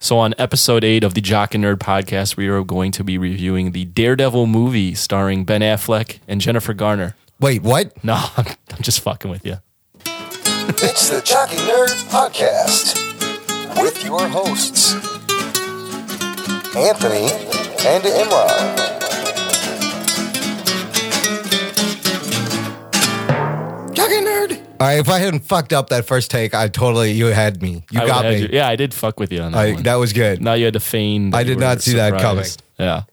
So, on episode eight of the Jock and Nerd podcast, we are going to be reviewing the Daredevil movie starring Ben Affleck and Jennifer Garner. Wait, what? No, I'm just fucking with you. It's the Jockey Nerd Podcast with your hosts, Anthony and Imran. Jockey nerd. All right, if I hadn't fucked up that first take, I totally you had me. You I got would me. have you- yeah, I did fuck with you on that I- one. that was good. now you had to feign. that I you did were not see that coming. Yeah.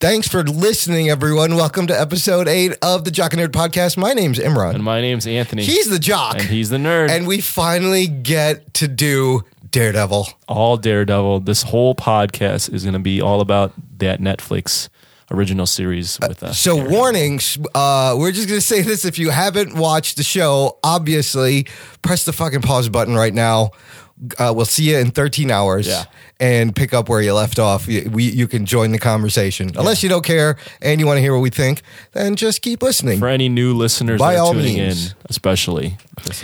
Thanks for listening, everyone. Welcome to episode eight of the Jock and Nerd podcast. My name's Imran. And my name's Anthony. he's the jock, and he's the nerd. and we finally get to do Daredevil. all Daredevil. This whole podcast is going to be all about that Netflix original series with us. So, warnings. Uh, we're just gonna say this: if you haven't watched the show, obviously, press the fucking pause button right now. Uh, we'll see you in 13 hours, Yeah. and pick up where you left off. You, we, you can join the conversation, unless you don't care and you want to hear what we think. Then just keep listening. for any new listeners By that are all tuning means. in, especially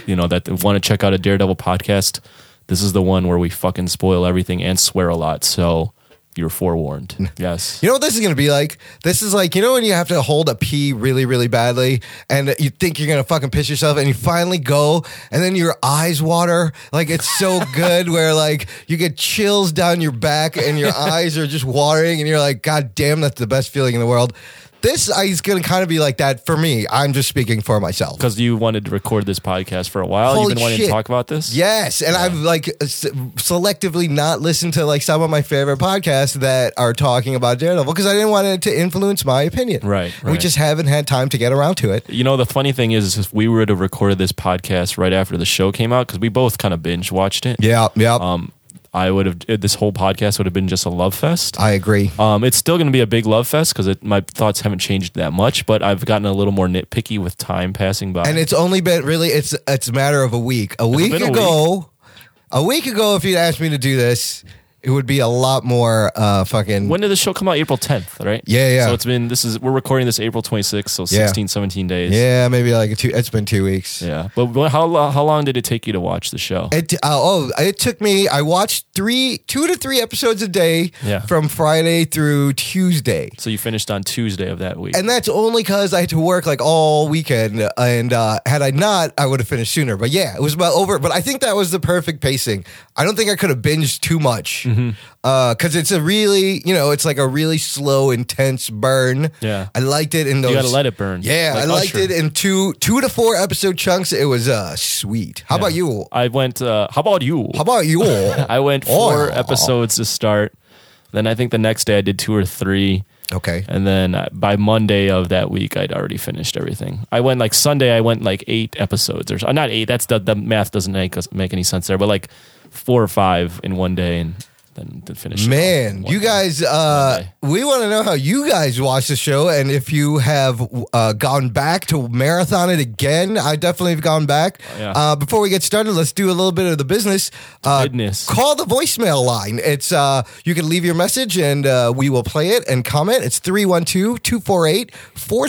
you know that want to check out a Daredevil podcast, this is the one where we fucking spoil everything and swear a lot. So you're forewarned. Yes. You know what this is going to be like? This is like, you know, when you have to hold a pee really, really badly and you think you're going to fucking piss yourself and you finally go and then your eyes water. Like, it's so good where like you get chills down your back and your eyes are just watering and you're like, God damn, that's the best feeling in the world. This uh, is going to kind of be like that for me. I'm just speaking for myself. Because you wanted to record this podcast for a while, Holy you've been wanting shit. to talk about this. Yes, and I've like s- selectively not listened to like some of my favorite podcasts that are talking about Daredevil because I didn't want it to influence my opinion. Right, And We right. just haven't had time to get around to it. You know, the funny thing is, if we were to record this podcast right after the show came out, because we both kind of binge watched it. Yeah, yeah. Um, I would have this whole podcast would have been just a love fest. I agree. Um, it's still going to be a big love fest because my thoughts haven't changed that much, but I've gotten a little more nitpicky with time passing by. And it's only been really it's it's a matter of a week. A week been a ago, a week. ago, if you'd asked me to do this, it would be a lot more uh fucking. when did the show come out? April 10th, right? Yeah, yeah. So it's been, this is, we're recording this April 26th, so Yeah. 16, 17 days. yeah, maybe like a two. It's been two weeks. Yeah. But wh- how, lo- how long did it take you to watch the show? It uh, oh, it took me. I watched three, two to three episodes a day Yeah. from Friday through Tuesday, so you finished on Tuesday of that week. and that's only because I had to work like all weekend. And uh, had I not, I would have finished sooner. But yeah, it was about over. But I think that was the perfect pacing. I don't think I could have binged too much because Mm-hmm. it's a really, you know, it's like a really slow, intense burn. Yeah. I liked it in those. you got to let it burn. Yeah, Like I liked Usher. it in two, two to four episode chunks. It was uh sweet. How about you? I went, uh, how about you? How about you? I went four Oh. episodes to start. Then I think the next day I did two or three. Okay. And then uh, by Monday of that week, I'd already finished everything. I went like Sunday, I went like eight episodes or so. not eight. That's the, the math doesn't make us make any sense there, but like four or five in one day and then to finish. it all Man, in one you day. guys, uh, we want to know how you guys watch the show and if you have uh, gone back to marathon it again. I definitely have gone back. Oh, Yeah. Uh, before we get started, let's do a little bit of the business. Uh, Goodness. Call the voicemail line. It's uh, You can leave your message and uh, we will play it and comment. It's 312 248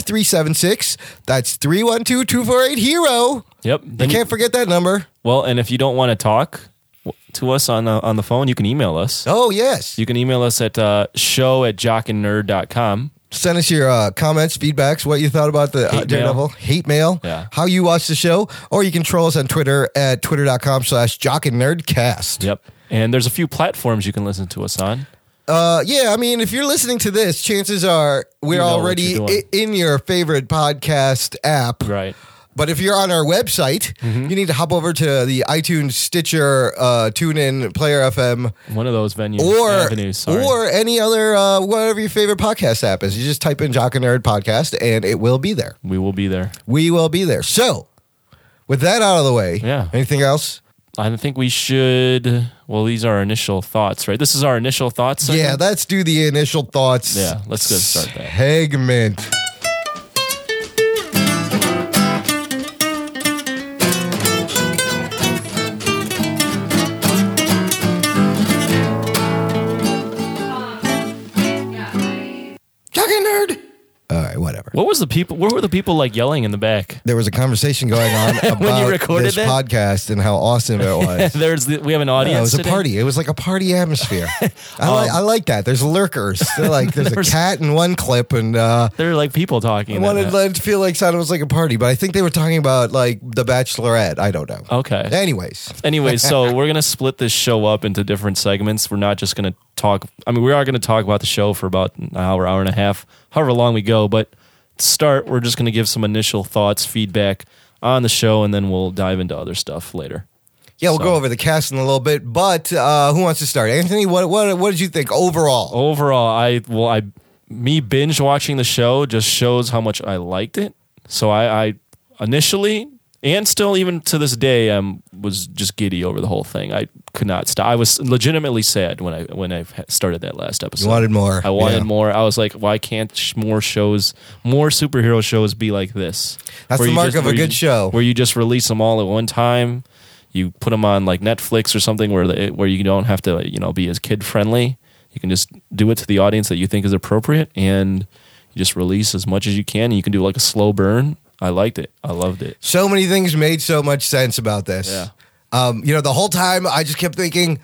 4376. That's 312 248 HERO. Yep. You Then you- can't forget that number. well, and if you don't want to talk w- to us on the, on the phone, you can email us. Oh, yes. You can email us at uh, show at jockandnerd.com. send us your uh, comments, feedbacks, what you thought about the uh, Hate mail. Daredevil, hate mail, Yeah. how you watch the show, or you can troll us on Twitter at twitter.com slash jock and nerdcast. Yep. And there's a few platforms you can listen to us on. Uh, yeah, I mean, if you're listening to this, chances are we're know what already you're i- doing. in your favorite podcast app. Right. Mm-hmm. But if you're on our website, you need to hop over to the iTunes, Stitcher, uh, TuneIn, Player FM, One of those venues or avenues. Mm-hmm. Sorry. or any other uh, whatever your favorite podcast app is. You just type in Jock and Nerd podcast, and it will be there. we will be there. we will be there. So, with that out of the way, Yeah. Anything else? I think we should. Well, these are our initial thoughts, right? This is our initial thoughts. segment? Yeah, let's do the initial thoughts. Yeah, let's go start that. segment. Jockey nerd. All Sorry, whatever. What was the people? What were the people like yelling in the back? There was a conversation going on about When you recorded this that? podcast and how awesome it was. There's the, we have an Yeah, audience. it was a today. party. It was like a party atmosphere. I, li- I like that. There's lurkers. They're like there's a Um, There's- cat in one clip, and uh, There are like people talking. I in that wanted night. let it feel like sounded was like a party, but I think they were talking about like the Bachelorette. I don't know. okay. Anyways, Anyway, so we're gonna split this show up into different segments. We're not just gonna talk. I mean, we are gonna talk about the show for about an hour, hour and a half, however long we go. But to start, we're just gonna give some initial thoughts, feedback on the show, and then we'll dive into other stuff later. yeah, we'll So- go over the cast in a little bit. But uh, who wants to start? Anthony, what what what did you think overall? Overall, I well, I me binge watching the show just shows how much I liked it. So I, I initially and still even to this day um was just giddy over the whole thing. I could not stop. I was legitimately sad when I when I started that last episode. You wanted more. I wanted Yeah. more. I was like, why can't sh- more shows, more superhero shows be like this? That's the you mark of a where you- good show. Where you just release them all at one time. You put them on like Netflix or something where they, where you don't have to, you know, be as kid friendly. You can just do it to the audience that you think is appropriate and you just release as much as you can. And you can do like a slow burn. I liked it. I loved it. So many things made so much sense about this. Yeah. Um, you know, the whole time I just kept thinking,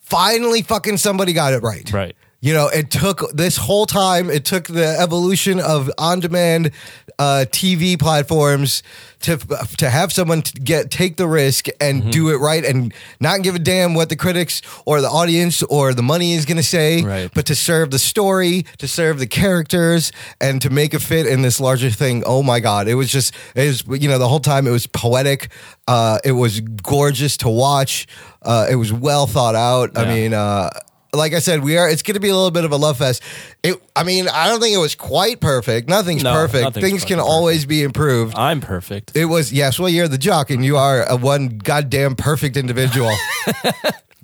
finally, fucking somebody got it right. Right. You know, it took this whole time. It took the evolution of on-demand uh, TV platforms to to have someone t- get take the risk and Mm-hmm. do it right and not give a damn what the critics or the audience or the money is going to say, Right. but to serve the story, to serve the characters, and to make it fit in this larger thing. Oh my god, it was just it was you know the whole time it was poetic. Uh, it was gorgeous to watch. Uh, it was well thought out. I Yeah. mean. Uh, like I said, we are. It's going to be a little bit of a love fest. It. I mean, I don't think it was quite perfect. Nothing's No, perfect. nothing's Things can fucking always be improved. I'm perfect. It was yes. Well, you're the jock, and you are a one goddamn perfect individual.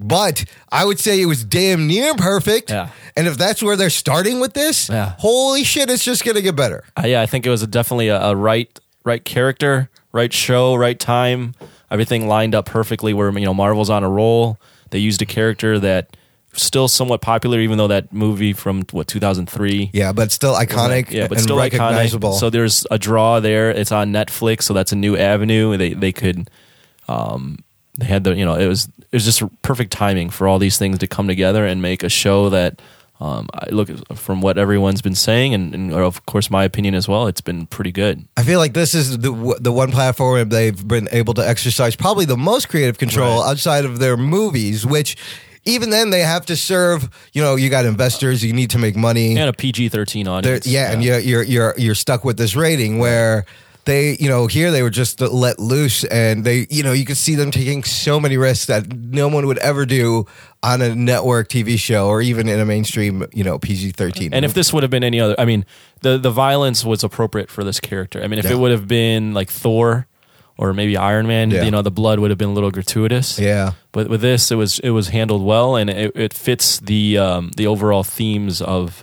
but I would say it was damn near perfect. Yeah. And if that's where they're starting with this, Yeah. holy shit, it's just going to get better. Uh, yeah, I think it was a, definitely a, a right right character, right show, right time. Everything lined up perfectly. Where you know Marvel's on a roll. They used a character that still somewhat popular, even though that movie from what 2003. Yeah, but still iconic. Yeah, but and still recognizable. iconic. So there's a draw there. It's on Netflix, so that's a new avenue. They they could, um, they had the you know it was it was just perfect timing for all these things to come together and make a show that, um, I look from what everyone's been saying and, and of course my opinion as well. It's been pretty good. I feel like this is the w- the one platform where they've been able to exercise probably the most creative control outside of their movies, which even then they have to serve. You know, you got investors, you need to make money. And a PG thirteen They're- audience. yeah, and you're, you're you're you're stuck with this rating where. They, you know, here they were just let loose, and they, you know, you could see them taking so many risks that no one would ever do on a network TV show or even in a mainstream, you know, PG thirteen. And if this would have been any other, I mean, the the violence was appropriate for this character. I mean, if Yeah. it would have been like Thor or maybe Iron Man, Yeah. you know, the blood would have been a little gratuitous. Yeah. But with this, it was it was handled well, and it, it fits the um, the overall themes of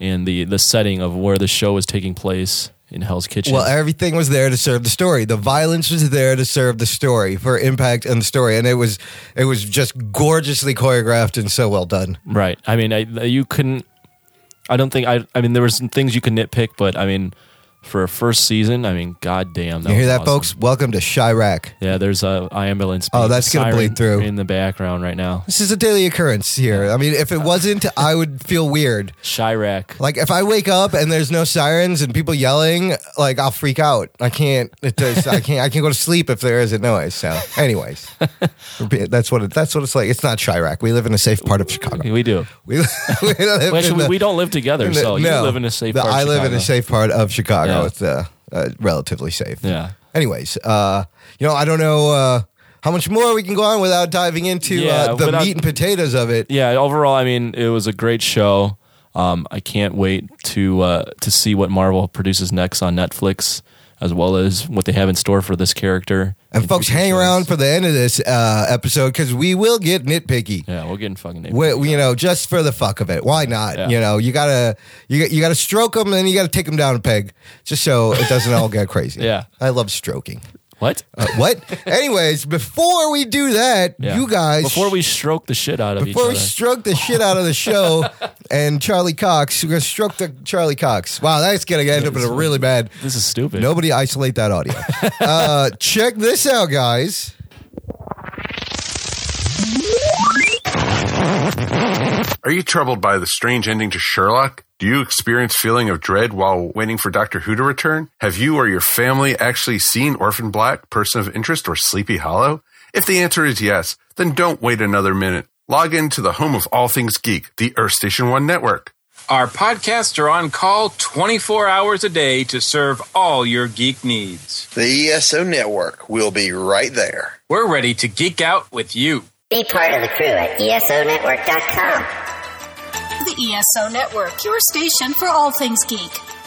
and the the setting of where the show is taking place in Hell's Kitchen. Well, everything was there to serve the story. The violence was there to serve the story for impact and the story, and it was it was just gorgeously choreographed and so well done. Right. I mean, I, you couldn't. I don't think I. I mean, there were some things you could nitpick, but I mean, for a first season, I mean, goddamn. You hear was that, awesome. folks? Welcome to Chirac. Yeah, there's a ambulance. Oh, that's gonna siren bleed through. in the background right now. This is a daily occurrence here. I mean, if it wasn't, I would feel weird. Chirac. Like if I wake up and there's no sirens and people yelling, like I'll freak out. I can't. It does, I can't. I can't go to sleep if there isn't noise. So, anyways, that's what it, that's what it's like. It's not Chirac. We live in a safe part of Chicago. We do. We, we live Well, actually, in the- we don't live together, The- so no. you live in a safe. The- part of I live in Chicago. a safe part of Chicago. Yeah. It's uh, uh, relatively safe. Yeah. Anyways, uh, you know, I don't know uh, how much more we can go on without diving into Yeah, uh, the without- meat and potatoes of it. yeah, overall, I mean, it was a great show. Um, I can't wait to uh, to see what Marvel produces next on Netflix, as well as what they have in store for this character. And in folks, future hang shows. around for the end of this uh, episode because we will get nitpicky. Yeah, we're getting fucking. We, we- you know, just for the fuck of it, why not? Yeah. You know, you gotta you got- you gotta stroke them, and then you gotta take them down a peg, just so it doesn't all get crazy. Yeah. I love stroking. What? Uh, what? Anyways, before we do that, Yeah. you guys Before we stroke the shit out of before we each other. stroke the shit out of the show and Charlie Cox, we're gonna stroke the Charlie Cox. Wow, that's gonna end up in a really bad. this is stupid. Nobody isolate that audio. uh, check this out, guys. Are you troubled by the strange ending to Sherlock? Do you experience feeling of dread while waiting for Doctor Who to return? Have you or your family actually seen Orphan Black, Person of Interest, or Sleepy Hollow? If the answer is yes, then don't wait another minute. Log in to the home of all things geek, the Earth Station One Network. Our podcasts are on call 24 hours a day to serve all your geek needs. The ESO network will be right there. We're ready to geek out with you. Be part of the crew at E ESONetwork.com. The ESO Network, your station for all things geek,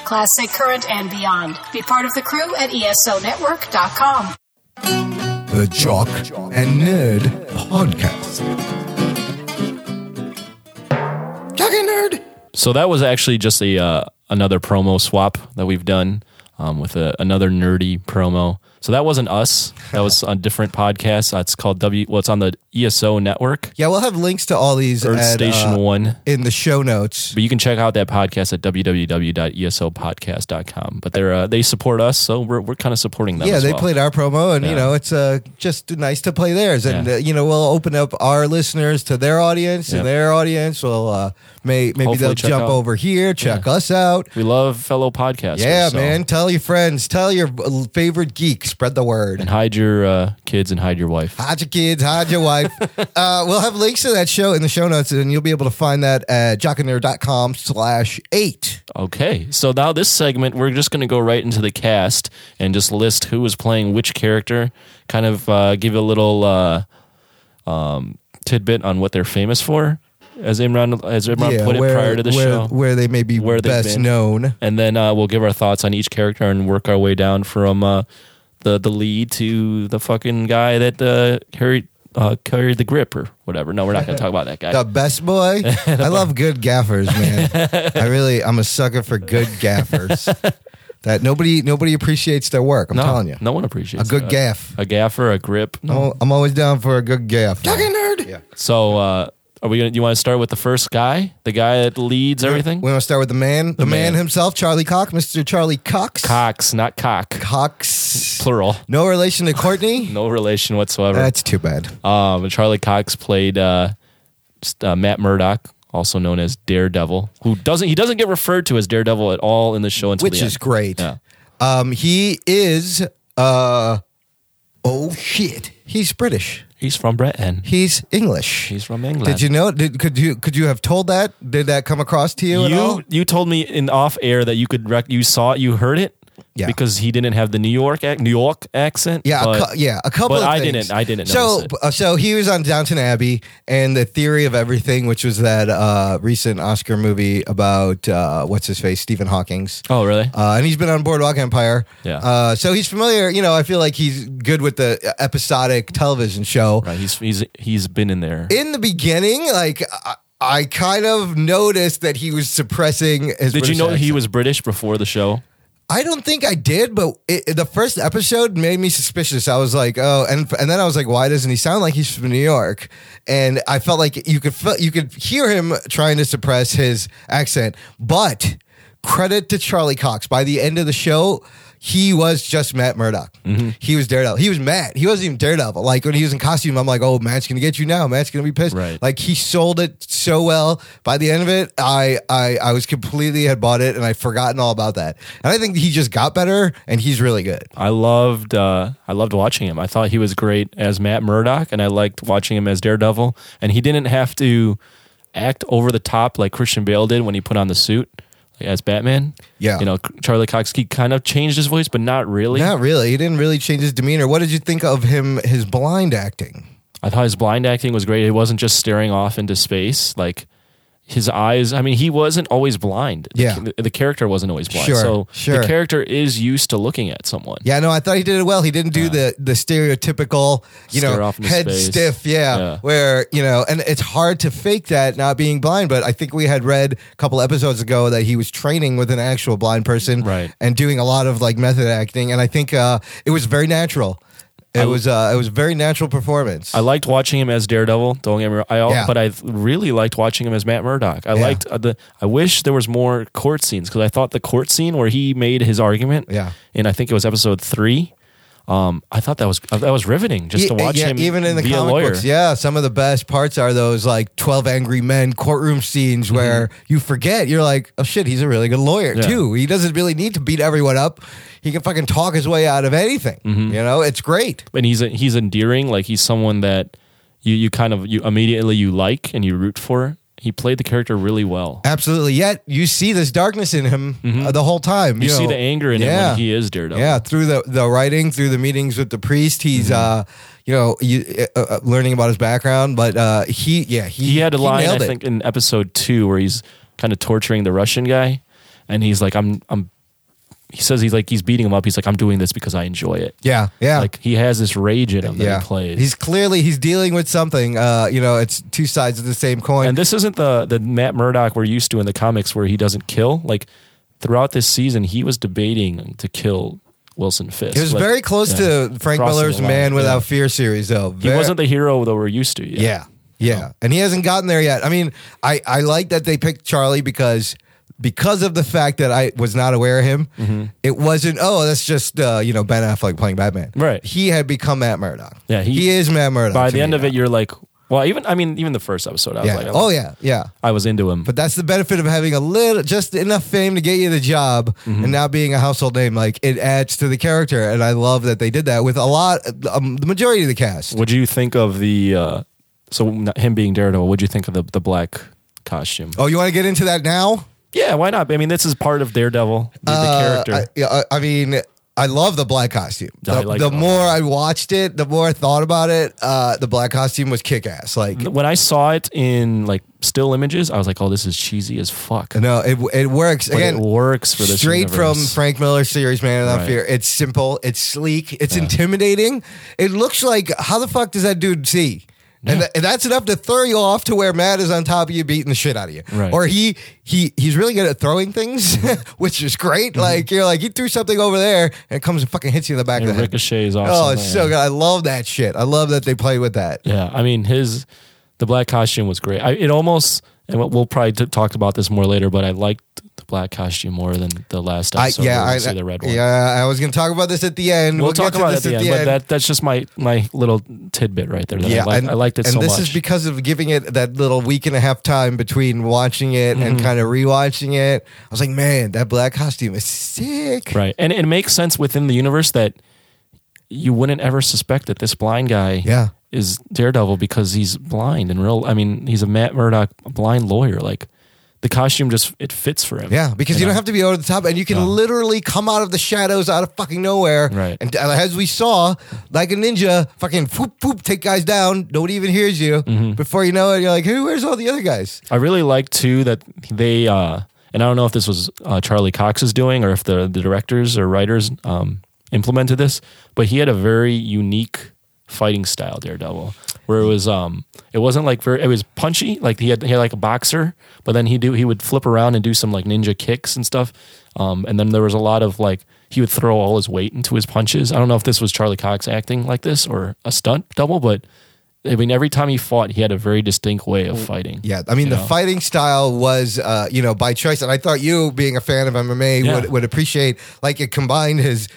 classic, current, and beyond. Be part of the crew at E ESONetwork.com. The Jock and Nerd Podcast. Jock and Nerd. So that was actually just a uh, another promo swap that we've done um, with a, another nerdy promo. So that wasn't us. That was on different podcasts. It's called W. Well, it's on the ESO network, Yeah, we'll have links to all these Earth at, Station uh, One. in the show notes. But you can check out that podcast at www.esopodcast.com. But they're uh, they support us, so we're we're kind of supporting them. Yeah, as they well. played our promo, and you Yeah. know it's uh, just nice to play theirs, and Yeah. uh, you know we'll open up our listeners to their audience Yep. and their audience. will uh, may maybe Hopefully they'll check jump out- over here, check us out. We love fellow podcasters. Yeah, so- man, tell your friends, tell your uh, favorite geek, spread the word. And hide your uh, kids and hide your wife. Hide your kids, hide your wife. uh, we'll have links to that show in the show notes, and you'll be able to find that at jockandair.com slash eight. Okay, so now this segment, we're just going to go right into the cast and just list who is playing which character, kind of uh, give a little uh, um, tidbit on what they're famous for, as Imran, as Imran put it prior to the where, show. where they may be Where they've best been. known. and then uh, we'll give our thoughts on each character and work our way down from uh, the, the lead to the fucking guy that uh, carried, uh, carried the grip or whatever. No, we're not going to talk about that guy. The best boy. I love good gaffers, man. I really, I'm a sucker for good gaffers. that nobody, nobody appreciates their work. I'm no, telling you, no uh, one appreciates a good that. gaff. A gaffer, a grip. I'm, al- I'm always down for a good gaff. Talking nerd. Yeah. So, uh, are we gonna? You want to start with the first guy, the guy that leads everything? We want to start with the man, the, man. man. himself, Charlie Cox, Mr. Charlie Cox. Cox, not cock. Cox. Plural. No relation to Courtney. No relation whatsoever. That's too bad. Um, Charlie Cox played uh, st- uh, Matt Murdock, also known as Daredevil, who doesn't he doesn't get referred to as Daredevil at all in the show until which the is end. great. Yeah. Um, he is. Uh, oh shit! He's British. He's from Britain. He's English. He's from England. Did you know? Did, could you could you have told that? Did that come across to you, at all? You you told me in off air that you could rec- you saw it, you heard it. Yeah. Because he didn't have the New York ac- New York accent. Yeah, a but- cou- yeah, a couple. but of I things. didn't- I didn't So, notice it. uh, so he was on Downton Abbey, and the theory of everything, which was that uh, recent Oscar movie about uh, what's his face, Stephen Hawking's. Oh, really? Uh, and he's been on Boardwalk Empire. Yeah. Uh, so he's familiar. You know, I feel like he's good with the uh, episodic television show. right. He's he's he's been in there. In the beginning, like I, I kind of noticed that he was suppressing his. Did British you know he accent. was British before the show? I don't think I did, but it, it- the first episode made me suspicious. I was like, oh, and and then I was like, why doesn't he sound like he's from New York? And I felt like you could feel, you could hear him trying to suppress his accent. But credit to Charlie Cox. By the end of the show, he was just Matt Murdock. He was Daredevil. He was Matt. He wasn't even Daredevil. Like when he was in costume, I'm like, oh, Matt's gonna get you now. Matt's gonna be pissed. Right. Like he sold it so well. By the end of it, I I I was completely had bought it and I'd forgotten all about that. And I think he just got better and he's really good. I loved uh, I loved watching him. I thought he was great as Matt Murdock, and I liked watching him as Daredevil. And he didn't have to act over the top like Christian Bale did when he put on the suit as Batman. Yeah. you know, Charlie Cox he kind of changed his voice, but not really. Not really. He didn't really change his demeanor. What did you think of him? His blind acting. I thought his blind acting was great. He wasn't just staring off into space. Like his eyes. I mean, he wasn't always blind. The, Yeah. the, the character wasn't always blind. Sure, so sure. the character is used to looking at someone. Yeah, no, I thought he did it well. He didn't do the the stereotypical, you Stare know, off into head space. stiff, yeah, Yeah. where you know, and it's hard to fake that not being blind. But I think we had read a couple episodes ago that he was training with an actual blind person, Right. and doing a lot of like method acting, and I think uh, it was very natural. It was uh, it was a very natural performance. I liked watching him as Daredevil. Don't get me wrong. I, al- Yeah. But I really liked watching him as Matt Murdock. I liked uh, the. I wish there was more court scenes because I thought the court scene where he made his argument. Yeah. And I think it was episode three. Um, I thought that was that was riveting just to Yeah, watch yeah, him even in the be a comic lawyer. books. Yeah, some of the best parts are those like Twelve Angry Men courtroom scenes where you forget you're like, oh shit, he's a really good lawyer Mm-hmm. Yeah. too. He doesn't really need to beat everyone up. He can fucking talk his way out of anything. Mm-hmm. You know, it's great. and he's he's endearing. Like he's someone that you you kind of you immediately you like and you root for. He played the character really well. Absolutely. Yet you see this darkness in him uh, the whole time. Mm-hmm. You, see know. the anger in him Yeah. when he is Daredevil. Yeah, through the the writing, through the meetings with the priest, he's Mm-hmm. uh, you know, you, uh, uh, learning about his background. But uh, he, yeah, he, he had a line I nailed it. think in episode two where he's kind of torturing the Russian guy, and he's like, "I'm, I'm." He says he's like he's beating him up. He's like, "I'm doing this because I enjoy it." Yeah, yeah. Like he has this rage in him that he plays. He's clearly he's dealing with something. Uh, you know, it's two sides of the same coin. and this isn't the the Matt Murdock we're used to in the comics where he doesn't kill. Like throughout this season, he was debating to kill Wilson Fisk. it was Like, very close yeah, to Frank crossing Miller's the line. Man Yeah. Without Fear series, though. He Ver- wasn't the hero that we're used to. Yet. Yeah, yeah, and he hasn't gotten there yet. I mean, I I like that they picked Charlie because because of the fact that I was not aware of him. Mm-hmm. It wasn't oh that's just uh, you know Ben Affleck playing Batman. Right. He had become Matt Murdock. Yeah, he, he- is Matt Murdock. By to the me end of now. it, you're like, well, even I mean, even the first episode, I was yeah. like, oh yeah, yeah. I was into him. But that's the benefit of having a little, just enough fame to get you the job, Mm-hmm. and now being a household name. Like it adds to the character, and I love that they did that with a lot, um, the majority of the cast. What do you think of the uh, so not him being Daredevil? What do you think of the the black costume? Oh, you want to get into that now? Yeah, why not? I mean, this is part of Daredevil, the, the character. Uh, I, yeah, I, I mean, I love the black costume. I The, like the it. more I watched it, the more I thought about it. Uh, the black costume was kick ass. Like, when I saw it in like still images, I was like, "Oh, this is cheesy as fuck." no, it it works But again. it works for this straight from universe. Frank Miller's series Man Without Right. Fear. It's simple, it's sleek, it's intimidating. It looks like how the fuck does that dude see? And, tha- and that's enough to throw you off to where Matt is on top of you, beating the shit out of you. Right. Mm-hmm. Or he he he's really good at throwing things, which is great. Like you're like he threw something over there, and it comes and fucking hits you in the back And of the head. ricochets off. Oh, it's something. so good. I love that shit. I love that they play with that. Yeah, I mean, his the black costume was great. I, it almost and we'll- we'll probably t- talk about this more later, but I liked the black costume more than the last I, episode. yeah, where we I, see the red one. yeah, I was gonna talk about this at the end. We'll, talk get to about it at this the end, but that, that's just my, my little tidbit right there. That I, like, I liked it and so much. this is because of giving it that little week and a half time between watching it Mm-hmm. and kind of rewatching it. I was like, man, that black costume is sick. Right. And it makes sense within the universe that you wouldn't ever suspect that this blind guy Yeah. is Daredevil because he's blind and real I mean, he's a Matt Murdock blind lawyer. Like the costume just it fits for him. Yeah, because you, don't have to be over the top, and you can literally come out of the shadows, out of fucking nowhere, Right. And uh, as we saw, like a ninja, fucking whoop whoop, take guys down. Nobody even hears you. Mm-hmm. Before you know it, you're like, hey, where's all the other guys? I really like too that they uh and I don't know if this was uh, Charlie Cox's doing or if the, the directors or writers um, implemented this, but he had a very unique fighting style Daredevil where it was um it wasn't like very it was punchy like he had he had like a boxer but then he do he would flip around and do some like ninja kicks and stuff um and then there was a lot of like he would throw all his weight into his punches I don't know if this was Charlie Cox acting like this or a stunt double but I mean every time he fought he had a very distinct way of fighting Yeah, I mean you the know? fighting style was, uh, you know, by choice, and I thought you, being a fan of MMA, Yeah. would would appreciate like it combined his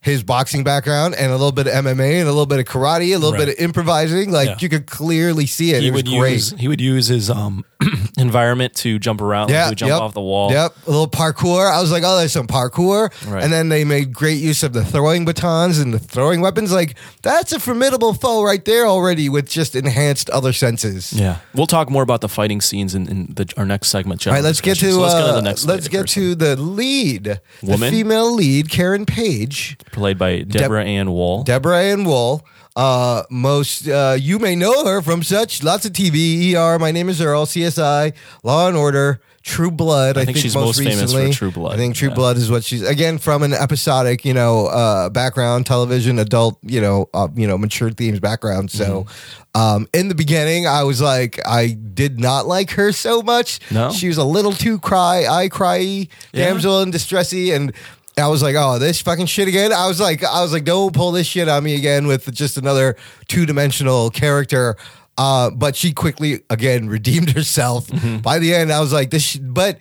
his boxing background and a little bit of MMA and a little bit of karate, a little Right. bit of improvising. Like Yeah. you could clearly see it. he it was would great. use he would use his um environment to jump around. Yeah, yeah, he would jump yep, off the wall. Yep, a little parkour. I was like, oh, there's some parkour, Right. and then they made great use of the throwing batons and the throwing weapons. Like that's a formidable foe right there already with just enhanced other senses. Yeah, we'll talk more about the fighting scenes in, in the, our next segment. All right, let's get to so let's get to uh, the next. let's lady get person, to the lead, the Woman? female lead, Karen Page, played by Deborah Ann Wall. Deborah Ann Wool. Uh, most uh, you may know her from such lots of TV, ER, My Name Is Earl, CSI, Law and Order, True Blood. I, think she's most famous for recently. True Blood, I think True yeah. Blood is what she's again from an episodic, you know, uh, background, television, adult, you know, uh, you know, mature themes background. So, Mm-hmm. um, in the beginning, I was like, I did not like her so much. No? she was a little too cry, I cryy, damsel in distressy, and. I was like, oh, this fucking shit again. I was like, I was like, don't pull this shit on me again with just another two dimensional character. Uh, but she quickly again redeemed herself. By the end, I was like, this. Sh-, but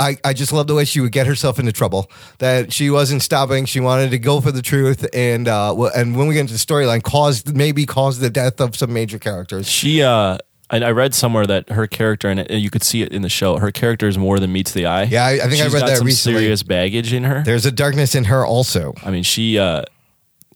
I, I just love the way she would get herself into trouble. That she wasn't stopping. She wanted to go for the truth, and uh, wh- and when we get into the storyline, caused maybe caused the death of some major characters. She, uh, and I read somewhere that her character, and you could see it in the show, her character is more than meets the eye. Yeah, I- I think I She's read got that some recently. serious baggage in her. There's a darkness in her also. I mean, she, uh,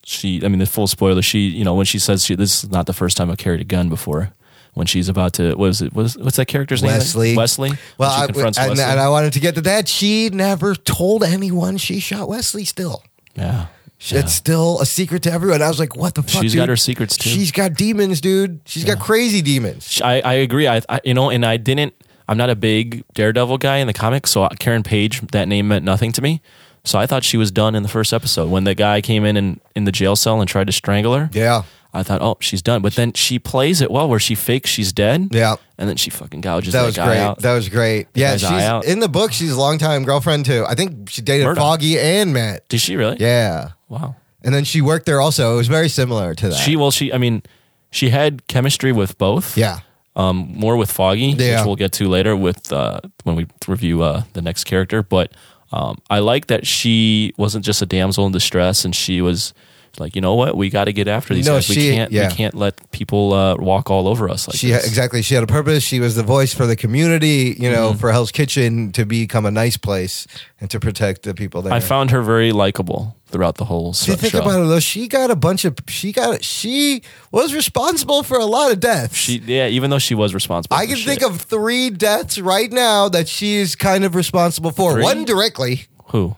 she, I mean, the full spoiler. She, you know, when she says she, this is not the first time I carried a gun before. When she's about to, what is it? What is, what's that character's Wesley. name? Wesley. Well, When she I, confronts and, Wesley. and I wanted to get to that. She never told anyone she shot Wesley. Still, yeah. She- it's still a secret to everyone. I was like, "What the fuck?" She's got dude? her secrets, too. She's got demons, dude. She's got crazy demons. Sh- I, I agree. I, I you know, and I didn't. I'm not a big Daredevil guy in the comics, so Karen Page that name meant nothing to me. So I thought she was done in the first episode when the guy came in and in the jail cell and tried to strangle her. Yeah, I thought, oh, she's done. But then she plays it well, where she fakes she's dead. Yeah. and then she fucking gouges that, that was guy great. out. That was great. Yeah, guy's eye out. she's in the book. She's a longtime girlfriend too. I think she dated Murdoch. Foggy and Matt. Did she really? Yeah, Wow. and then she worked there also. It was very similar to that. She well, she. I mean, she had chemistry with both. yeah. um, more with Foggy, Yeah. which we'll get to later with uh, when we review uh, the next character. But um, I like that she wasn't just a damsel in distress, and she was like, you know what, we got to get after these No, guys. she- we can't, yeah. we can't let people uh, walk all over us like She this. exactly. She had a purpose. She was the voice for the community. You know, Mm-hmm. for Hell's Kitchen to become a nice place and to protect the people there. I found her very likable throughout the whole If you show. think about it though, she got a bunch of she got she was responsible for a lot of deaths. she, yeah, even though she was responsible, I for can shit. think of three deaths right now that she is kind of responsible for. Three? One directly, who.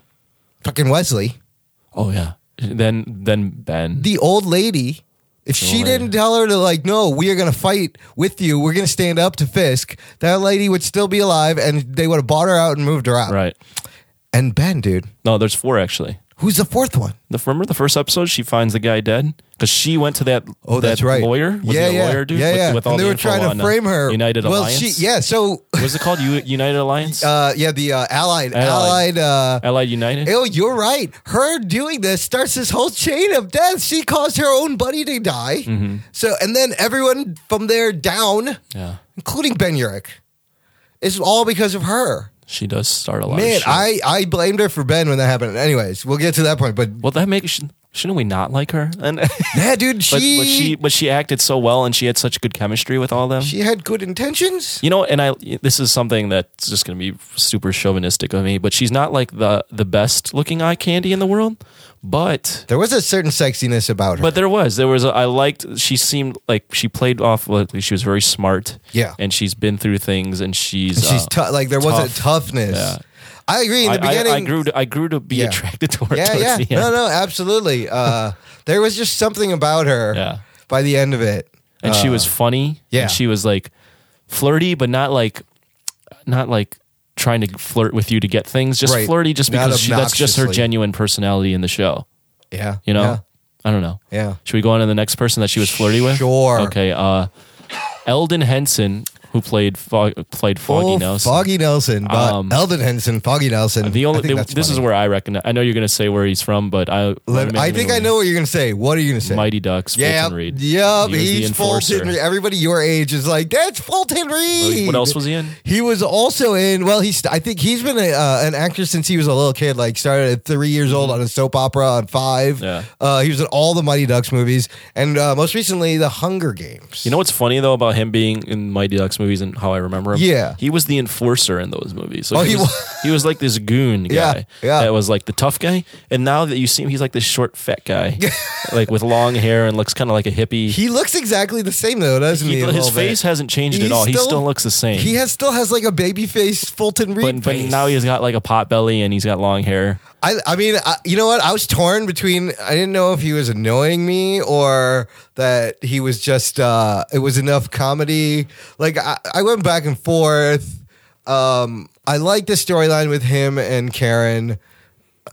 fucking Wesley, Oh yeah. Then then Ben. the old lady. If she old lady. didn't tell her to like, no, we are gonna fight with you. We're gonna stand up to Fisk. That lady would still be alive, and they would have bought her out and moved her out. right. And Ben, dude, No, there's four actually. who's the fourth one? The remember the first episode, she finds the guy dead because she went to that. Oh, that that's right. Lawyer, was yeah, he a yeah, lawyer dude? yeah, With- yeah. With, all and they the were info trying on, to uh, frame her. United well, Alliance. She, yeah, so What's it called? U- United Alliance? uh, yeah, the uh, allied, Allied. allied. uh, Allied United? oh, you're right. Her doing this starts this whole chain of death. She caused her own buddy to die. So, and then everyone from there down, Mm-hmm. yeah. including Ben Urich, it's all because of her. She does start a lot of Man, Oh, shit. I I blamed her for Ben when that happened. Anyways, we'll get to that point. But well, that makes. sh- Shouldn't we not like her? And but, yeah, dude, she but she she, but she acted so well, and she had such good chemistry with all them. had good intentions. you know, and I this is something that's just going to be super chauvinistic of me, but she's not like the the best looking eye candy in the world, but There was a certain sexiness about her. But there was, there was. A, I liked. She seemed like she played off. Like she was very smart. Yeah. and she's been through things, and she's And she's uh, tough. Like there was a tough. toughness. Yeah. I agree. In I, the I- beginning, I, grew. To, I grew to be Yeah. attracted to her. Yeah, towards yeah. the No, end. no, absolutely. Uh, there was just something about her. Yeah. By the end of it, And she was funny. Uh, yeah. and she was like flirty, but not like, not like trying to flirt with you to get things. Just Right. flirty, just Not because she, that's just her obnoxiously. genuine personality in the show. yeah, You know, I don't know. Yeah. Should we go on to the next person that she was flirty with? Sure. Okay. Uh, Eldon Henson, who played Fog, played Foggy Nelson. Foggy Um, Nelson, Foggy Nelson, but Eldon Henson, Foggy Nelson. The I only think the, that's this is funny. where I recognize. I know you're going to say where he's from, but I Let- I think I know what you're gonna say. What are you gonna say? Mighty Ducks. yeah, Fulton Reed. yep. He was the He's enforcer. Fulton Reed. Everybody your age is like that's Fulton Reed. What else was he in? He was also in. Well, he's. I think he's been a, uh, an actor since he was a little kid. Like started at three years old on a soap opera on Five. Yeah. Uh, he was in all the Mighty Ducks movies, and uh, most recently, The Hunger Games. You know what's funny though about him being in Mighty Ducks movies and how I remember him. Yeah. he was the enforcer in those movies. Like, Oh, he he was, wa- he was like this goon guy Yeah, yeah. that was like the tough guy. And now that you see him, he's like this short fat guy, like with long hair and looks kind of like a hippie. He looks exactly the same though, doesn't He- he? a his little bit? face hasn't changed at He's all. He still looks the same. He has still has like a baby face Fulton Reed. but, but face. now he's got like a pot belly and he's got long hair. I, I mean, I, you know what? I was torn between. I didn't know if he was annoying me or that he was just. Uh, it was enough comedy. Like I, I went back and forth. Um, I like the storyline with him and Karen.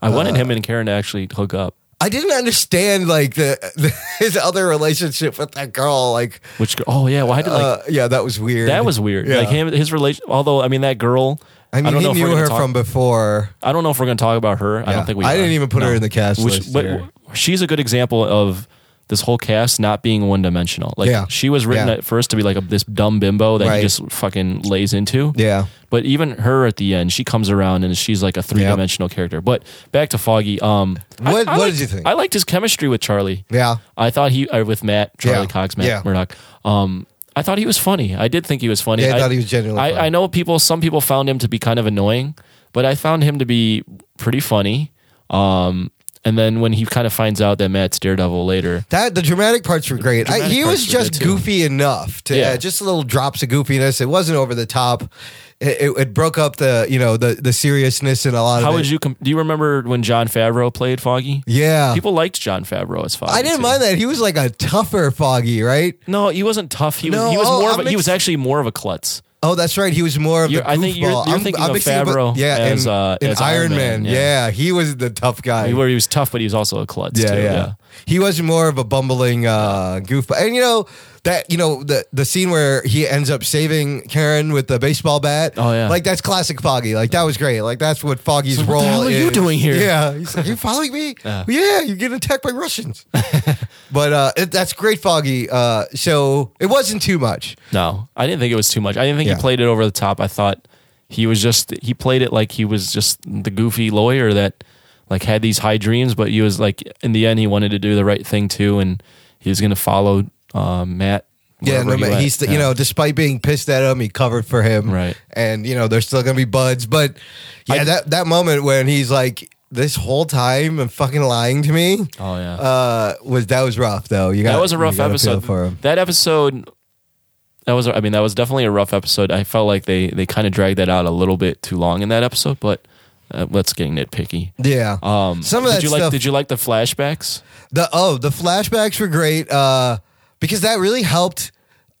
I Uh, wanted him and Karen to actually hook up, I didn't understand like the, the his other relationship with that girl. Like, which go- oh yeah, why did like uh, yeah, that was weird. that was weird. Yeah. Like him, his relation. Although I mean that girl. I mean, don't know he if we're knew gonna her talk- from before. I don't know if we're going to talk about her. I Yeah. don't think we. I are. didn't even put her in the cast list here. she's a good example of this whole cast not being one dimensional. Like Yeah. she was written Yeah. at first to be like a, this dumb bimbo that Right. he just fucking lays into. Yeah. But even her at the end, she comes around and she's like a three dimensional character. But back to Foggy. Um, I- What- I what liked- did you think? I liked his chemistry with Charlie. Yeah. I thought he or with Matt Charlie Yeah. Cox, Matt Yeah. Murdock. Um, I thought he was funny. I did think he was funny. Yeah, I thought he was genuinely I, funny. I know people. Some people found him to be kind of annoying, but I found him to be pretty funny. Um, and then when he kind of finds out that Matt's Daredevil later, That the dramatic parts were great. I, dramatic he was parts were good, just too. goofy enough to Yeah. uh, just little drops of goofiness. It wasn't over the top. It, it, it broke up the you know the the seriousness in a lot how of it. would you? Com- do you remember when John Favreau played Foggy? yeah, People liked John Favreau as Foggy. I didn't too. mind that. He was like a tougher Foggy, right? No, he wasn't tough. He was. No, he was oh, more. I'm of a, he was mixed- actually more of a klutz. Oh, that's right. He was more of You're- the. I think you're- goofball. you're thinking of mixing him up- Favreau yeah, as, in, uh, in as Iron, Iron Man. Man, yeah. Yeah. he was the tough guy. Where he was tough, but he was also a klutz. yeah, too. yeah, He was more of a bumbling uh, goofball, and you know that you know the the scene where he ends up saving Karen with the baseball bat. Oh, yeah. like that's classic Foggy. Like that was great. Like that's what Foggy's So what the role. hell are you is. doing here? Yeah, he's like, you following me? yeah. you're getting attacked by Russians. but uh, it, that's great, Foggy. Uh, so it wasn't too much. No, I didn't think it was too much. I didn't think Yeah. he played it over the top. I thought he was just he played it like he was just the goofy lawyer that like had these high dreams, but he was like in the end he wanted to do the right thing too, and he was going to follow uh, Matt. Yeah, wherever no, he man, went. he's the, Yeah. you know, despite being pissed at him, he covered for him, Right. And you know, they're still gonna be buds, but yeah, that that moment when he's like, "This whole time, I'm fucking lying to me." Oh, yeah. uh, was that was rough though. You got that was a rough episode. for him. That episode, that was, I mean, that was definitely a rough episode. I felt like they they kind of dragged that out a little bit too long in that episode, but uh, let's get nitpicky. Yeah, Um, some of did that you stuff. like? Did you like the flashbacks? the oh, the flashbacks were great uh, because that really helped.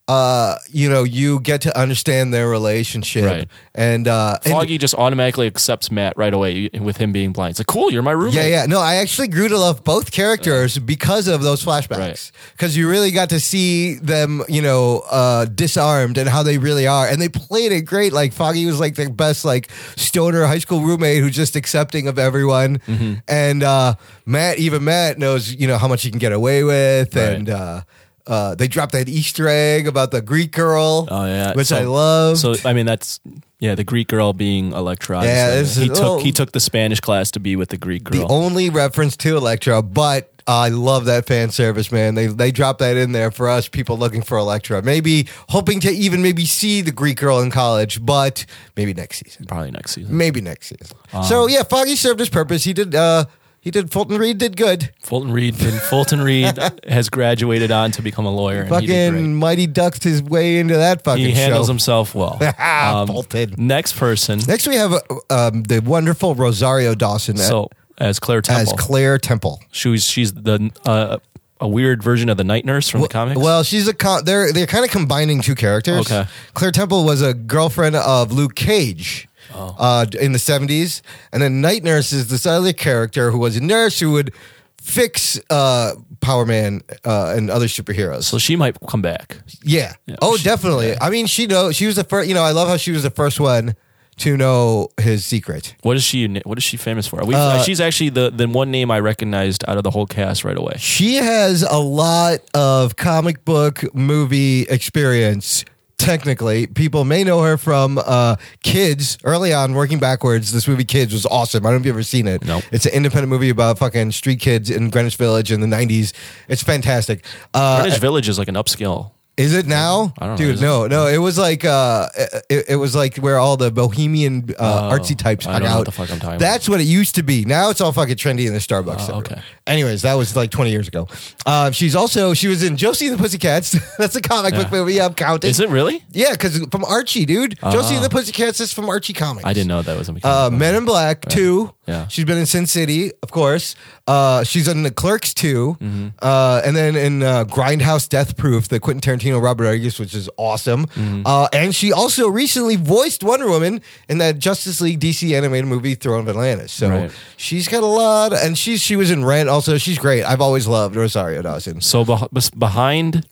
Uh, you know, you get to understand their relationship, Right. and uh, and- Foggy just automatically accepts Matt right away with him being blind. It's like, cool, you're my roommate. Yeah, yeah. No, I actually grew to love both characters because of those flashbacks. Right. Because you really got to see them, you know, uh, disarmed and how they really are. And they played it great. Like Foggy was like the best, like stoner high school roommate who's just accepting of everyone. Mm-hmm. And uh, Matt, even Matt, knows, you know, how much he can get away with. Right. And uh, uh, they dropped that Easter egg about the Greek girl. Oh yeah, Which So- I love. So I mean, that's yeah, the Greek girl being Electra. Yeah, obviously. this is- he took oh. he took the Spanish class to be with the Greek girl. the only reference to Electra, but I love that fan service, man. They they dropped that in there for us people looking for Electra. Maybe hoping to even maybe see the Greek girl in college, but maybe next season. Probably next season. Maybe next season. so Um, yeah, Foggy served his purpose. He did uh he did Fulton Reed did good. Fulton Reed and Fulton Reed has graduated on to become a lawyer. and he did Fucking great. Mighty ducked his way into that fucking he handles um, show. himself well. Ah, Fulton. Next person. Next we have uh, um, the wonderful Rosario Dawson So as Claire as Temple, Claire Temple. she's she's the uh, a weird version of the night nurse from the comics. Well, she's a com- they're they're kind of combining two characters. Okay. Claire Temple was a girlfriend of Luke Cage. Oh. Uh, in the 70s. And then Night Nurse is this other character who was a nurse who would fix uh, Power Man uh, and other superheroes. so she might come back. yeah. Oh, definitely. I mean, she know she was the first, you know, I love how she was the first one to know his secret. What is she? What is she famous for? We, Uh, she's actually the the one name I recognized out of the whole cast right away. She has a lot of comic book movie experience. Technically, people may know her from uh, Kids early on, working backwards. This movie Kids was awesome. I don't know if you've ever seen it. Nope. It's an independent movie about fucking street kids in Greenwich Village in the 90s. It's fantastic. Uh, Greenwich Village is like an upscale Is it now? I don't know. Dude, Is it? no, no. It was like uh, it, it was like where all the bohemian uh, Oh, artsy types I hung don't know out. what the fuck I'm talking about. That's what it used to be. Now it's all fucking trendy in the Starbucks. Oh, okay. everywhere. Anyways, that was like 20 years ago. Uh, she's also she was in Josie and the Pussycats. That's a comic book Yeah. movie. I'm counting. Is it really? Yeah, because from Archie, dude. Josie and the Pussycats is from Archie Comics. I didn't know that was a mechanical. Uh, Men in Black Two. Yeah. she's been in Sin City, of course. Uh, she's in the Clerks 2 Mm-hmm. uh, and then in uh, Grindhouse Death Proof, the Quentin Tarantino Robert Rodriguez, which is awesome. Mm-hmm. Uh, and she also recently voiced Wonder Woman in that Justice League DC animated movie Throne of Atlantis. So Right. she's got a lot, and she's she was in Rent also. She's great. I've always loved Rosario Dawson. So beh- bes- behind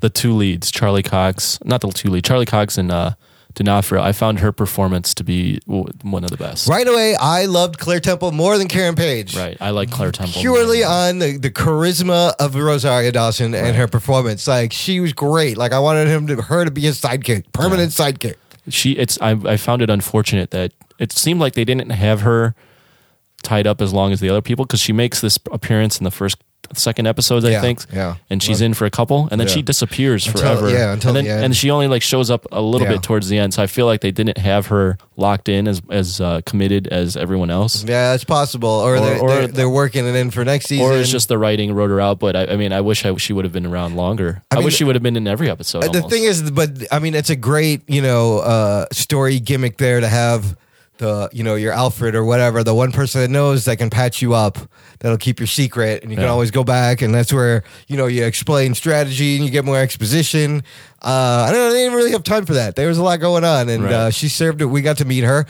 the two leads, Charlie Cox, not the two lead, Charlie Cox and uh, D'Onofrio, I found her performance to be w- one of the best. Right away, I loved Claire Temple more than Karen Page. Right. I like Claire Temple. purely on the, the charisma of Rosario Dawson and her performance. Like she was great. Like I wanted him to her to be his sidekick, permanent sidekick. she it's I, I found it unfortunate that it seemed like they didn't have her tied up as long as the other people because she makes this appearance in the first second episodes I Yeah, think yeah. and she's in for a couple and then Yeah. she disappears Until- forever yeah, until and then the end. and she only like shows up a little Yeah. bit towards the end so I feel like they didn't have her locked in as as uh, committed as everyone else Yeah, it's possible. Or, they're, or- they're, they're working it in for next season. or it's just the writing wrote her out but I, I mean I wish I she would have been around longer I, mean, wish she would have been in every episode the almost. thing is, but I mean, it's a great you know uh, story gimmick there to have the you know your Alfred or whatever the one person that knows that can patch you up that'll keep your secret and you can Yeah. always go back and that's where you know you explain strategy and you get more exposition. Uh, I don't know, they didn't really have time for that. There was a lot going on, and Right. uh, she served it. We got to meet her,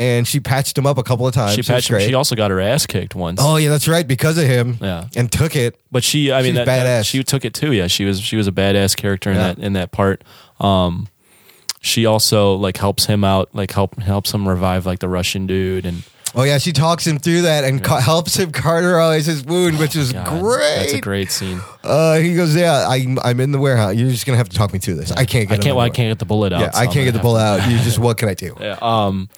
and she patched him up a couple of times. she It was patched him. great. she also got her ass kicked once Oh yeah, that's right. Because of him, Yeah. and took it. But she, I mean, She's that, that- badass. she took it too. Yeah, she was she was a badass character in Yeah. that in that part. Um, she also like helps him out, like help helps him revive like the Russian dude, and Oh yeah, she talks him through that and ca- helps him cauterize his wound, which is Oh God, great. That's a great scene. Uh, he goes, yeah, I'm I'm in the warehouse. You're just gonna have to talk me through this. I can't I get. can't. Well, I another can't get the bullet out. one. Yeah, so I I'm can't gonna get the have bull to- out. You just what can I do? Yeah, um,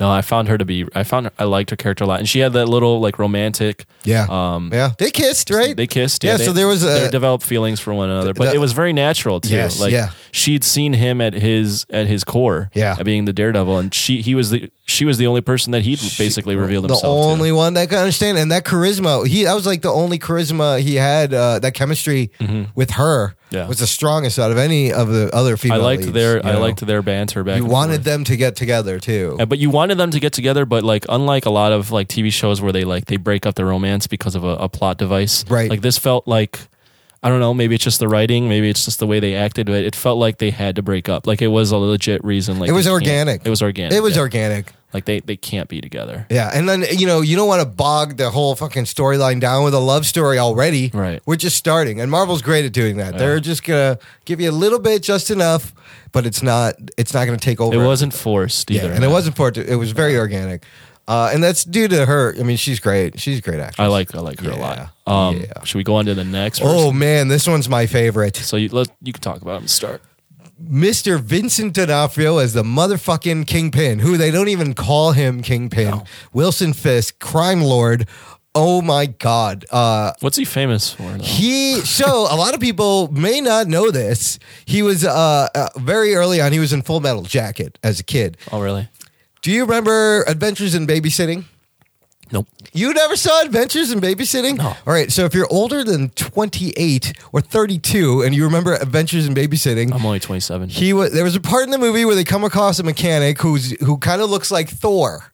no, I found her to be. I found her, I liked her character a lot, and she had that little like romantic. Yeah, Um, yeah. They kissed, right? They kissed. Yeah. they- so there was they a developed feelings for one another, but that- it was very natural too. Yes, like yeah. she'd seen him at his at his core, Yeah. at being the daredevil, and she he was the she was the only person that he basically revealed the himself. only to. one that could understand, and that charisma. He that was like the only charisma he had. Uh, that chemistry with her Mm-hmm. Yeah. was the strongest out of any of the other I female. liked leads, their you I know? liked their banter back. You and wanted forth. them to get together too. Uh, but you wanted them to get together. But like, unlike a lot of like TV shows where they like they break up the romance because of a, a plot device, Right. Like this felt like. I don't know. Maybe it's just the writing. Maybe it's just the way they acted. But it felt like they had to break up. Like it was a legit reason. Like It was they can't- organic. It was organic. It was yeah. organic. like they they can't be together. Yeah, and then you know you don't want to bog the whole fucking storyline down with a love story already. Right. We're just starting, and Marvel's great at doing that. They're just gonna give you a little bit, just enough, but it's not it's not gonna take over. It wasn't forced yeah, either. and it wasn't for it was very organic, uh, and that's due to her. I mean, she's great. She's a great actress. I like I like her Yeah, a lot. Um, yeah. Should we go on to the next? Oh person? man, this one's my favorite. so you let you can talk about him. Start. Mr. Vincent D'Onofrio as the motherfucking kingpin, who they don't even call him kingpin. Wilson Fisk, crime lord. Oh my god. Uh, What's he famous for? though? He so a lot of people may not know this. He was uh, uh very early on. He was in Full Metal Jacket as a kid. oh really? Do you remember Adventures in Babysitting? Nope. You never saw Adventures in Babysitting? No. All right. So if you're older than 28 or 32 and you remember Adventures in Babysitting, I'm only 27. he was there was a part in the movie where they come across a mechanic who's who kind of looks like Thor.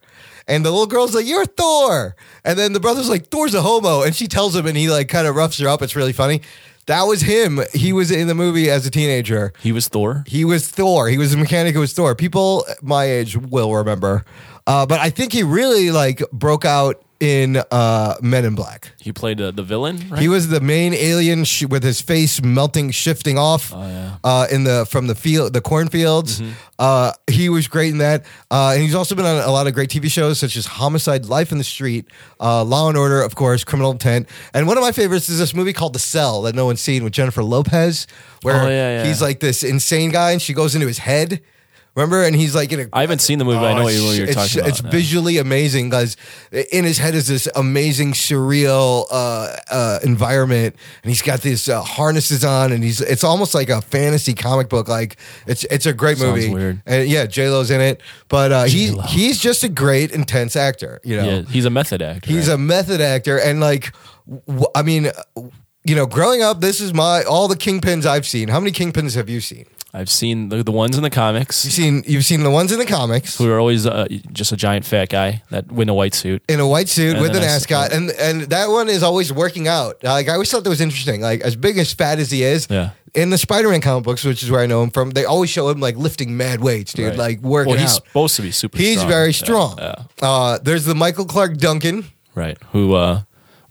And the little girl's like, "You're Thor," and then the brother's like, "Thor's a homo," and she tells him, and he like kind of roughs her up. It's really funny. That was him. He was in the movie as a teenager. he was Thor. He was Thor. He was a mechanic who was Thor. People my age will remember, uh, but I think he really like broke out in uh, Men in Black. He played uh, the villain. Right? He was the main alien sh- with his face melting, shifting off Oh, uh, in the from the field, the cornfields. Mm-hmm. Uh, he was great in that, uh, and he's also been on a lot of great TV shows such as Homicide: Life in the Street, uh, Law and Order, of course, Criminal Intent, and one of my favorites is this movie called The Cell that no one's seen with Jennifer Lopez, where Oh, yeah, yeah. he's like this insane guy, and she goes into his head. Remember? And he's like in a. I haven't seen the movie. but I know what you- what you're Oh, it's, talking about. It's now. visually amazing because in his head is this amazing surreal uh, uh, environment, and he's got these uh, harnesses on, and he's it's almost like a fantasy comic book. Like it's it's a great Sounds movie. weird. And yeah, J Lo's in it, but uh, he's he's just a great intense actor. You know, Yeah, he's a method actor. He's right? a method actor, and like, w- I mean, uh, you know, growing up, this is my all the kingpins I've seen. How many kingpins have you seen? I've seen the, the ones in the You've comics seen you've seen the ones in the comics who are always uh, just a giant fat guy that in a white suit. in a white suit And with then an I s- ascot, and and that one is always working out. Like I always thought that was interesting. Like as big as fat as he is, Yeah. In the Spider-Man comic books, which is where I know him from, they always show him like lifting mad weights, dude, Right. like working Well, he's out. supposed to be super. He's strong. very Yeah, strong. yeah. Uh, there's the Michael Clark Duncan. right? Who uh,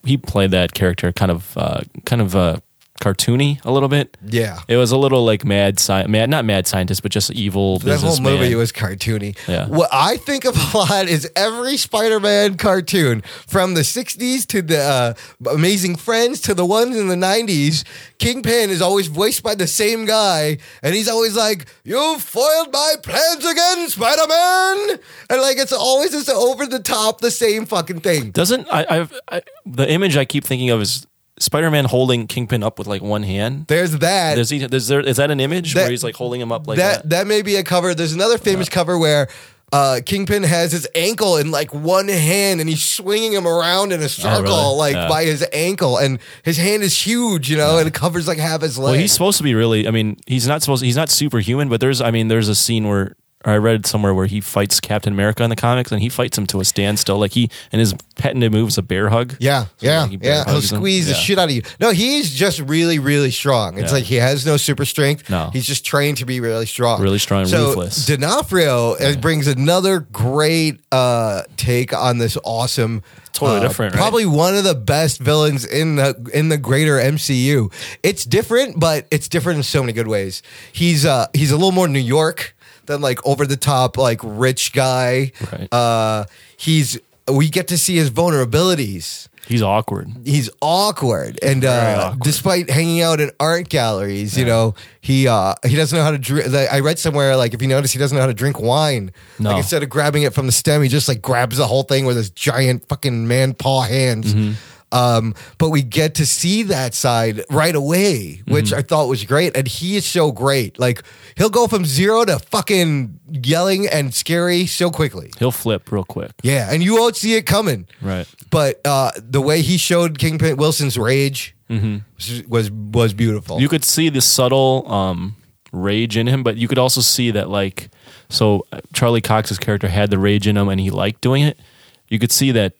he played that character kind of uh, kind of uh, cartoony a little bit. Yeah. It was a little like mad, sci- mad, not mad scientist, but just evil. That whole businessman. movie was cartoony. Yeah. What I think of a lot is every Spider-Man cartoon from the '60s to the uh, Amazing Friends to the ones in the '90s. Kingpin is always voiced by the same guy, and he's always like, "You foiled my plans again, Spider-Man," and like it's always just over the top, the same fucking thing. Doesn't I, I've I, the image I keep thinking of is Spider-Man holding Kingpin up with like one hand. There's that. Does he? Is there? Is that an image That- where he's like holding him up like that, that may be a cover. There's another famous cover where uh, Kingpin has his ankle in like one hand and he's swinging him around in a circle like Oh, Yeah. by his ankle and his hand is huge, you know, and it covers like half his leg. Well, he's supposed to be really. I mean, he's not supposed. He's not superhuman, but there's. I mean, there's a scene where I read somewhere where he fights Captain America in the comics, and he fights him to a standstill. Like he and his patented move is a bear hug. yeah, So, yeah, like, he bear yeah. He'll hugs him. squeeze the Yeah. shit out of you. No, he's just really, really strong. It's Yeah. like he has no super strength. No. he's just trained to be really strong, Really strong and so ruthless. D'Onofrio uh, brings another great uh, take on this awesome Totally uh, different, right? Probably one of the best villains in the in the greater MCU. It's different, but it's different in so many good ways. He's uh he's a little more New York than like over the top like rich guy. Right. Uh he's we get to see his vulnerabilities. He's awkward. He's awkward and uh awkward. despite hanging out in art galleries, you know, he uh he doesn't know how to drink like, I read somewhere like if you notice he doesn't know how to drink wine. No. Like instead of grabbing it from the stem, he just like grabs the whole thing with his giant fucking man paw hands. Mm-hmm. Um, but we get to see that side right away, which Mm-hmm. I thought was great. And he is so great. Like he'll go from zero to fucking yelling and scary so quickly. He'll flip real quick. Yeah, and you won't see it coming. Right. But uh, the way he showed Kingpin Wilson's rage was- was was beautiful. Mm-hmm. You could see the subtle um, rage in him, but you could also see that like so uh, Charlie Cox's character had the rage in him, and he liked doing it. You could see that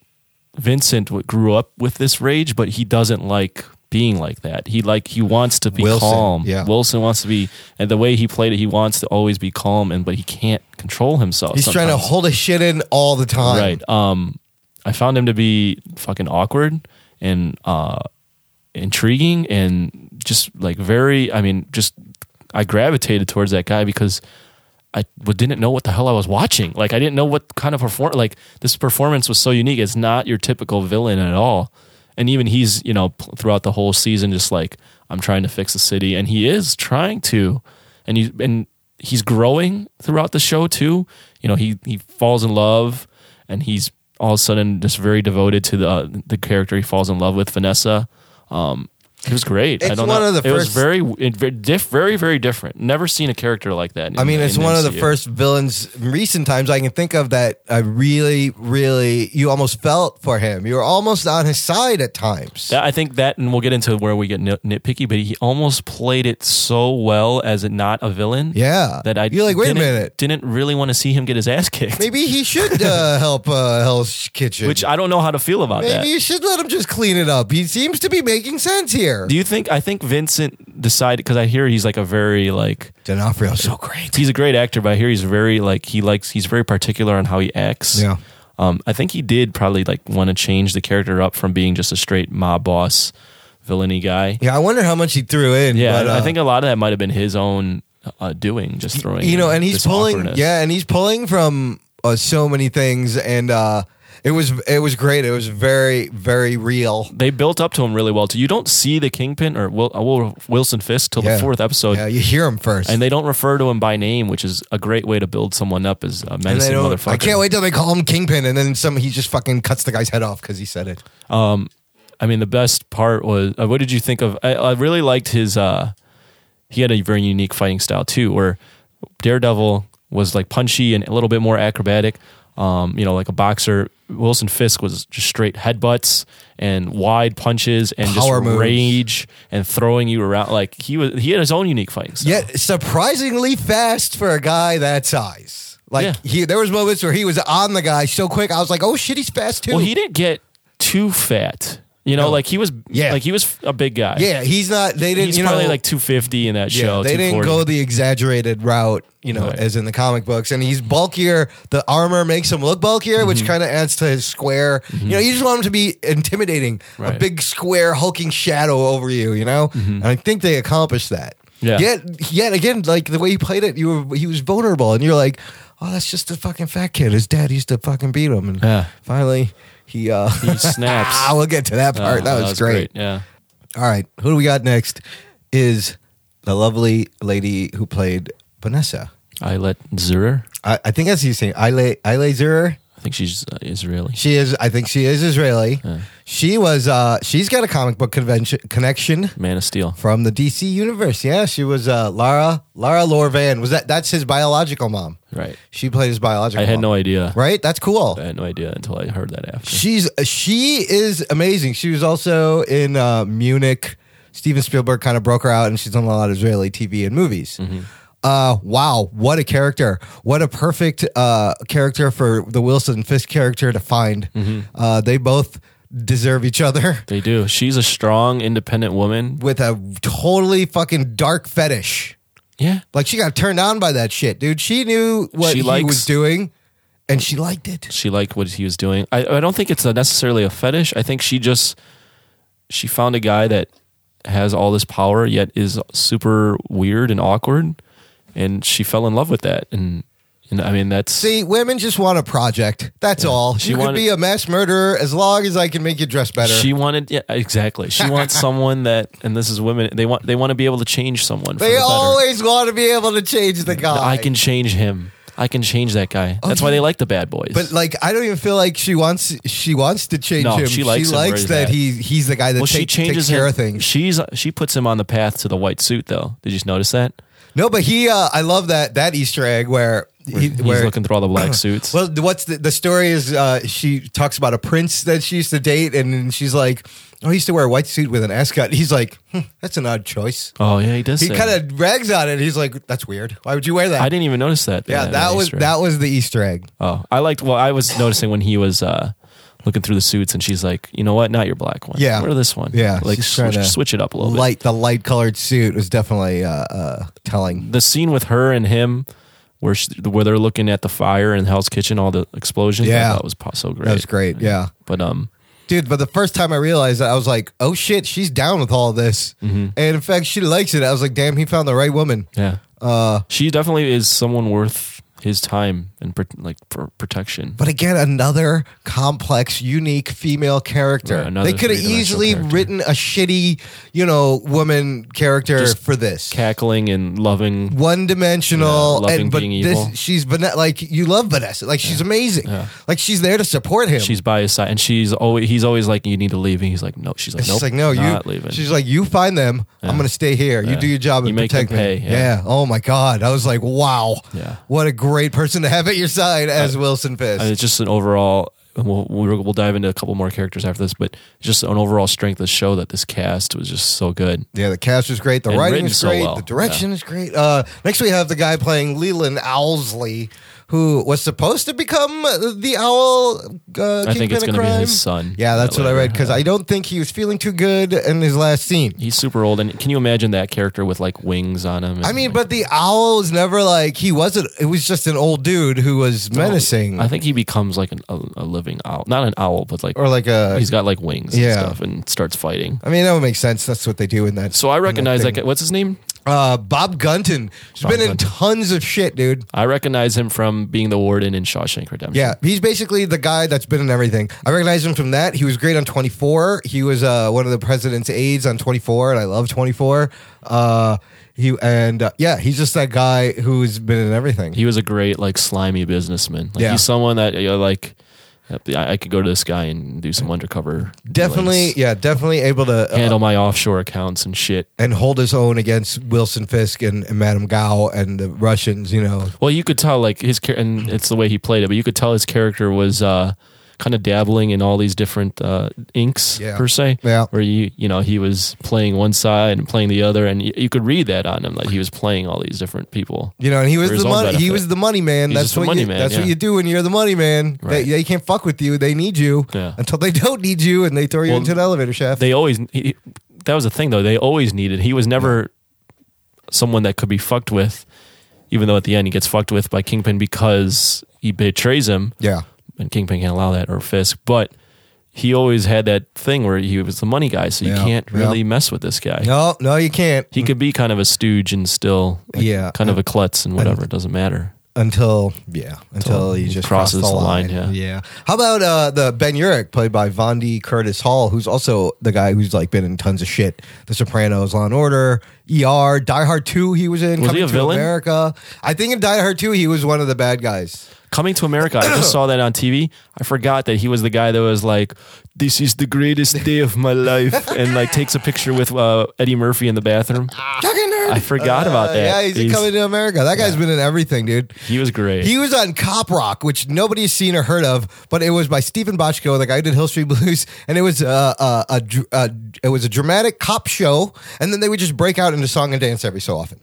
Vincent w- grew up with this rage, but he doesn't like being like that. He like he wants to be Wilson, calm. yeah. Wilson wants to be, and the way he played it, he wants to always be calm, and but he can't control himself. He's trying to sometimes. hold his shit in all the time. Right. Um, I found him to be fucking awkward and uh, intriguing and just like very. I mean, just I gravitated towards that guy because I w- didn't know what the hell I was watching. Like I didn't know what kind of perform. Like this performance was so unique. It's not your typical villain at all. And even he's you know pl- throughout the whole season just like I'm trying to fix the city, and he is trying to, and he and he's growing throughout the show too. You know he he falls in love, and he's all of a sudden just very devoted to the uh, the character he falls in love with, Vanessa. Um, it was great. I It's don't one know. of the it was first- very, it, very, diff, very, very different. Never seen a character like that. in I mean, the- it's in one of the MCU. first villains in recent times I can think of that I really, really, you almost felt for him. You were almost on his side at times. That- I think that, and we'll get into where we get nit- nitpicky, but he almost played it so well as it not a villain. Yeah. that I You're like, wait a didn't- minute. didn't really want to see him get his ass kicked. Maybe he should uh, help uh, Hell's Kitchen. which I don't know how to feel about Maybe that. you should let him just clean it up. He seems to be making sense here. Do you think? I think Vincent decided because I hear he's like a very like D'Onofrio's so Oh, great. he's a great actor, but I hear he's very like he likes he's very particular on how he acts. Yeah. Um, I think he did probably like want to change the character up from being just a straight mob boss, villainy guy. Yeah, I wonder how much he threw in. Yeah, but, I uh, think a lot of that might have been his own uh, doing, just throwing. you know, in and he's this pulling. awkwardness. Yeah, and he's pulling from uh, so many things, and uh, It was it was great. It was very very real. They built up to him really well too. You don't see the kingpin or Wil- uh, Wil- Wilson Fisk till Yeah. the fourth episode, Yeah, you hear him first, and they don't refer to him by name, which is a great way to build someone up as a And menacing motherfucker. I can't wait till they call him Kingpin, and then some. He just fucking cuts the guy's head off because he said it. I mean, the best part was uh, what did you think of? I, I really liked his. uh He had a very unique fighting style too, where Daredevil was like punchy and a little bit more acrobatic. Um, you know, like a boxer. Wilson Fisk was just straight headbutts and wide punches and Power just moves. rage and throwing you around. Like he was, he had his own unique fighting style. Yet surprisingly fast for a guy that size. Like Yeah. he, there was moments where he was on the guy so quick. I was like, oh shit, he's fast too. Well, he didn't get too fat. You know, like he was. Yeah. Like he was a big guy. yeah, he's not. They didn't. He's you probably know, like 250 in that yeah, show. they didn't 240. go the exaggerated route, you know, Right. as in the comic books. And he's bulkier. The armor makes him look bulkier, Mm-hmm. which kind of adds to his square. You know, you just want him to be intimidating, a Right. Mm-hmm. big square hulking shadow over you. You know, and I think they accomplished that. Yeah. Yet, yet again, like the way he played it, you were he was vulnerable, and you're like, oh, that's just the fucking fat kid. His dad used to fucking beat him, and Yeah. finally he uh He snaps. ah, we'll get to that Uh, part. that, was great. Yeah. All right, who do we got next? Is the lovely lady who played Vanessa? I let Zurer. I, I think that's you saying Ile Ile Zur. I think she's uh, Israeli. She is. I think she is Israeli. She was. Uh, she's got a comic book convention connection Man of Steel. from the DC universe. Yeah, she was uh, Lara Lara Lorvan. Was that? That's his biological mom. Right. She played his biological. I had mom. no idea. Right. That's cool. I had no idea until I heard that after. She's she is amazing. She was also in uh, Munich. Steven Spielberg kind of broke her out, and she's on a lot of Israeli TV and movies. Mm-hmm. Uh, wow, what a character! What a perfect uh, character for the Wilson Fisk character to find. Mm-hmm. Uh, they both deserve each other They do. She's a strong, independent woman. with a totally fucking dark fetish. Yeah. Like she got turned on by that shit, dude. She knew what She he likes- was doing, and she liked it. She liked what he was doing. I, I don't think it's a necessarily a fetish. I think she just she found a guy that has all this power yet is super weird and awkward, and she fell in love with that. And and I mean that's See, women just want a project. That's all. She you could wanted- be a mass murderer as long as I can make you dress better. she wanted. Yeah, exactly. She wants someone that, and this is women. They want they want to be able to change someone. for they the better. always want to be able to change the guy. I can change him. I can change that guy. That's why they like the bad boys. But like, I don't even feel like she wants. She wants to change No, him. she likes him where he's that at. he he's the guy that well, she take- changes takes care him. of things. She's she puts him on the path to the white suit, though. Did you notice that? No, but he. Uh, I love that that Easter egg where. He, He's where, looking through all the black suits. Well, what's the, the story is uh, she talks about a prince that she used to date, and she's like, "Oh, he used to wear a white suit with an ascot." He's like, hmm, "That's an odd choice." oh yeah, he does. He say kind that. of rags on it. He's like, "That's weird. Why would you wear that?" I didn't even notice that. Yeah, in that was Easter egg. that was the Easter egg. Oh, I liked. Well, I was noticing when he was uh, looking through the suits, and she's like, "You know what? Not your black one. Yeah. wear this one. Yeah, like she's trying switch, to switch it up a little bit." light the light colored suit was definitely uh, uh, telling. the scene with her and him where she, where they're looking at the fire in Hell's Kitchen, all the explosions. Yeah. I thought was po- so great. That was great. Yeah, But um, dude. But the first time I realized that, I was like, "Oh shit, she's down with all this," Mm-hmm. and in fact, she likes it. I was like, "Damn, he found the right woman." yeah, Uh, she definitely is someone worth his time and pro- like for protection. But again, another complex, unique female character. Right, another they could have three-dimensional easily character. written a shitty, you know, woman character Just for this. Cackling and loving. one dimensional, Yeah, loving and but being this evil. she's Vanessa. Like you love Vanessa, like she's amazing. Like she's there to support him. She's by his side, and she's always he's always like, "You need to leave," and he's like, "No." She's like, And "Nope, she's like, no, you. not leaving." She's like, you find them. I'm gonna stay here. You do your job You and make them protect me. pay, yeah. Oh my god, I was like, wow. Yeah. What a great person to have at your side as Wilson Fisk. I mean, it's just an overall. and We'll, we'll we'll dive into a couple more characters after this, but just an overall strength of the show that this cast was just so good. yeah, the cast was great. The And writing written is so great. well. The direction is great. Uh, next, we have the guy playing Leland Owlsley, who was supposed to become the owl. Uh, I think kingpin it's of going to be crime. his son. Yeah, that's what I read because I don't think he was feeling too good in his last scene. He's super old, and can you imagine that character with like wings on him? and, I mean, like- but the owl is never like he wasn't. It was just an old dude who was menacing, Oh, I think he becomes like an, a, a living owl, not an owl, but like or like a. he's got like wings Yeah. and stuff, and starts fighting. I mean, that would make sense. That's what they do in that. So I recognize thing. that. guy- What's his name? Uh, Bob Gunton. He's Bob been in Gunton. tons of shit, dude. I recognize him from being the warden in Shawshank Redemption. Yeah, he's basically the guy that's been in everything. I recognize him from that. He was great on 24. He was uh, one of the president's aides on 24, and I love 24. Uh, he and uh, yeah, he's just that guy who's been in everything. he was a great like slimy businessman. Like Yeah. he's someone that you know, like I, I could go to this guy and do some undercover. definitely, dealings. yeah, definitely able to uh, handle my offshore accounts and shit. and hold his own against Wilson Fisk and, and Madame Gao and the Russians. You know, Well, you could tell like his char- and it's the way he played it, but you could tell his character was uh, kind of dabbling in all these different uh, inks Yeah. per se. Yeah. where you you know he was playing one side and playing the other, and you, you could read that on him like he was playing all these different people. you know, and he was For his the own money. He benefit. was the money man. He's that's just the what money you, man, that's what yeah. you do when you're the money man. Right. They, they can't fuck with you. They need you Yeah. until they don't need you, and they throw you Well, into the elevator shaft. They always he, that was the thing though. They always needed. He was never someone that could be fucked with, even though at the end he gets fucked with by Kingpin because he betrays him. yeah. and Kingpin can't allow that or Fisk, but he always had that thing where he was the money guy, so you Yeah, can't yeah. really mess with this guy. No, no, you can't. He could be kind of a stooge and still like, Yeah. kind of a klutz and whatever. It doesn't matter. until yeah, Until until he he just crosses crossed the the line. line, yeah. How about uh, the Ben Urich played by Vondi Curtis Hall, who's also the guy who's like been in tons of shit: The Sopranos, Law and Order, ER, Die Hard Two. He was in Was he Coming a to villain? America. I think in Die Hard Two he was one of the bad guys. Coming to America, I just saw that on TV. I forgot that he was the guy that was like, "This is the greatest day of my life," and like takes a picture with uh, Eddie Murphy in the bathroom. I forgot about Uh, that. yeah, he's, in He's- Coming to America. That guy's been in everything, dude. he was great. He was on Cop Rock, which nobody's seen or heard of, but it was by Stephen Bochco, the guy who did Hill Street Blues, and it was uh, uh, a, dr- uh, it was a dramatic cop show, and then they would just break out into song and dance every so often.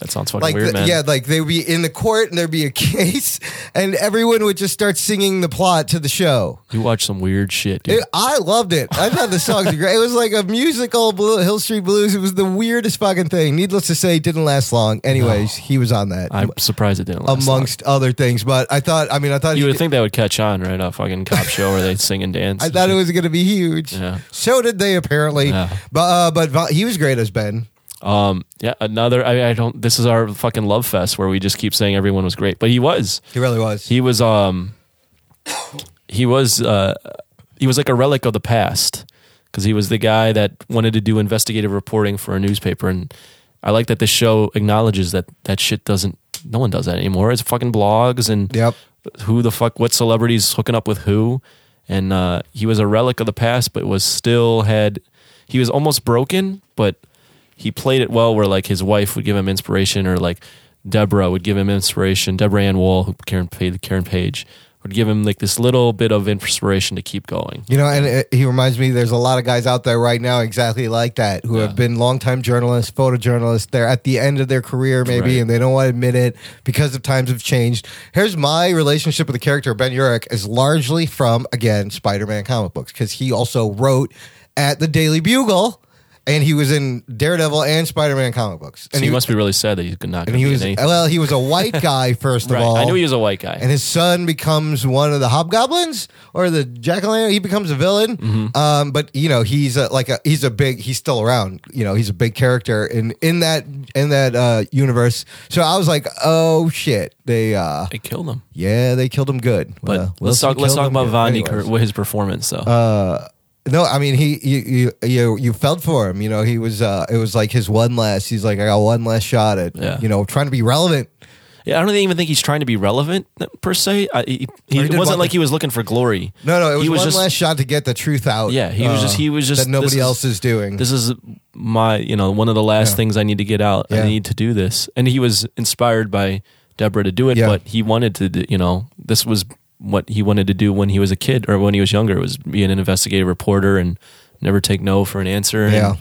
that sounds fucking Like weird, the- man. yeah, like they would be in the court and there'd be a case, and everyone would just start singing the plot to the show. you watch some weird shit, dude. It, I loved it. I thought the songs were great. It was like a musical, Blue, Hill Street Blues. It was the weirdest fucking thing. Needless to say, it didn't last long. Anyways, he was on that. I'm surprised it didn't. Last long. amongst other things, but I thought, I mean, I thought you he- would think that would catch on, right? A fucking cop show where they sing and dance. I and thought shit. it was going to be huge. Yeah. So did they apparently. Yeah. But uh, but Va- he was great as Ben. Um, yeah, another. I, I don't. This is our fucking love fest where we just keep saying everyone was great, but he was. He really was. He was. Um, he was. Uh, he was like a relic of the past because he was the guy that wanted to do investigative reporting for a newspaper, and I like that this show acknowledges that that shit doesn't. No one does that anymore. It's fucking blogs and Yep. who the fuck, what celebrities hooking up with who, and uh, he was a relic of the past, but was still had. He was almost broken, but he played it well where like his wife would give him inspiration or like Deborah would give him inspiration. Deborah Ann Wall, who Karen Page, Karen Page would give him like this little bit of inspiration to keep going. You know, and uh, he reminds me there's a lot of guys out there right now exactly like that who have been longtime journalists, photojournalists. They're at the end of their career, maybe, Right. and they don't want to admit it because of times have changed. Here's my relationship with the character Ben Urich is largely from, again, Spider Man comic books because he also wrote at the Daily Bugle and he was in Daredevil and Spider Man comic books. So And he he, must be really sad that he's not and going to he be was, in anything. well, he was a white guy, first Right. of all. I knew he was a white guy. And his son becomes one of the hobgoblins or the jack o' lantern. He becomes a villain. Mm-hmm. Um, but you know, he's a, like a he's a big. He's still around. You know, he's a big character in in that in that uh, universe. So I was like, oh shit, they uh, they killed him. yeah, they killed him good. But Well, let's Wilson talk. Let's killed talk him about good. Vondi Anyways. Kurt, what his performance though. No, I mean he you you you, you felt for him. You know, he was uh, it was like his one last. He's like, I got one last shot at Yeah. you know trying to be relevant. yeah, I don't even think he's trying to be relevant uh, per se. I, he, he, Or he it did wasn't one- like he was looking for glory. No, no, it was, he was one just last shot to get the truth out. uh, Yeah, he was just- he was just- that nobody this is- else is doing. this is my you know one of the last things i need to get out Yeah. i need to do this and he was inspired by deborah to do it Yeah. but he wanted to do, you know this was what he wanted to do when he was a kid or when he was younger was be an investigative reporter and never take no for an answer Yeah. and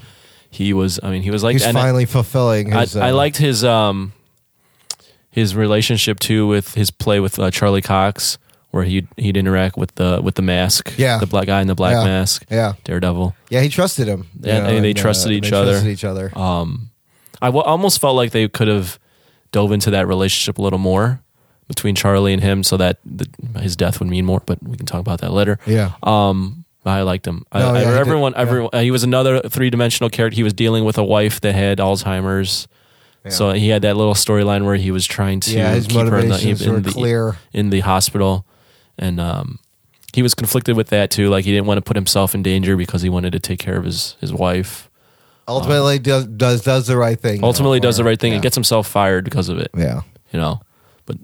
he was i mean he was like He's and I- finally fulfilling I, his. I uh, liked his um his relationship too with his play with uh, Charlie Cox, where he'd he'd interact with the with the mask, Yeah. the black guy in the black Yeah. mask, Yeah. Daredevil. Yeah, he trusted him. you uh, Yeah, and they trusted each other. Uh, Trusted each other. I w- almost felt like they could have dove into that relationship a little more between Charlie and him, so that the, his death would mean more. But we can talk about that later. yeah, Um, I liked him. I, No, I- yeah, he did. everyone, everyone. uh, He was another three dimensional character. He was dealing with a wife that had Alzheimer's. So he had that little storyline where he was trying to Yeah, his keep her in the, motivations in were the- clear. in the hospital, and um, he was conflicted with that too. Like he didn't want to put himself in danger because he wanted to take care of his his wife. Ultimately, does, does does the right thing. Ultimately, does the right thing yeah. and gets himself fired because of it. Yeah. You know, but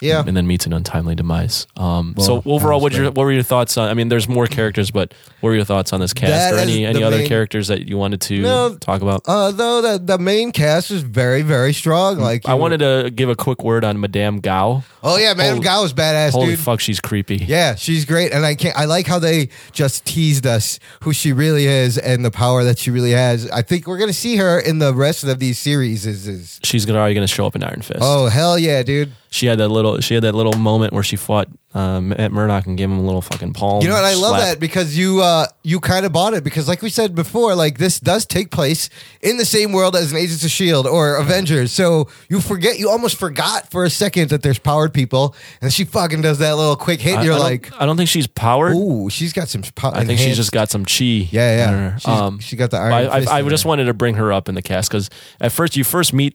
Yeah. and then meets an untimely demise. Um, so Well, overall, that what was your bad. what were your thoughts on? I mean, there's more characters, but what were your thoughts on this cast That or any is any the other main- characters that you wanted to No, talk about? Uh, though the the main cast is very very strong. Like Mm, I wanted to give a quick word on Madame Gao. Oh yeah, Madame Holy- Gao was badass, Holy dude. fuck, she's creepy. Yeah, she's great, and I can't. I like how they just teased us who she really is and the power that she really has. I think we're gonna see her in the rest of these series. Is, is she's gonna already gonna show up in Iron Fist. oh hell yeah, dude! She had that little she had that little moment where she fought um, at Murdoch and gave him a little fucking palm. You know, and I love slap. that because you uh, you kind of bought it because, like we said before, like this does take place in the same world as an Agents of Shield E or Avengers. So you forget, you almost forgot for a second that there's powered people, and she fucking does that little quick I- hit. and you're I don't- like, I don't think she's powered. ooh, she's got some. Pow- I think she's just got some chi. Yeah, yeah. in her. She's- she got the Um, Iron I, I- Fist I in just her. wanted to bring her up in the cast because at first you first meet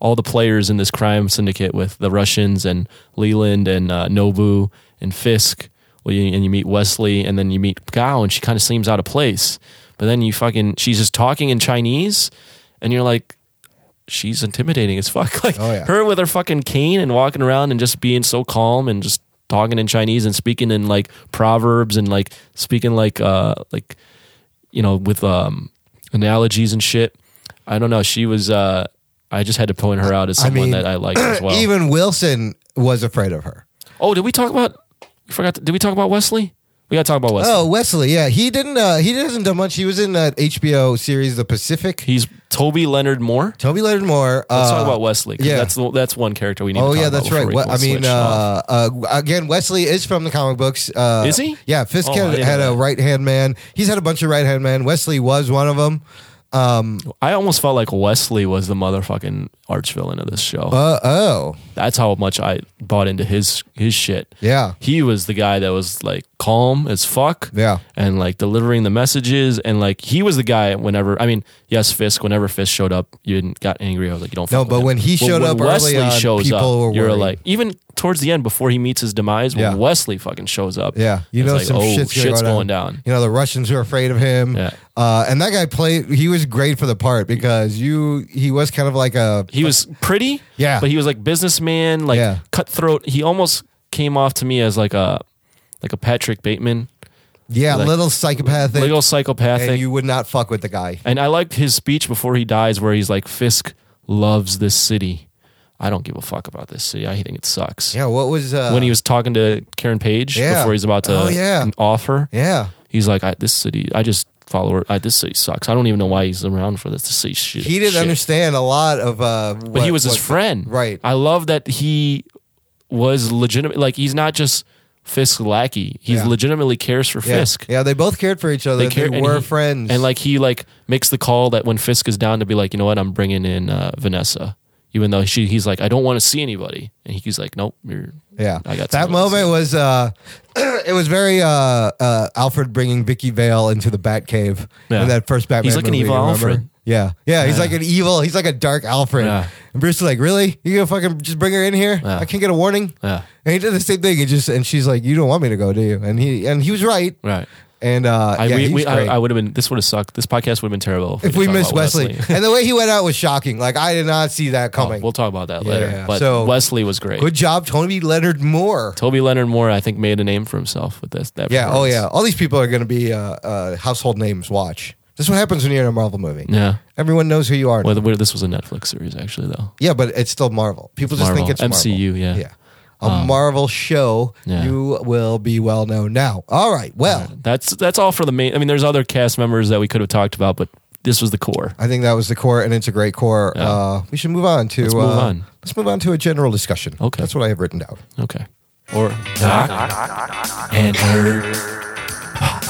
all the players in this crime syndicate with the Russians and Leland and uh, Nobu and Fisk. Well, you- And you meet Wesley, and then you meet Gao, and she kind of seems out of place. But then you fucking, she's just talking in Chinese, and you're like, she's intimidating as fuck. Like Oh, yeah. her with her fucking cane and walking around and just being so calm and just talking in Chinese and speaking in like proverbs and like speaking like uh like you know with um analogies and shit. I don't know. She was uh I just had to point her out as someone mean, that I like as well. even Wilson was afraid of her. oh, did we talk about? I forgot. did we talk about Wesley? We gotta talk about Wesley. Oh, Wesley, yeah, he didn't. Uh, he hasn't done much. He was in that HBO series, The Pacific. He's Toby Leonard Moore. Toby Leonard Moore. Let's uh, talk about Wesley. 'cause yeah. That's the, that's one character we need. Oh to talk yeah, about that's before right. we We- can I mean, switch off. uh, uh, again, Wesley is from the comic books. Uh, Is he? Yeah, Fisk Oh, I had, didn't had know a that. right hand man. He's had a bunch of right hand men. Wesley was one of them. I almost felt like Wesley was the motherfucking arch villain of this show. Uh oh, That's how much I bought into his his shit. Yeah. he was the guy that was like calm as fuck. Yeah. and like delivering the messages, and like he was the guy. Whenever I mean, yes, Fisk. Whenever Fisk showed up, you didn't got angry. I was like, you don't. No, fuck with but him. when he showed up early Wesley on, shows people up, were you're worried. like even towards the end before he meets his demise. When Yeah. Wesley fucking shows up, yeah. You it's know like, some oh, shit's, gonna shit's go going down. You know the Russians were afraid of him. Yeah. Uh, and that guy played. He was great for the part because you. He was kind of like a. He was pretty, Yeah. but he was like businessman, like Yeah. cutthroat. He almost came off to me as like a like a Patrick Bateman, Yeah, like- little psychopathic. little and psychopathic. you would not fuck with the guy. And I liked his speech before he dies, where he's like, "Fisk loves this city. I don't give a fuck about this city. I think it sucks." Yeah. What was uh, When he was talking to Karen Page Yeah. before he's about to Oh, yeah. offer, Yeah. he's like, I, "This city, I just follow her. I, this city sucks. I don't even know why he's around for this. This city shit." He didn't shit." understand a lot of. Uh, but he was his friend. Right. I love that he was legitimate. Like he's not just Fisk lackey. He Yeah. legitimately cares for Yeah. Fisk. Yeah, they both cared for each other. They, care- and were he- friends. And like he like makes the call that when Fisk is down to be like, you know what, I'm bringing in uh, Vanessa, even though she he's like, I don't want to see anybody, and he's like, nope, you're yeah, I got that someone to moment was uh, it was very uh, uh, Alfred bringing Vicky Vale into the Batcave Yeah. in that first Batman. He's like an movie, evil remember? Alfred. Yeah. yeah, he's like an evil. He's like a dark Alfred. Yeah. And Bruce is like, really? You gonna fucking just bring her in here? I can't get a warning. Yeah. And he did the same thing. He just and she's like, you don't want me to go, do you? And he and he was right. see." right. And uh, I, yeah, we, he was we, I, great. I would have been. This would have sucked. This podcast would have been terrible if didn't we talk missed about Oh, Wesley. and the way he went out was shocking. Like I did not see that coming. we'll talk about that later. yeah. But So- Wesley was great. Good job, Tony Leonard Moore. Toby Leonard Moore, I think, made a name for himself with this. That Yeah. Oh, performance. yeah. All these people are going to be uh, uh, household names. Watch. This is what happens when you're in a Marvel movie. yeah. Everyone knows who you are. Well, th- this was a Netflix series, actually, though. yeah, but it's still Marvel. People just think it's Marvel. MCU, Marvel. yeah. Um, Yeah. A Marvel show. Yeah. Uh, You will be well known now. All right. Well, That's that's all for the main. I mean, there's other cast members that we could have talked about, but this was the core. I think that was the core, and it's a great core. Uh, we should move on to. Let's move uh, on. Let's move on to a general discussion. Okay. That's what I have written down. Okay. Ah. Or knock, and nerd.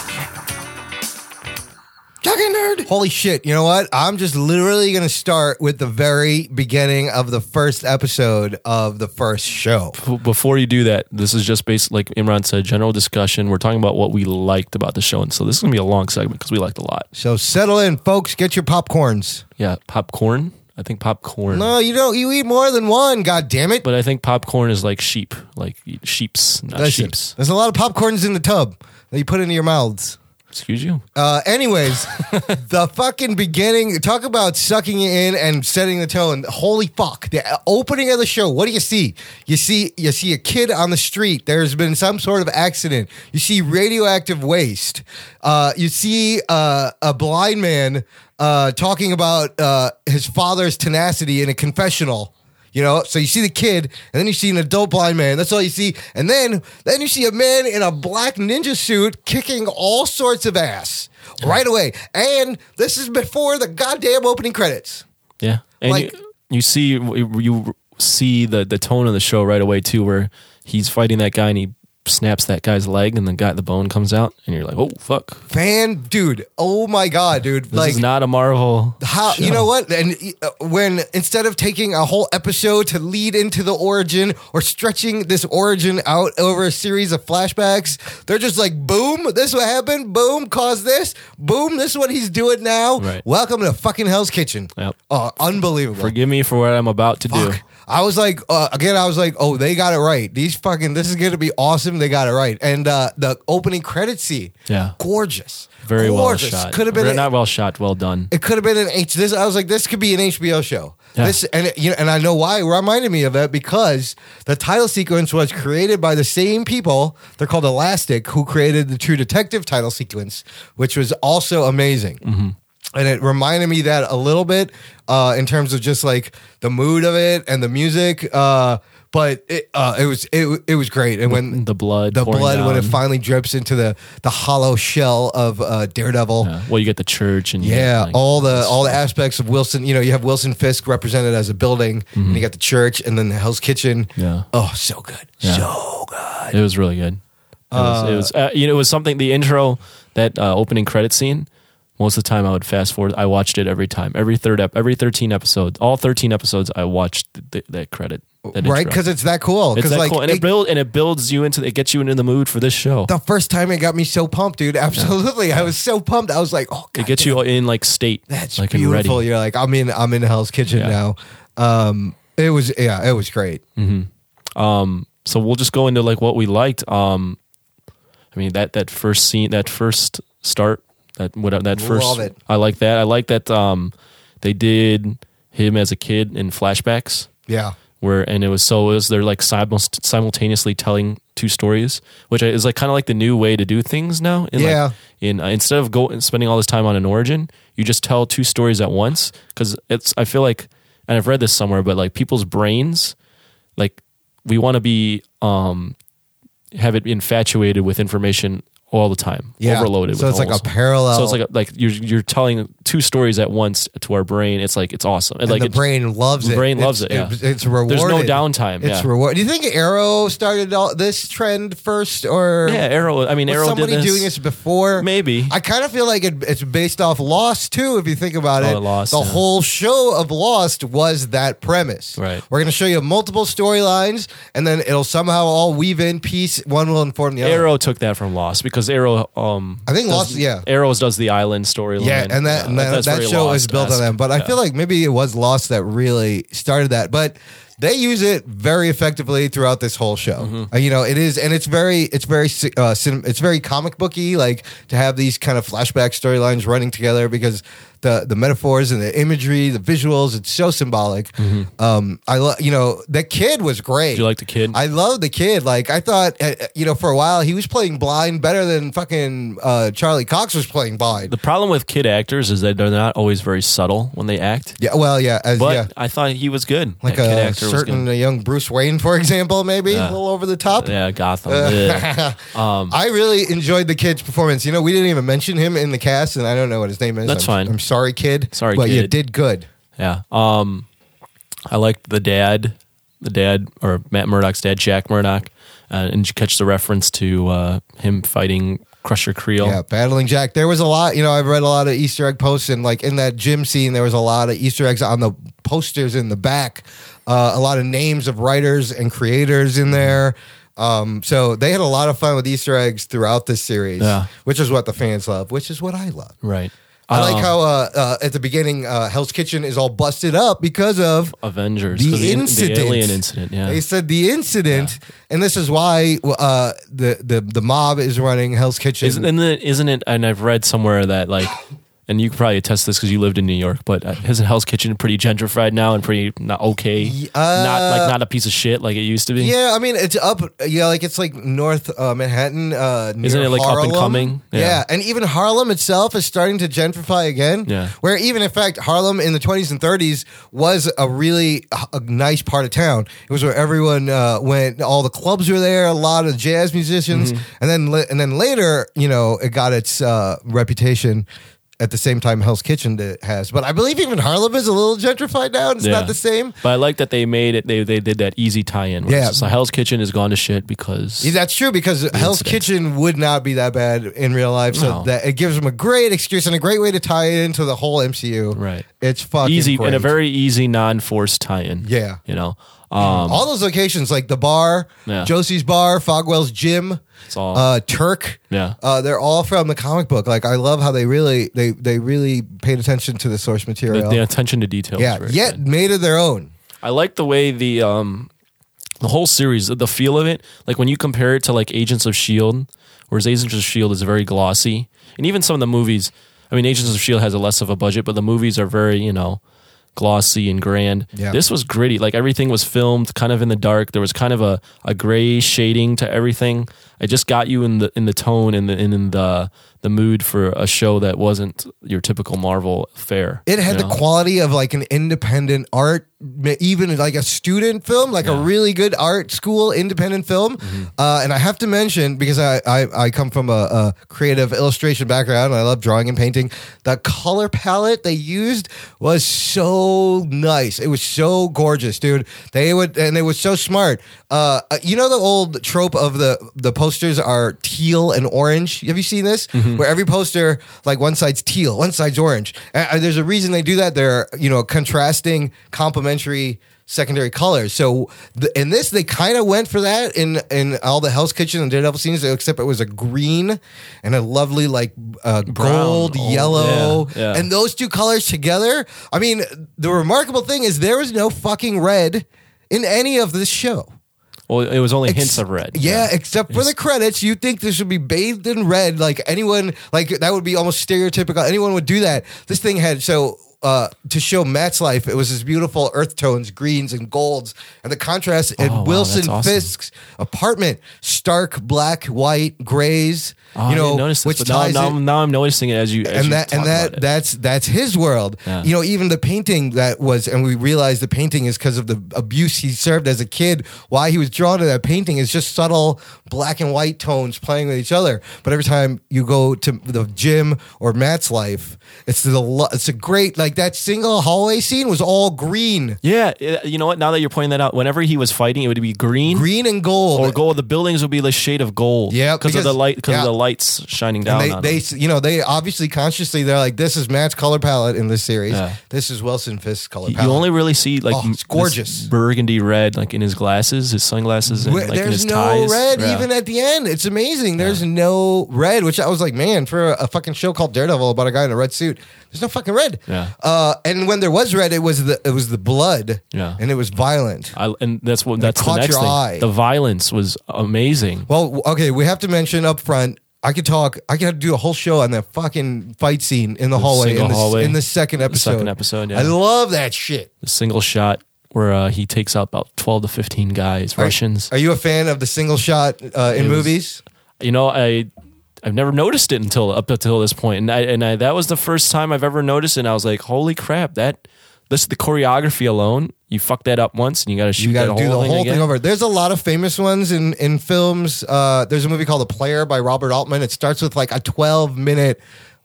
Talking nerd. Holy shit. You know what? I'm just literally going to start with the very beginning of the first episode of the first show. B- Before you do that, this is just based like Imran said, general discussion. We're talking about what we liked about the show, and so this is gonna be a long segment because we liked a lot. So settle in, folks. Get your popcorns. Yeah, popcorn. I think popcorn. No, you don't. You eat more than one. God damn it! But I think popcorn is like sheep, like sheeps, not Listen, sheeps. there's a lot of popcorns in the tub that you put into your mouths. Excuse you. Uh, anyways, the fucking beginning. Talk about sucking you in and setting the tone. Holy fuck! The opening of the show. What do you see? You see, you see a kid on the street. There's been some sort of accident. You see radioactive waste. Uh, you see uh, a blind man uh, talking about uh, his father's tenacity in a confessional. You know, so you see the kid, and then you see an adult blind man. That's all you see, and then then you see a man in a black ninja suit kicking all sorts of ass right away. And this is before the goddamn opening credits. Yeah, and Like- you, you see you see the the tone of the show right away too, where he's fighting that guy and he snaps that guy's leg, and the guy the bone comes out, and you're like, oh fuck, Fan, dude, oh my god, dude, this like is not a Marvel. How show. you know what? And uh, when instead of taking a whole episode to lead into the origin or stretching this origin out over a series of flashbacks, they're just like, boom, this is what happened. Boom, caused this. Boom, this is what he's doing now. Right. Welcome to fucking Hell's Kitchen. Yep. Oh, unbelievable. Forgive me for what I'm about to do. I was like, uh, again, I was like, oh, they got it right. These fucking, this is gonna be awesome. They got it right. And uh, the opening credit scene, Yeah. gorgeous, Very well gorgeous. shot. Could have been Or not well shot. Well done. it could have been an H. This I was like, this could be an HBO show. Yeah. This and it- you know, and I know why it reminded me of that because the title sequence was created by the same people. They're called Elastic, who created the True Detective title sequence, which was also amazing. Mm-hmm. And it reminded me that a little bit uh, in terms of just like the mood of it and the music. Uh, but it uh, it was it, it was great. And when The blood the pouring blood when it down. finally drips into the the hollow shell of uh, Daredevil. Yeah. Well, you get the church and you get, Yeah, like, all the all the aspects of Wilson. You know, you have Wilson Fisk represented as a building, and you got the church, and then the Hell's Kitchen. Mm-hmm. Yeah. Oh, so good, Yeah. so good. It was really good. It was, it was uh, you know, it was something. The intro, that uh, opening credit scene. Most of the time, I would fast forward. I watched it every time, every third ep, every thirteen episodes, all thirteen episodes. I watched th- th- that credit, that Right? intro. Because it's that cool. it's Because that like cool, and it, it- build and it builds you into it gets you into the mood for this show. the first time, it got me so pumped, dude. Absolutely, I was so pumped. I was like, oh, God, it gets you in like state, That's like and beautiful. ready. You're like, I'm in, I'm in Hell's Kitchen Yeah. Mm. now. Um, it was, yeah, it was great. So we'll just go into like what we liked. Um, I mean that that first scene, that first start, that what that first. Love it. I like that. I like that. Um, they did him as a kid in flashbacks. Yeah, where and it was so it was they're like simul- simultaneously telling two stories which is like kind of like the new way to do things now in Yeah. like, in uh, instead of go spending all this time on an origin you just tell two stories at once cuz it's i feel like and i've read this somewhere but like people's brains like we want to be um have it infatuated with information all the time Yeah. overloaded So with it's like a almost- parallel- so it's like a, like you're you're telling two stories at once to our brain it's like it's awesome and, and like the it- brain loves it. brain It's- loves it, yeah. It's, There's it's no rewarded. downtime, It's yeah. reward. Do you think Arrow started all this trend first, or yeah arrow i mean Was arrow somebody did this. doing this before? Maybe. I kind of feel like it, it's based off Lost too. If you think about Oh, it, Lost, the yeah. whole show of Lost was that premise. Right. We're going to show you multiple storylines, and then it'll somehow all weave in piece. One will inform the other. Arrow took that from Lost because Arrow, um, Oh. I think does- Lost- yeah. Arrows does the island storyline. Yeah, and that, and that, that show is built on that. But I feel like maybe it was Lost that really started that. But they use it very effectively throughout this whole show. Mm-hmm. Uh, you know, it is, and it's very, it's very, uh, cinem- it's very comic booky, like to have these kind of flashback storylines running together because the the metaphors and the imagery, the visuals, it's so symbolic. Um, I love, you know, that kid was Did great. Mm-hmm. you like the kid? I love the kid. Like I thought, uh, uh, you know, for a while he was playing blind better than fucking uh, Charlie Cox was playing blind. the problem with kid actors is that they're not always very subtle when they act. Yeah, well, yeah, as, But yeah, I thought he was good. like That kid a actor was certain good. a young Bruce Wayne, for example, maybe Yeah. a little over the top. yeah, Gotham. yeah. I really enjoyed the kid's performance. You know, we didn't even mention him in the cast, and I don't know what his name is. That's I'm, fine. I'm sorry, kid. Sorry, but you kid. did good. Yeah. Um, I liked the dad, the dad or Matt Murdock's dad, Jack Murdock, uh, and did you catch the reference to uh, him fighting Crusher Creel? Yeah, battling Jack. There was a lot. You know, I've read a lot of Easter egg posts, and like in that gym scene, there was a lot of Easter eggs on the posters in the back. Uh, a lot of names of writers and creators in there. Um, so they had a lot of fun with Easter eggs throughout this series, Yeah. which is what the fans love, which is what I love. Right. I like how uh, uh, at the beginning, uh, Hell's Kitchen is all busted up because of Avengers, The 'cause in- incident. the alien incident. Yeah, They said the incident, and this is why uh, the the the mob is running Hell's Kitchen. Isn't, isn't it? Isn't it? And I've read somewhere that like, and you could probably attest this because you lived in New York. But uh, isn't Hell's Kitchen pretty gentrified now and pretty not okay? not like not a piece of shit like it used to be. uh, yeah, I mean it's up. Yeah, like it's like North uh, Manhattan. Uh, near Isn't it, like, up and Harlem. coming? Yeah. Yeah. and even Harlem itself is starting to gentrify again. Yeah. where even in fact Harlem in the twenties and thirties was a really h- a nice part of town. It was where everyone uh, went. All the clubs were there. A lot of jazz musicians, Mm-hmm. and then la- and then later, you know, it got its uh, reputation. At the same time, Hell's Kitchen did- has, but I believe even Harlem is a little gentrified now. It's Yeah. not the same. But I like that they made it. They they did that easy tie-in. Yeah. Yeah. So Hell's Kitchen has gone to shit because Yeah, that's true because Hell's incident. Kitchen would not be that bad in real life. So No. that it gives them a great excuse and a great way to tie it into the whole MCU. Right. It's fucking easy great. and a very easy non-forced tie-in. Yeah. You know, um, all those locations like the bar, Yeah. Josie's bar, Fogwell's gym, it's all uh, Turk. Yeah. uh, they're all from the comic book. Like I love how they really they they really paid attention to the source the, material. the attention to detail. is yeah, very yet good. made it their own. I like the way the um the whole series, the feel of it, like when you compare it to like Agents of Shield, E whereas Agents of Shield E is very glossy, and even some of the movies. I mean, Agents of Shield has a less of a budget, but the movies are very you know glossy and grand. Yeah. This was gritty. Like everything was filmed kind of in the dark. There was kind of a, a gray shading to everything. It just got you in the in the tone and the and in the the mood for a show that wasn't your typical Marvel fare. It had you the know? quality of like an independent art, ma- even like a student film, like a really good art school independent film. Uh, and I have to mention because I I, I come from a, a creative illustration background. And I love drawing and painting. The color palette they used was so nice. It was so gorgeous, dude. They would and they were so smart. Uh, you know the old trope of the the posters are teal and orange. Have you seen this? Mm-hmm. Where every poster, like one side's teal, one side's orange. And, uh, there's a reason they do that. They're you know contrasting, complementary, secondary colors. So th- in this, they kind of went for that in in all the Hell's Kitchen and Daredevil scenes, except it was a green and a lovely like uh, gold, old, yellow, yeah, yeah. and those two colors together. I mean, the remarkable thing is there was no fucking red in any of this show. well, it was only hints Ex- of red. Yeah, except for the credits, you think this should be bathed in red. Like anyone, like that would be almost stereotypical. Anyone would do that. This thing had so. Uh, to show Matt's life, it was this beautiful earth tones, greens and golds, and the contrast in Oh, wow, Wilson that's awesome. Fisk's apartment, stark black, white, grays. Oh, I you know, didn't notice this, which but now, ties now, it- I'm- now I'm noticing it as you as and you that talk and about that it. that's that's his world. Yeah. You know, even the painting that was, and we realized the painting is because of the abuse he served as a kid. Why he was drawn to that painting is just subtle black and white tones playing with each other. But every time you go to the gym or Matt's life, it's the lo- it's a great like that single hallway scene was all green, yeah, it- you know what? Now that you're pointing that out, whenever he was fighting, it would be green, green and gold, or gold. The buildings would be the shade of gold. Yeah, because of because- the light, because yeah. of the lights shining down. And they, on they, him. s- you know, they obviously consciously they're like, this is Matt's color palette in this series. Yeah. This is Wilson Fisk's color You- palette. you only really see like Oh, it's m- this gorgeous. burgundy red, like in his glasses, his sunglasses, and Where- like in there's his no ties. red Yeah. even at the end. It's amazing. There's no red, which I was like, man, for a, a fucking show called Daredevil about a guy in a red suit, there's no fucking red. Yeah. Uh, and when there was red, it was the it was the blood. Yeah. And it was violent. I, and that's what that's the caught next your thing. eye. The violence was amazing. Well, w- okay, we have to mention up front. I could talk. I could do a whole show on that fucking fight scene in the, hallway, single in the, s- hallway. in the second episode. second episode, yeah. I love that shit. The single shot where uh, he takes out about twelve to fifteen guys, Russians. Are you a fan of the single shot uh, in It was- movies? you know i i've never noticed it until up until this point and i and i that was the first time i've ever noticed it and i was like holy crap that this the choreography alone you fuck that up once and you gotta shoot You got that to whole do the thing whole again. thing over. There's a lot of famous ones in in films. Uh, there's a movie called The Player by Robert Altman. It starts with like a 12 minute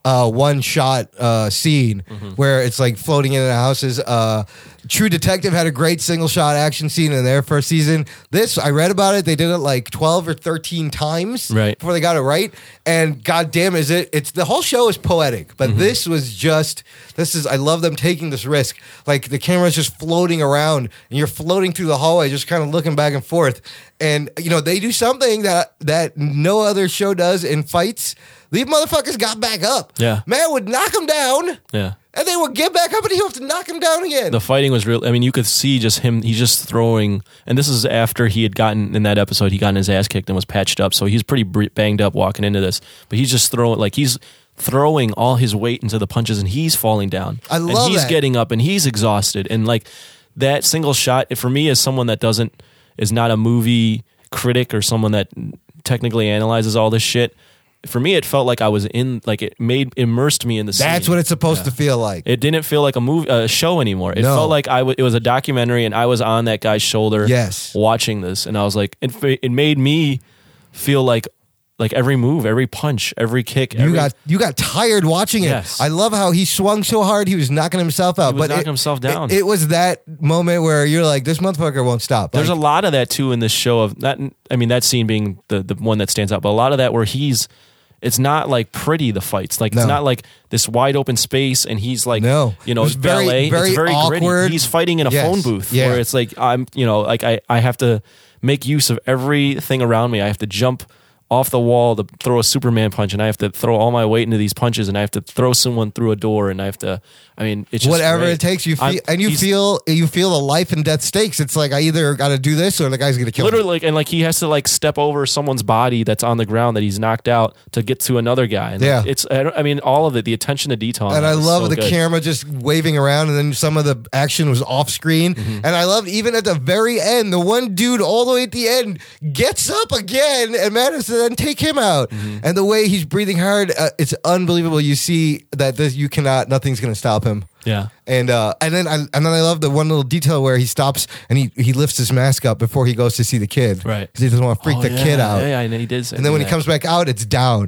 uh, one shot uh, scene Mm-hmm. where it's like floating in and out of houses. Uh, True Detective had a great single shot action scene in their first season. This I read about it. They did it like 12 or 13 times Right. before they got it right. And goddamn, is it? It's the whole show is poetic, Mm-hmm. but this was just this is. I love them taking this risk. Like the camera's just floating around, and you're floating through the hallway, just kind of looking back and forth. And you know they do something that that no other show does in fights. These motherfuckers got back up. Yeah. Man would knock them down Yeah. and they would get back up and he would have to knock them down again. The fighting was real. I mean, you could see just him. He's just throwing, and this is after he had gotten in that episode. He gotten his ass kicked and was patched up, so he's pretty br- banged up walking into this. But he's just throwing like he's throwing all his weight into the punches, and he's falling down. I love And he's that. getting up, and he's exhausted, and like that single shot for me as someone that doesn't is not a movie critic or someone that technically analyzes all this shit. For me, it felt like I was in, like it made immersed me in the. That's scene. what it's supposed to feel like. It didn't feel like a movie, a show anymore. It No. felt like I w- it was a documentary, and I was on that guy's shoulder, Yes. watching this, and I was like, it, fa- it made me feel like, like every move, every punch, every kick, you every, got you got tired watching it. Yes. I love how he swung so hard he was knocking himself out. was but knocking it, himself down. It, it was that moment where you're like, this motherfucker won't stop. There's Like, a lot of that too in this show of that. I mean, that scene being the the one that stands out, but a lot of that where he's, it's not like pretty the fights. Like No. it's not like this wide open space, and he's like, No. you know, It's very- ballet. very it's very awkward. gritty. He's fighting in a Yes. phone booth Yeah. where it's like I'm, you know, like I I have to make use of everything around me. I have to jump. Off the wall to throw a Superman punch, and I have to throw all my weight into these punches, and I have to throw someone through a door, and I have to. I mean, it's just whatever great. it takes. You I'm- feel, and you he's- feel you feel the life and death stakes. It's like I either got to do this or the guy's gonna kill literally me. like and like he has to like step over someone's body that's on the ground that he's knocked out to get to another guy and like, Yeah. it's I, don't, I mean all of it the attention to detail on And that I is love so the good. camera just waving around, and then some of the action was off screen. Mm-hmm. And I loved even at the very end, the one dude all the way at the end gets up again, and Madison then take him out. Mm-hmm. And the way he's breathing hard, uh, it's unbelievable. You see that this you cannot, nothing's gonna stop him. yeah And uh, and then I and then I love the one little detail where he stops and he, he lifts his mask up before he goes to see the kid, Right. Because he doesn't want to freak Oh, the yeah, kid out. yeah, yeah, Mm-hmm. and he did say And then when he that. comes back out, it's down.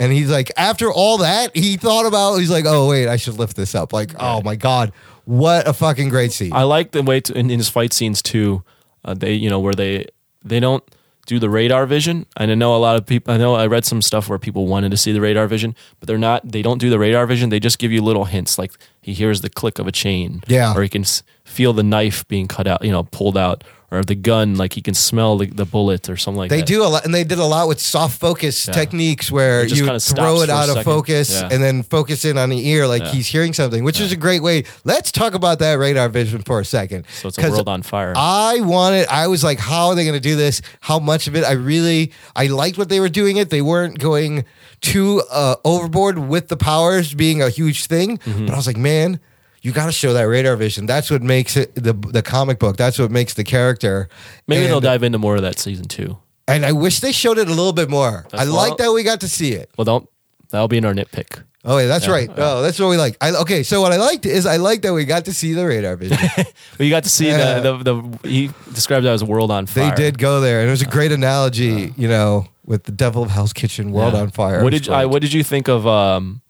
And he's like, after all that, he thought about. He's like, oh wait, I should lift this up. Like, oh my god, what a fucking great scene. I like the way to, in, in his fight scenes too. Uh, they you know where they they don't do the radar vision. And I know a lot of people. I know I read some stuff where people wanted to see the radar vision, but they're not. They don't do the radar vision. They just give you little hints, like he hears the click of a chain, Yeah. or he can s- feel the knife being cut out, you know, pulled out, or the gun, like he can smell the, the bullet or something like they that. do a lot, and they did a lot with soft focus techniques where It just you kinda throw stops it for a out of second. focus Yeah. and then focus in on the ear, like he's hearing something, which is a great way. Let's talk about that radar vision for a second. So it's a 'Cause world on fire. I wanted. I was like, how are they going to do this? How much of it? I really, I liked what they were doing. It. They weren't going too uh, overboard with the powers being a huge thing. But I was like, man, you got to show that radar vision. That's what makes it the the comic book. That's what makes the character. Maybe and, they'll dive into more of that season too. And I wish they showed it a little bit more. I well- like that we got to see it. Well, don't. That'll be in our nitpick. Oh, yeah, that's right. Oh, that's what we like. I, okay, so what I liked is I liked that we got to see the radar vision. But you got to see Yeah. the, the the he described that as a world on They fire. did go there, and it was a great analogy, you know, with the Devil of Hell's Kitchen, World Yeah. on Fire. What did I, what did you think of? Um,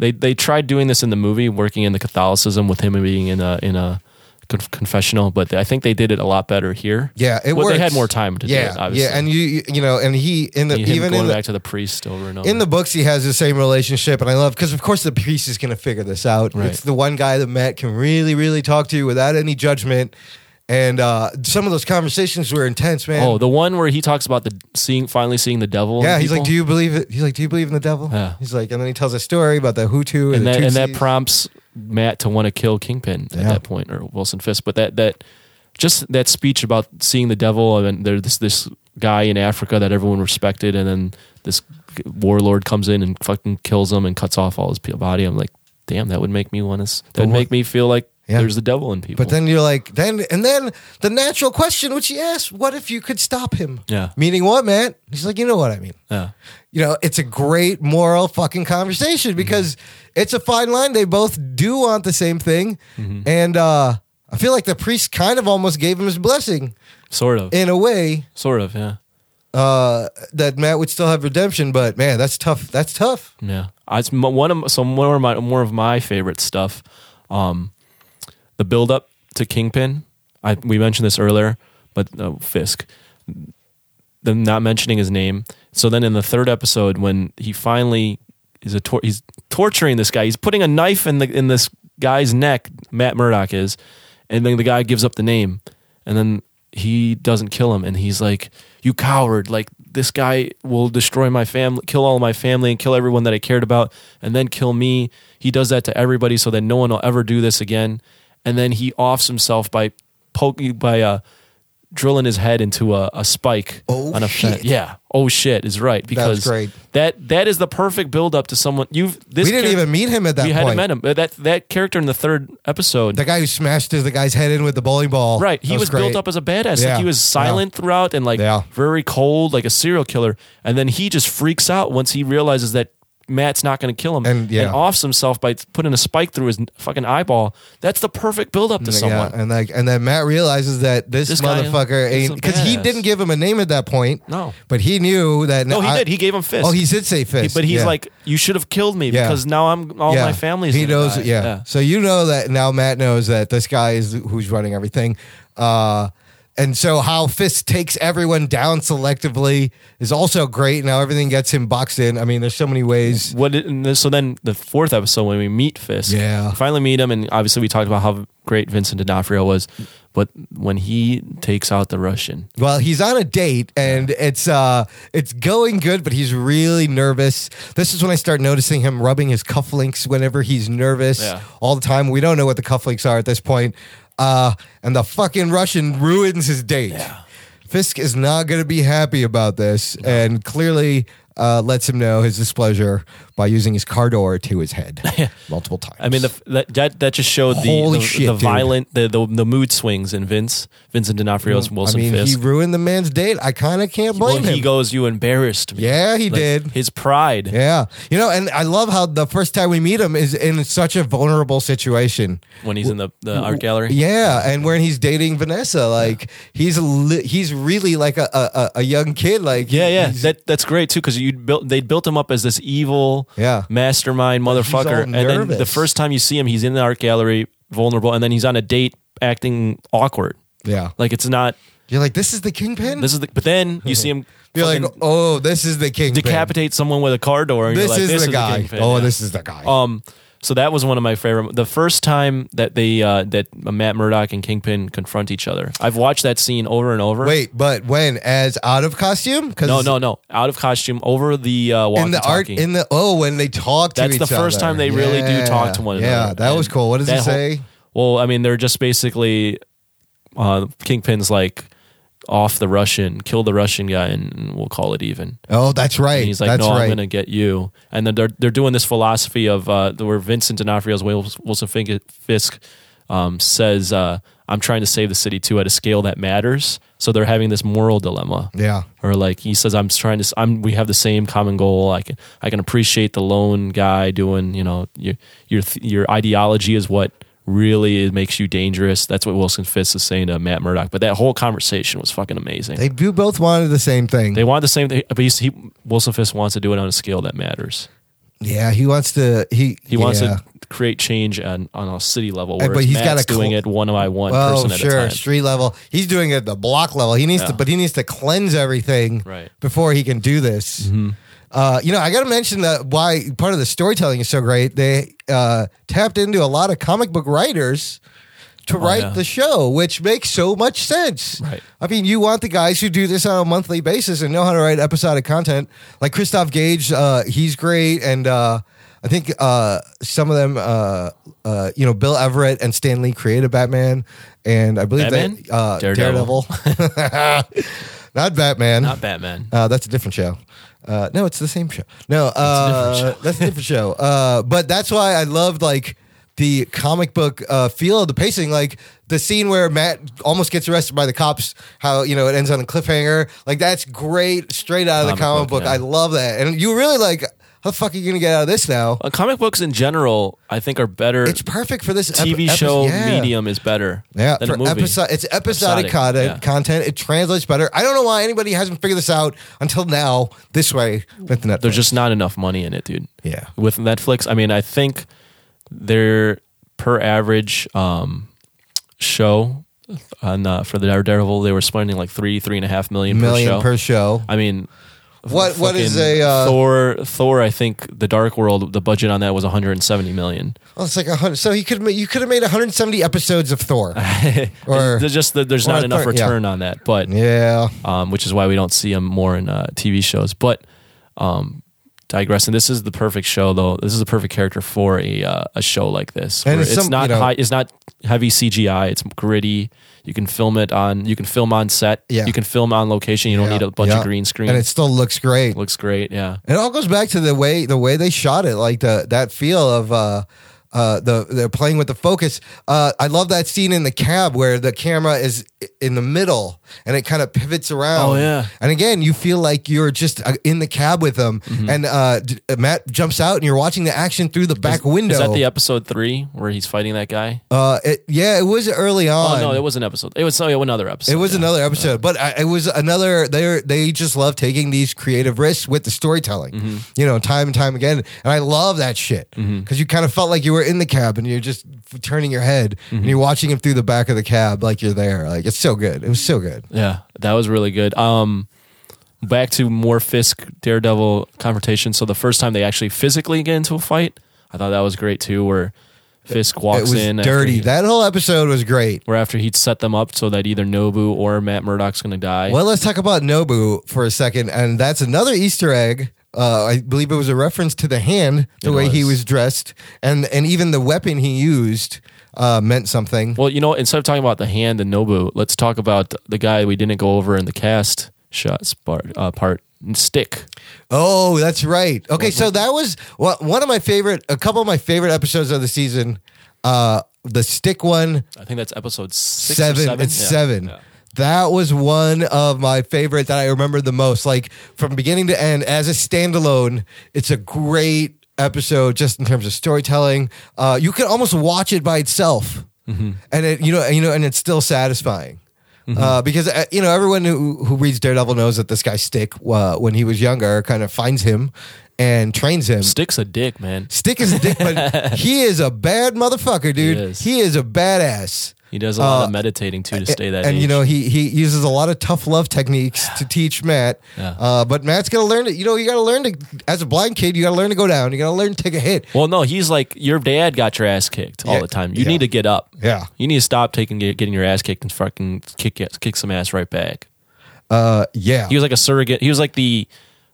they they tried doing this in the movie, working in the Catholicism with him being in a in a conf- confessional, but I think they did it a lot better here. Yeah, it well, works. They had more time to do yeah, it. Obviously, Yeah, and you, you- you know, and he in the And him even going in the, back to the priest over and over. in the books he has the same relationship, and I love because of course the priest is going to figure this out. Right. It's the one guy that Matt can really, really talk to without any judgment, and uh, some of those conversations were intense, man. oh, the one where he talks about the seeing finally seeing the devil. in yeah, he's like, people. "Do you believe it?" He's like, "Do you believe in the devil?" Yeah. He's like, and then he tells a story about the Hutu and, and the that and that Tutsis. prompts Matt to want to kill Kingpin at Yeah. that point or Wilson Fisk. But that that just that speech about seeing the devil and there's this this guy in Africa that everyone respected, and then this warlord comes in and fucking kills him and cuts off all his pe- body. I'm like, damn, that would make me want to. That would one- make me feel like Yeah. there's the devil in people. But then you're like, then and then the natural question which he asked, what if you could stop him? Yeah. Meaning what, Matt? He's like, you know what I mean. yeah. You know, it's a great moral fucking conversation because it's a fine line. They both do want the same thing. Mm-hmm. And uh I feel like the priest kind of almost gave him his blessing sort of, in a way sort of, yeah. uh, that Matt would still have redemption. But man, that's tough. That's tough. Yeah, I, it's m- one of so more of my more of my favorite stuff. Um, the build up to Kingpin. I we mentioned this earlier, but uh, Fisk. Them not mentioning his name. So then in the third episode, when he finally is a tor- he's torturing this guy. He's putting a knife in the in this guy's neck. Matt Murdock is, and then the guy gives up the name, and then he doesn't kill him, and he's like, "You coward! Like this guy will destroy my family, kill all my family, and kill everyone that I cared about, and then kill me. He does that to everybody, so that no one will ever do this again. And then he offs himself by poking by uh, drilling his head into a, a spike Oh, on a shit. fence. Yeah. Oh shit is right because great. that that is the perfect build up to someone you've. This We char- didn't even meet him at that we point. hadn't met him. But That that character in the third episode. The guy who smashed the guy's head in with the bowling ball. Right. He That was, great. built up as a badass. Yeah. Like he was silent throughout and like Yeah. very cold, like a serial killer. And then he just freaks out once he realizes that Matt's not going to kill him And, yeah. offs himself by putting a spike through his fucking eyeball. That's the perfect build up to someone. Mm, Yeah, and like, and then Matt realizes that this, This guy motherfucker is ain't a because he badass. didn't give him a name at that point. No. but he knew that. No, he I- did. He gave him fist. Oh, he did say He- fist. But he's yeah. like, you should have killed me Yeah. because now I'm all my family's. He gonna knows. die." Yeah. So you know that now. Matt knows that this guy is who's running everything. Uh, and so how Fist takes everyone down selectively is also great. Now everything gets him boxed in. I mean, there's so many ways. What did, and this- so then the fourth episode when we meet Fisk, Yeah. we finally meet him, and obviously we talked about how great Vincent D'Onofrio was, but when he takes out the Russian, Well, he's on a date and it's uh it's going good, but he's really nervous. This is when I start noticing him rubbing his cufflinks whenever he's nervous Yeah. all the time. We don't know what the cufflinks are at this point. Uh and the fucking Russian ruins his date. Fisk is not gonna be happy about this and clearly uh, lets him know his displeasure by using his car door to his head multiple times. I mean the, that, that that just showed the Holy the, shit, the dude. violent the, the the mood swings in Vince Vincent D'Onofrio's I Wilson mean Fisk. he ruined the man's date. I kinda can't well, blame him. he goes, you embarrassed me. yeah, he Like, did. His pride. Yeah. You know, and I love how the first time we meet him is in such a vulnerable situation. When he's in the, the art gallery, Yeah, and when he's dating Vanessa, like he's a li- he's really like a a, a- a young kid. Like Yeah, yeah, he's- that that's great too because you built they built him up as this evil, Yeah. mastermind motherfucker, and then the nervous. first time you see him, he's in the art gallery, vulnerable, and then he's on a date acting awkward, yeah. like it's not You're like, this is the kingpin. this is. The, but then you see him you're like, fucking oh, this is the kingpin. decapitate someone with a car door, and This, you're like, is this the guy. kingpin, oh, yeah. this is the guy. Um, so that was one of my favorite. The first time that they uh, that Matt Murdock and Kingpin confront each other, I've watched that scene over and over. Wait, but when as out of costume? Because no, no, no, out of costume over the uh, In the art, walkie-talkie. in the oh, when they talk to That's each the first other. time they really Yeah. do talk to one another. Yeah, that was And cool. What does that it whole- say? well, I mean, they're just basically uh, Kingpin's like off the Russian, kill the Russian guy, and we'll call it even. Oh, that's right. And he's like, that's "No, right. I'm gonna get you." And then they're they're doing this philosophy of uh, where Vincent D'Onofrio's Wils- Wilson Fink- Fisk um, says, uh, "I'm trying to save the city too at a scale that matters." So they're having this moral dilemma. Yeah. Or like he says, "I'm trying to. s- I'm. We have the same common goal. I can. I can appreciate the lone guy doing. You know, your your th- your ideology is what." Really, makes you dangerous. That's what Wilson Fisk is saying to Matt Murdock. But that whole conversation was fucking amazing. They do both wanted the same thing. They want the same thing, but he's, he Wilson Fisk wants to do it on a scale that matters. yeah, he wants to. He He wants yeah. to create change on, on a city level, Hey, whereas but he's Matt's gotta doing cl- it one by one Oh, person at a sure, time. street level. He's doing it at the block level. He needs to, Yeah. but he needs to cleanse everything Right. Mm-hmm. before he can do this. Uh, you know, I got to mention that why part of the storytelling is so great. They uh, tapped into a lot of comic book writers to write Oh, yeah. the show, which makes so much sense. Right. I mean, you want the guys who do this on a monthly basis and know how to write episodic content, like Christoph Gage. Uh, he's great, and uh, I think uh, some of them, uh, uh, you know, Bill Everett and Stan Lee created Batman, and I believe Batman? that uh, Daredevil, Daredevil. not Batman, Not Batman. uh, that's a different show. Uh, no, it's the same show. No, uh, that's a different show. Uh, but that's why I loved like the comic book uh, feel of the pacing, like the scene where Matt almost gets arrested by the cops. How you know it ends on a cliffhanger. Like that's great, straight out of the Comic comic book, book. yeah. I love that, and you really like. How the fuck are you gonna get out of this now? Uh, comic books in general, I think, are better. It's perfect for this ep- TV epi- show yeah. medium is better Yeah, than for a movie. episo- it's episodic, Episodic, content, yeah. content. It translates better. I don't know why anybody hasn't figured this out until now. This way with Netflix. There's just not enough money in it, dude. Yeah. With Netflix, I mean, I think their per average um, show on uh, for the Daredevil, they were spending like three, three and a half million, million per show. per show. I mean, What what is Fucking a uh, Thor? Thor, I think the Dark World. The budget on that was 170 million. well, it's like a hundred. So he could ma- you could have made 170 episodes of Thor. Or- there's just that there's or not a enough third, yeah. return on that, but yeah, um, which is why we don't see him more in uh, TV shows. But um, digressing, this is the perfect show though. This is the perfect character for a uh, a show like this. And where it's it's some- not you know- high, it's not heavy CGI. It's gritty. You can film it on you can film on set. Yeah. You can film on location. You don't need a bunch Yeah. of green screen. and it still looks great. looks great. Yeah. It all goes back to the way the way they shot it, like the that feel of uh, uh, the they're playing with the focus. Uh, I love that scene in the cab where the camera is in the middle and it kind of pivots around. Oh, yeah. and again you feel like you're just uh, in the cab with them, Mm-hmm. and uh, d- Matt jumps out and you're watching the action through the back window. Is that the episode three where he's fighting that guy? uh, it, yeah, it was early on. Oh no, it was an episode. It was sorry, another episode. It was yeah. another episode, but I, it was another. They they just love taking these creative risks with the storytelling, Mm-hmm. you know, time and time again. And I love that shit because you kind of felt like you were in the cab and you're just f- turning your head Mm-hmm. and you're watching him through the back of the cab like you're there. Like it's so good. It was so good. Yeah, that was really good. Um, back to more Fisk Daredevil confrontation. So the first time they actually physically get into a fight, I thought that was great too. Where Fisk It walks was in, after dirty. he- that whole episode was great. where after he'd set them up so that either Nobu or Matt Murdock's going to die. Well, let's talk about Nobu for a second, and that's another Easter egg. Uh, I believe it was a reference to the hand, the It way he was. was dressed, and and even the weapon he used uh, meant something. Well, you know, instead of talking about the hand and Nobu, let's talk about the guy we didn't go over in the cast shots part. Uh, part Stick. Oh, that's right. Okay, so that was well, one of my favorite, a couple of my favorite episodes of the season. Uh, the stick one, I think that's episode six or seven. It's Yeah. seven. Yeah. That was one of my favorite that I remember the most. Like from beginning to end, as a standalone, it's a great episode just in terms of storytelling. Uh, you could almost watch it by itself, Mm-hmm. and it you know you know and it's still satisfying. Uh, because uh, you know everyone who, who reads Daredevil knows that this guy Stick, uh, when he was younger, kind of finds him and trains him. Stick's a dick, man. Stick is a dick, but he is a bad motherfucker, dude. is. he is a badass. He does a lot of meditating too to stay that. Uh, And age. you know he he uses a lot of tough love techniques to teach Matt. Yeah. Uh, but Matt's gonna learn to you know you gotta learn to as a blind kid you gotta learn to go down. You gotta learn to take a hit. Well, no, he's like your dad got your ass kicked all Yeah, the time. You yeah. need to get up. Yeah. you need to stop taking getting your ass kicked and fucking kick kick some ass right back. Uh, yeah, He was like a surrogate. He was like the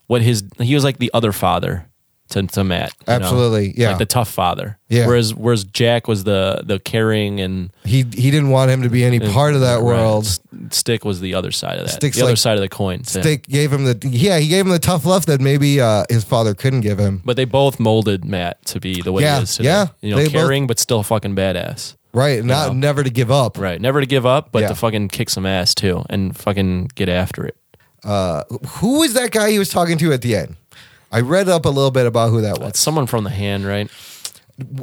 what his he was like the other father to, to Matt. you know? Absolutely, yeah. like the tough father. Yeah. Whereas whereas Jack was the the caring and he he didn't want him to be any part of that right. world. S- Stick was the other side of that. Stick's the other like- side of the coin. yeah. Stick gave him the yeah he gave him the tough love that maybe uh, his father couldn't give him. But they both molded Matt to be the way Yeah, he is today. yeah. you know, They both- caring but still fucking badass. Right, not never to give up. Right. Never to give up, but Yeah. to fucking kick some ass too and fucking get after it. Who was that guy he was talking to at the end? I read up a little bit about who that was. That's someone from the hand, right?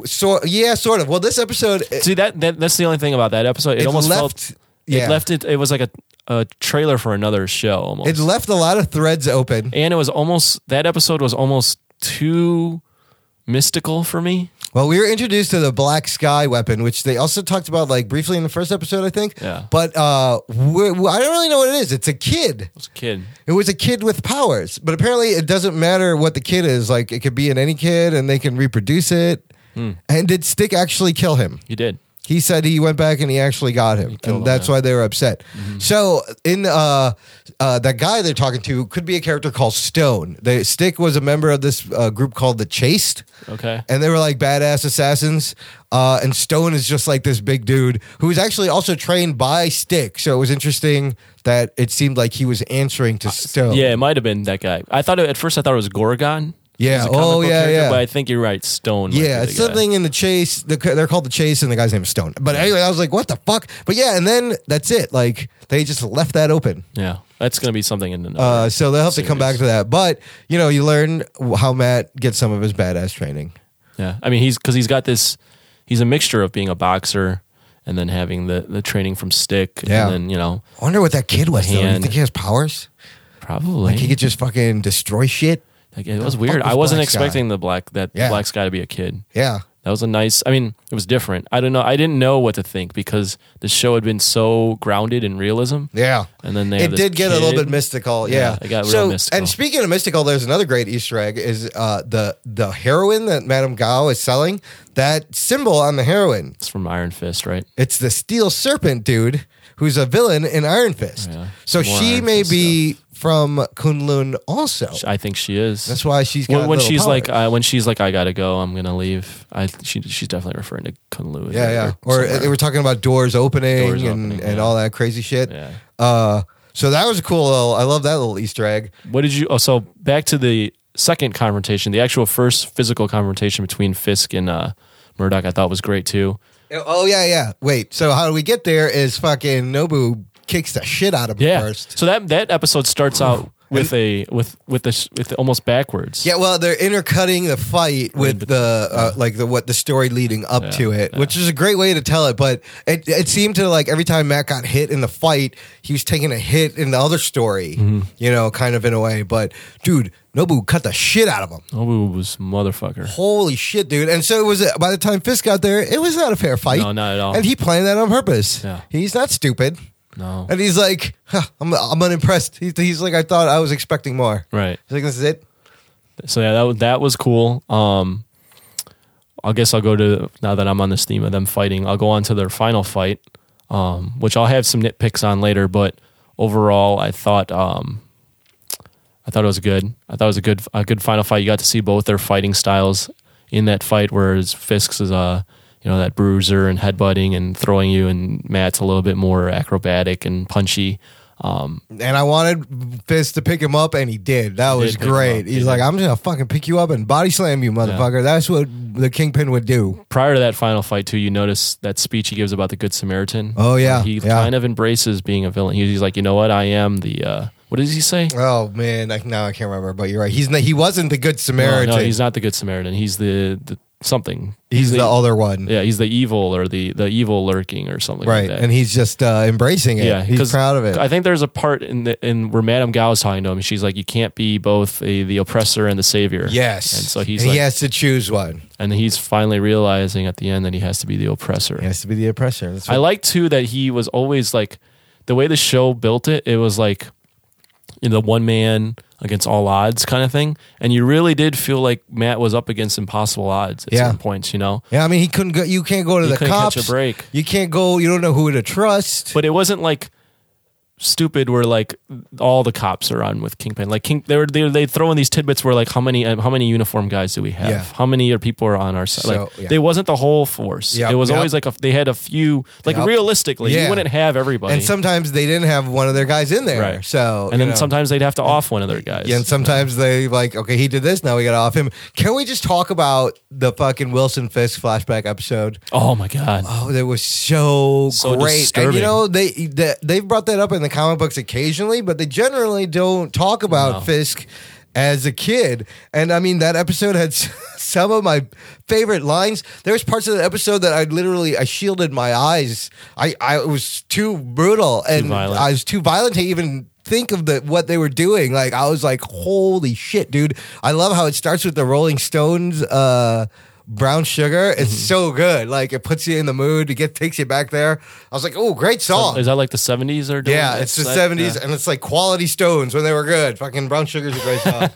So yeah, sort of. Well, this episode it, See that, that that's the only thing about that episode. It, it almost left. felt yeah, it left it it was like a, a trailer for another show almost. It left a lot of threads open. and it was almost that episode was almost too mystical for me. Well, we were introduced to the black sky weapon, which they also talked about like briefly in the first episode, I think. Yeah. But uh, we I don't really know what it is. It's a kid. As a kid. It was a kid with powers, but apparently it doesn't matter what the kid is. Like it could be in any kid, and they can reproduce it. Hmm. And did Stick actually kill him? You did. He said he went back and he actually got him, killed and him, that's yeah. Mm-hmm. why they were upset. So, in uh, uh, that guy they're talking to could be a character called Stone. They, Stick was a member of this uh, group called the Chased, Okay. and they were like badass assassins. Uh, and Stone is just like this big dude who was actually also trained by Stick. So it was interesting that it seemed like he was answering to Stone. Yeah, it might have been that guy. I thought it, at first I thought it was Gorgon. Yeah. He's a comic Oh, book yeah, character, yeah. But I think you're right. Stone. might Yeah, be the it's guy. something in the chase. The, they're called the chase, and the guy's name is Stone. But anyway, I was like, "What the fuck?" But yeah, and then that's it. Like they just left that open. Yeah, that's gonna be something in the. Uh, so they'll have to come back to that. But you know, you learn how Matt gets some of his badass training. Yeah, I mean he's because he's got this. He's a mixture of being a boxer and then having the the training from stick. Yeah. and then you know I wonder what that kid was. Though. You Hand. think he has powers? probably He could just fucking destroy shit. like, it was fuck weird. was I wasn't Black Sky? expecting the black that Yeah. black's got to be a kid. Yeah. That was a nice. I mean, it was different. I don't know. I didn't know what to think because the show had been so grounded in realism. Yeah. And then they it have this did get a little kid. bit mystical. Yeah, Yeah. it got real so, mystical. And speaking of mystical, there's another great Easter egg is uh, the the heroin that Madame Gao is selling. That symbol on the heroin, It's from Iron Fist, right? it's the steel serpent dude who's a villain in Iron Fist. So More she Iron may Fist be from Kunlun also. I think she is. That's why she's got when, when little she's like powers. uh, when she's like I gotta go, I'm gonna leave. I she she's definitely referring to Kunlu. yeah, yeah. Or uh, somewhere. they were talking about doors opening Doors and, opening, and yeah. all that crazy shit. Yeah. Uh, so that was a cool little, I love that little Easter egg. What did you? Oh, so back to the second confrontation, the actual first physical confrontation between Fisk and uh, Murdoch, I thought was great too. Oh yeah, yeah. Wait. So how do we get there? Is fucking Nobu kicks the shit out of him Yeah. first. So that that episode starts out with a with with this with almost backwards. Yeah, well, they're intercutting the fight with the uh, like the what the story leading up to it, which is a great way to tell it. But it it seemed to like every time Matt got hit in the fight, he was taking a hit in the other story, you know, kind of in a way. But dude, Nobu cut the shit out of him. Nobu Oh, was motherfucker. Holy shit, dude! And so it was. By the time Fisk got there, it was not a fair fight. No, not at all. And he planned that on purpose. Yeah. He's not stupid. No. And he's like, huh, I'm, I'm unimpressed. He's, he's like, I thought I was expecting more. Right. He's like, this is it. So yeah, that was that was cool. Um, I guess I'll go to now that I'm on this theme of them fighting. I'll go on to their final fight, um, which I'll have some nitpicks on later. But overall, I thought um, I thought it was good. I thought it was a good a good final fight. You got to see both their fighting styles in that fight, whereas Fisk's is uh you know that bruiser and headbutting and throwing you, and Matt's a little bit more acrobatic and punchy. And I wanted Fist to pick him up, and he did. That was did pick him up. great. He He's did. like, I'm just gonna fucking pick you up and body slam you, motherfucker. That's what the Kingpin would do. prior to that final fight too, you notice that speech he gives about the Good Samaritan. Oh, yeah, he yeah. kind of embraces being a villain. He- He's like, you know what, I am the. Uh, what does he say? Oh man, I, now I can't remember. But you're right. He's not, he wasn't the good Uh, No, Samaritan. no, he's he's, not the Good Samaritan. He's the, the something. the, other one, yeah, he's the evil or the the evil lurking or something. right? like that. And he's just uh, embracing it. yeah, he's 'cause proud of it. I think there's a part in the in where Madame Gao is talking to him. She's like, you can't be both a, the oppressor and the savior. yes. and so he's And like, he has to choose one. and he's finally realizing at the end that he has to be the oppressor. He has to be the oppressor. That's I like too that he was always like the way the show built it. It was like you know, the one man against all odds kind of thing, and you really did feel like Matt was up against impossible odds at Yeah. some points, you know. Yeah, I mean, he couldn't go. You can't go to He the couldn't cops. catch a break. You can't go. You don't know who to trust. But it wasn't like stupid where like all the cops are on with Kingpin. Like King, they were they, they throw in these tidbits where like how many uh, how many uniform guys do we have? Yeah. How many are people are on our side? So, like yeah. they wasn't the whole force. Yep, it was yep. always like a, they had a few. Like Yep. realistically, Yeah. you wouldn't have everybody. and sometimes they didn't have one of their guys in there. Right. So and you then know. sometimes they'd have to off one of their guys. Yeah, and sometimes they like, okay, he did this. Now we got to off him. Can we just talk about the fucking Wilson Fisk flashback episode? Oh my god. Oh, that was so, So great. And disturbing. you know, they, they they've brought that up in the comic books occasionally, but they generally don't talk about Fisk as a kid. And I mean, that episode had s- some of my favorite lines. There was parts of the episode that I literally I shielded my eyes. I I it was too brutal and violent. I was too violent to even think of the what they were doing like i was like holy shit dude i love how it starts with the rolling stones uh brown sugar it's so good like it puts you in the mood it get takes you back there i was like oh great song Is that like the seventies or yeah it's the 70s and it's like quality stones when they were good fucking brown sugar's a great song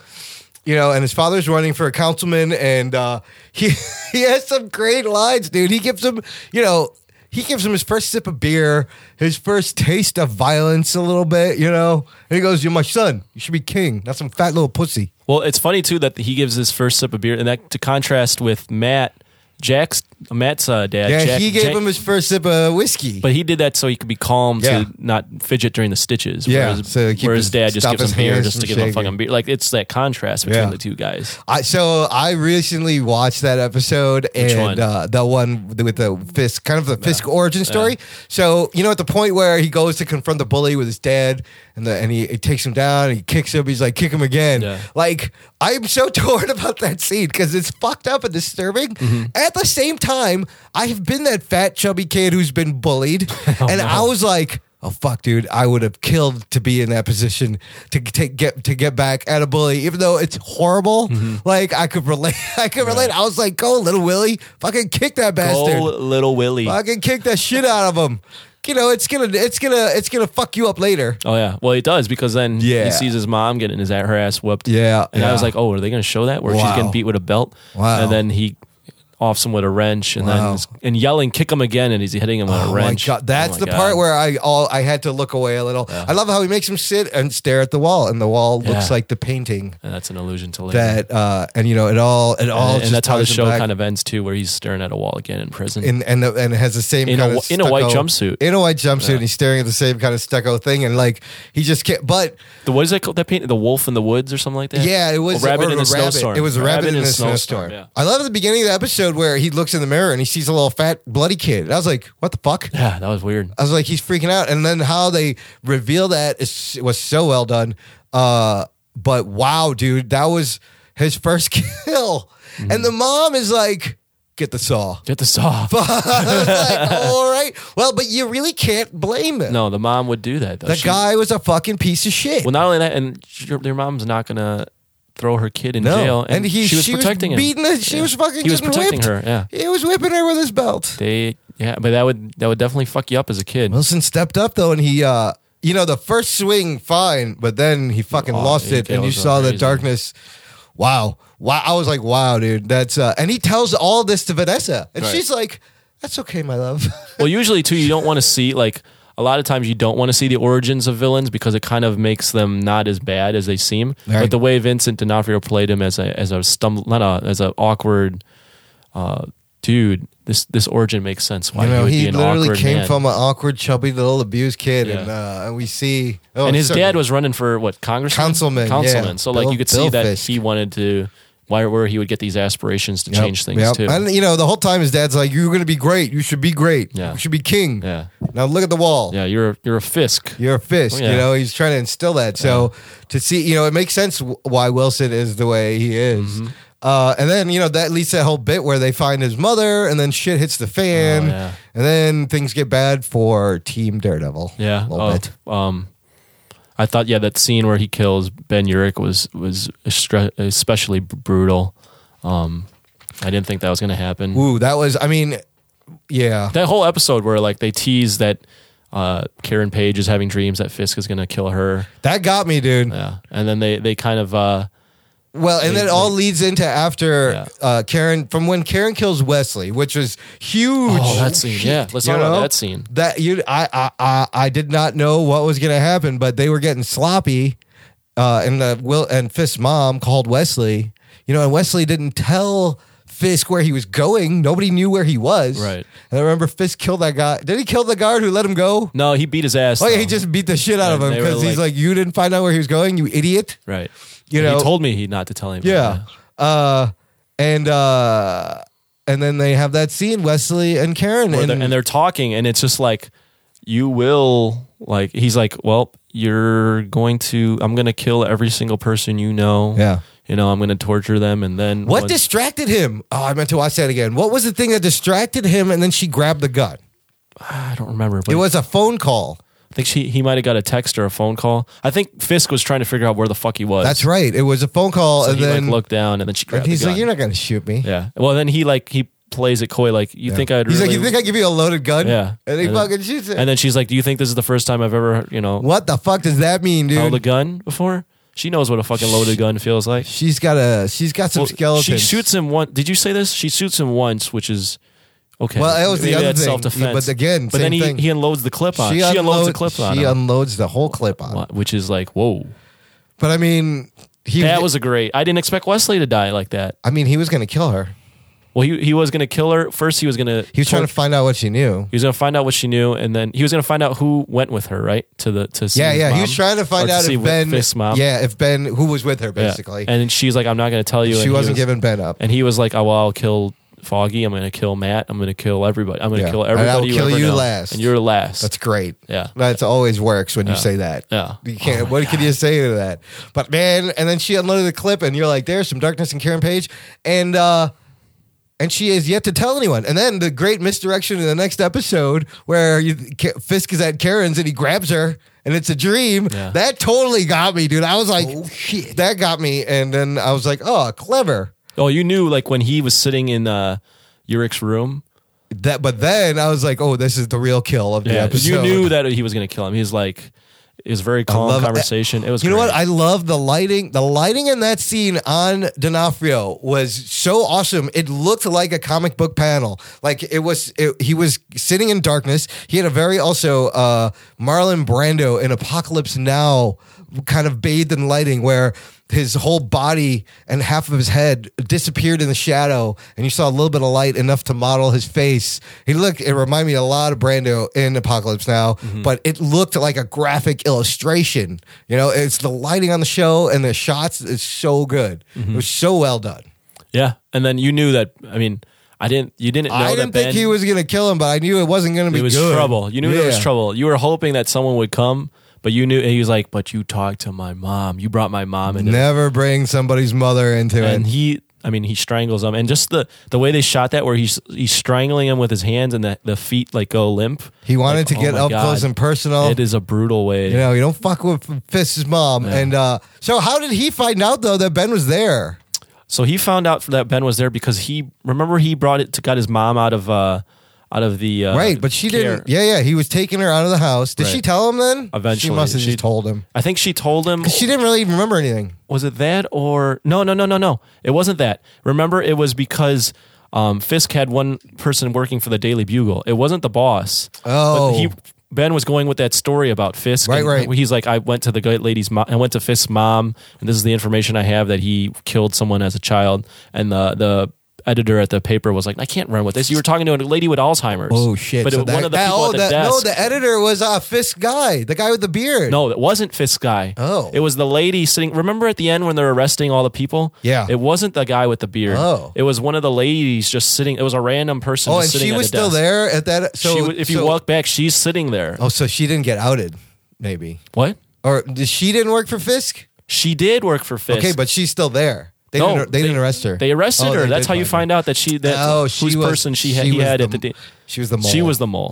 you know, and his father's running for a councilman, and uh, he he has some great lines, dude. He gives him, you know, he gives him his first sip of beer, his first taste of violence, a little bit, you know. And he goes, "You're my son. You should be king, not some fat little pussy." Well, it's funny too that he gives his first sip of beer, and that to contrast with Matt, Jack's Matt's uh, dad. Yeah, Jack- he gave Jack- him his first sip of whiskey. But he did that so he could be calm Yeah. to not fidget during the stitches. Yeah, whereas, so keep whereas his- dad just stop gives his him beer hands just to from give him shaking. fucking beer. Like it's that contrast between Yeah. the two guys. I, so I recently watched that episode and one? Uh, the one with the Fisk, kind of the Fisk origin story. So you know, at the point where he goes to confront the bully with his dad, and the, and he, he takes him down, and he kicks him. He's like, kick him again. Yeah. Like I'm so torn about that scene because it's fucked up and disturbing. Mm-hmm. At Oh, the same time, I have been that fat chubby kid who's been bullied, and I was like. oh fuck, dude, I would have killed to be in that position to take get to get back at a bully, even though it's horrible. Mm-hmm. Like I could relate. I could relate. I was like, go, little Willie, fucking kick that bastard. Go, Oh, little Willie. Fucking kick the shit out of him. You know, it's gonna, it's gonna, it's gonna fuck you up later. Oh yeah, well it does because then Yeah. he sees his mom getting his her ass whooped. Yeah, and I was yeah. like, oh, are they going to show that where she's Wow. getting beat with a belt? Wow. And then he offs him with a wrench, and Wow. then is- and yelling, kick him again, and he's hitting him with Oh a wrench. my god, that's Oh my the God. part where I all I had to look away a little. I love how he makes him sit and stare at the wall, and the wall looks Yeah. like the painting And that's an allusion to later. that, uh, and you know, it all, it all, and, just and that's how the ties him show back. kind of ends too, where he's staring at a wall again in prison. in and the, and it has the same In a kind wh- of in a white stucco- jumpsuit. in a white jumpsuit, and he's staring at the same kind of stucco thing, and like he just can't. But the what is that called? That painting, the wolf in the woods or something like that. Yeah, it was a rabbit or in a the snowstorm. It was a rabbit, in a snowstorm. yeah. I love at the beginning of the episode where he looks in the mirror and he sees a little fat bloody kid. And I was like, what the fuck? Yeah, that was weird. I was like, he's freaking out. And then how they reveal that is, was so well done. Uh, but wow, dude, that was his first kill. And the mom is like, get the saw. Get the saw. I was like, all right. Well, but you really can't blame him. No, the mom would do that. Though. The She- guy was a fucking piece of shit. Well, not only that, and your, your mom's not gonna throw her kid in no. jail, and, he, she was protecting him. beating it. She was fucking He was getting protecting whipped. her. Yeah, He was whipping her with his belt. they. Yeah, but that would that would definitely fuck you up as a kid. Wilson stepped up though, and he, uh, you know, the first swing fine, but then he fucking Oh, lost it it, and you goes saw the crazy. darkness. Wow, wow! I was like, wow, dude, that's. Uh, and he tells all this to Vanessa, and Right. she's like, "That's okay, my love." Well, usually too, you don't want to see like a lot of times you don't want to see the origins of villains because it kind of makes them not as bad as they seem. Right. But the way Vincent D'Onofrio played him as a as a stumble, not a as an awkward uh, dude. This this origin makes sense. Why you know, he would be he an literally awkward came man. from an awkward, chubby little abused kid, Yeah. and uh, and we see. Oh, and his sorry. dad was running for what congressman, Councilman, yeah. councilman. So like Bill- you could Bill see that Fisk. he wanted to, why where he would get these aspirations to Yep, change things yep. too. And you know, the whole time his dad's like, "You're going to be great. You should be great. Yeah. You should be king." yeah, Now look at the wall. yeah, you're a, you're a Fisk. You're a fist. yeah. You know, he's trying to instill that. So to see, you know, it makes sense w- why Wilson is the way he is. Mm-hmm. Uh, and then you know that leads to that whole bit where they find his mother, and then shit hits the fan, Oh, yeah. and then things get bad for Team Daredevil. Yeah, a little oh, bit. Um, I thought yeah, that scene where he kills Ben Urich was was estre- especially b- brutal. Um, I didn't think that was going to happen. Ooh, that was. I mean, yeah, That whole episode where like they tease that uh, Karen Page is having dreams that Fisk is going to kill her. that got me, dude. Yeah, and then they they kind of uh, Well, and then it all leads into after Yeah. uh, Karen from when Karen kills Wesley, which was huge. oh that scene. Yeah, let's You talk about know? that scene. that you I, I I I did not know what was going to happen, but they were getting sloppy. Uh, and the Will and Fisk's mom called Wesley, you know, and Wesley didn't tell Fisk where he was going. Nobody knew where he was. Right. And I remember Fisk killed that guy. Did he kill the guard who let him go? No, he beat his ass. Oh yeah, though. he just beat the shit out of And him they were because he's like- like, "You didn't find out where he was going, you idiot." right. You know- he told me he not to tell him. Yeah. Uh, and uh, and then they have that scene, Wesley and Karen, Where they're- and they're talking, and it's just like, you will like. He's like, well, you're going to. I'm going to kill every single person you know. Yeah. You know, I'm going to torture them, and then What once- distracted him? Oh, I meant to watch that again. What was the thing that distracted him? And then she grabbed the gun. I don't remember. But It was a phone call. I think she he might have got a text or a phone call. I think Fisk was trying to figure out where the fuck he was. That's right. It was a phone call, So and he then like looked down, and then she and grabbed. he's the like, gun. "You're not gonna shoot me." Yeah. Well, then he like he plays it coy, like you think I'd. He's really, like, "You think I give you a loaded gun?" Yeah. and he And then- fucking shoots it. And then she's like, "Do you think this is the first time I've ever, you know, what the fuck does that mean, held a dude? gun before. She knows what a fucking loaded gun feels like. She's got a. She's got some Well, skeletons. She shoots him one. Did you say this? She shoots him once, which is okay. Well, that was the Maybe other that's thing. Self-defense. But again, but same then he, thing. he unloads the clip on. She, unloads the unload- clip on, She him, unloads the whole clip on. which is like whoa. But I mean, he. That was a great. I didn't expect Wesley to die like that. I mean, he was gonna kill her. Well, he he was gonna kill her first. He was gonna He was trying to find out what she knew. He was gonna find out what she knew, and then he was gonna find out who went with her, right? To the to see Yeah, his yeah. He mom, was trying to or find out see if what Ben. Fisk's mom. Yeah, if Ben, who was with her, Yeah. basically. And she's like, "I'm not gonna tell you." and she he wasn't was- giving Ben up. And he was like, "Oh well, I'll kill Foggy. I'm gonna kill Matt. I'm gonna kill everybody. I'm gonna Yeah. kill And I'll everybody. you kill ever you know. last." and you're last. That's great. Yeah. That always works when you say that. Yeah. You can't what can you say to that? But man, and then she unloaded the clip and you're like, there's some darkness in Karen Page. And uh and she has yet to tell anyone. And then the great misdirection in the next episode where you, K- Fisk is at Karen's and he grabs her and it's a dream. Yeah. Oh, That totally got me, dude. I was like, shit. That got me. And then I was like, oh, clever. Oh, you knew like when he was sitting in uh, Urich's room. That, but then I was like, oh, this is the real kill of the Yeah, episode. you knew that he was going to kill him. He's like, it was very calm love it. conversation. It was. You know what? great. I love the lighting. The lighting in that scene on D'Onofrio was so awesome. It looked like a comic book panel. Like it was. It, he was sitting in darkness. He had a very also uh, Marlon Brando in Apocalypse Now kind of bathed in lighting where. His whole body and half of his head disappeared in the shadow, and you saw a little bit of light enough to model his face. He looked, it reminded me a lot of Brando in Apocalypse Now, Mm-hmm. but it looked like a graphic illustration. You know, it's the lighting on the show and the shots is so good. Mm-hmm. It was so well done. yeah, and then you knew that. I mean, I didn't. You didn't know I that didn't think Ben- he was going to kill him, but I knew it wasn't going to be It was good. trouble. You knew there was Yeah. trouble. You were hoping that someone would come, but you knew. And he was like, "But you talked to my mom. You brought my mom into Never bring somebody's mother into and it. he I mean he strangles him and just the the way they shot that where he's he's strangling him with his hands and the, the feet like go limp He wanted Like, to oh get my up God. close and personal. it is a brutal way You know, you don't fuck with Fisk's mom. And uh, so, how did he find out though that Ben was Uh, there? so he found out that Ben was there because he remember he brought it to got his mom out of uh out of the uh, right, but she didn't. care. Yeah, yeah. He was taking her out of the house. Did she Right. tell him then? she Eventually, must have she- just told him. I think she told him She didn't really even remember anything. was it that or no no no no no it wasn't that remember it was because um, Fisk had one person working for the Daily Bugle it wasn't the boss Oh. but he Ben was going with that story about Fisk Right, and right. he's like I went to the great lady's mo- I went to Fisk's mom and this is the information I have that he killed someone as a child and the the editor at the paper was like I can't run with this you were talking to a lady with Alzheimer's but Oh, So it, one that- of the that- people oh, at the that- desk No, the editor was uh, Fisk guy, the guy with the beard. no, it wasn't Fisk guy. Oh. It was the lady sitting. Remember at the end when they're arresting all the people? Yeah. It wasn't the guy with the beard. Oh. It was one of the ladies just sitting. It was a random person. Oh, just and sitting she at was a still desk. there at that. She So wa- if you so- walk back, she's sitting there. oh, so she didn't get outed, maybe, What? or did- she didn't work for Fisk. She did work for Fisk. Okay, but she's still there. They No, didn't. They, didn't arrest her. They arrested Oh, her. they That's how did you find find out that she that Oh, she whose was- person she, had she he was had the at the. m- da- she was the She mole. Oh. was the mole.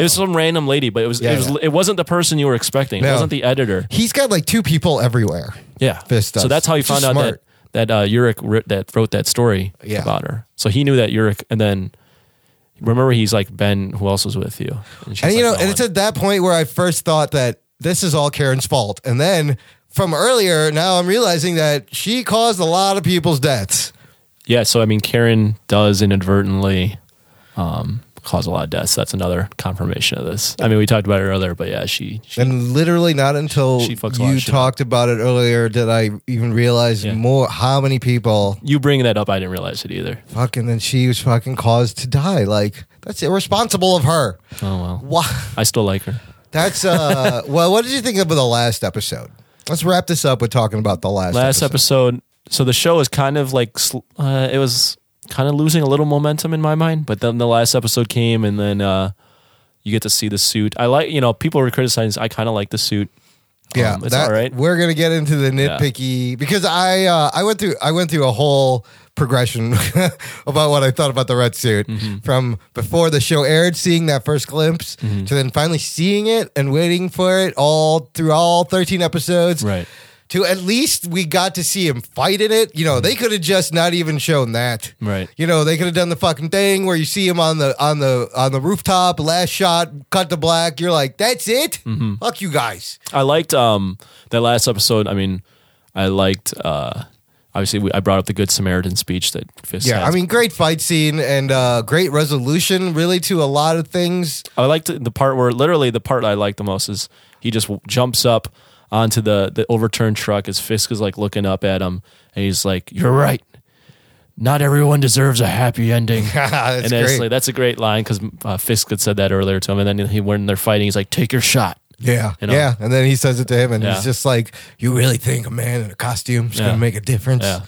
It was some random lady, but it was Yeah, it was yeah. it wasn't the person you were expecting. No. It wasn't the editor. He's got like two people everywhere. Yeah. Fist so us. that's how he Which is found out smart. that that uh, Urich writ, that wrote that story Yeah. about her. So he knew that Urich, and then remember he's like Ben, who else was with you? she's And you know, like, "No and it's one." at that point where I first thought that this is all Karen's fault, and then from earlier, now I'm realizing that she caused a lot of people's deaths. yeah. So I mean, Karen does inadvertently um, cause a lot of deaths. That's another confirmation of this. I mean, we talked about it earlier, but yeah, she, she And literally, not until She fucks a lot you of shit talked about it earlier did I even realize Yeah. more how many people you bringing that up, I didn't realize it either. fucking and she was fucking caused to die. Like that's irresponsible of her. Oh well, Why? I still like her. That's uh. well, what did you think of the last episode? Let's wrap this up with talking about the last last episode. so the show is kind of like sl- uh, it was kind of losing a little momentum in my mind but then the last episode came and then uh you get to see the suit i like you know people were criticizing i kind of like the suit Yeah, Um, it's all right. We're gonna get into the nitpicky because I uh, I went through I went through a whole progression about what I thought about the red suit Mm-hmm. from before the show aired, seeing that first glimpse, Mm-hmm. to then finally seeing it and waiting for it all through all thirteen episodes, Right. To at least we got to see him fight in it. You know, they could have just not even shown that. Mm-hmm. Right. You know, they could have done the fucking thing where you see him on the on the on the rooftop, last shot, cut to black. You're like, that's it. Mm-hmm. Fuck you guys. i liked um that last episode i mean i liked uh obviously we, i brought up the good samaritan speech that Fisk Yeah, has. I mean, great fight scene and uh, great resolution, really, to a lot of things. I liked the part where literally the part I like the most is he just w- jumps up onto the the overturned truck as Fisk is like looking up at him and he's like, "You're right. Not everyone deserves a happy ending." that's and it's great. like that's a great line because uh, Fisk had said that earlier to him, and then he when they're fighting, he's like, "Take your shot." Yeah, You know? yeah. And then he says it to him, and Yeah. he's just like, "You really think a man in a costume is Yeah. going to make a difference?" Yeah.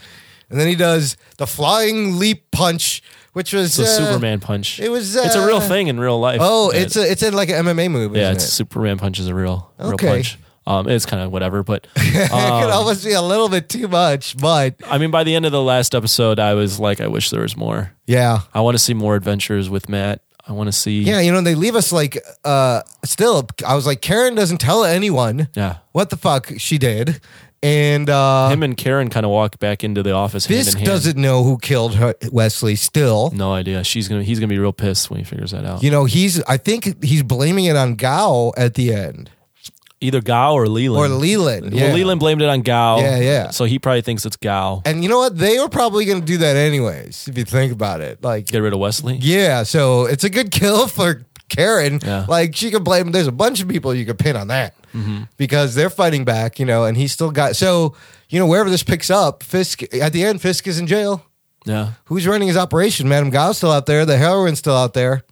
And then he does the flying leap punch, which was It's a uh, Superman punch. it was, it's a real uh, thing in real life. Oh, Yeah. it's a, it's in like an MMA movie. yeah, isn't it's it? Superman punch is a real real Okay. punch. Um, it's kind of whatever, but um, it could almost be a little bit too much, but I mean, by the end of the last episode, I was like, I wish there was more. yeah. I want to see more adventures with Matt. I want to see. Yeah, you know, they leave us like uh still I was like Karen doesn't tell anyone Yeah. what the fuck she did. And uh Him and Karen kind of walk back into the office. hand in Fisk hand. doesn't know who killed her Wesley still. No idea. She's gonna. He's gonna be real pissed when he figures that out. You know, he's I think he's blaming it on Gao at the end. Either Gao or Or Leland. Leland. Well, yeah. Leland blamed it on Gao. Yeah, yeah. So he probably thinks it's Gao. And you know what? They were probably gonna do that anyways, if you think about it. Like Get rid of Wesley. Yeah, so it's a good kill for Karen. Yeah. Mm-hmm. Like she can blame. There's a bunch of people you could pin on that because they're fighting back, you know. And he's still got. So you know, wherever this picks up, Fisk at the end, Fisk is in jail. Yeah. Who's running his operation? Madam Gao's still out there. The heroin's still out there.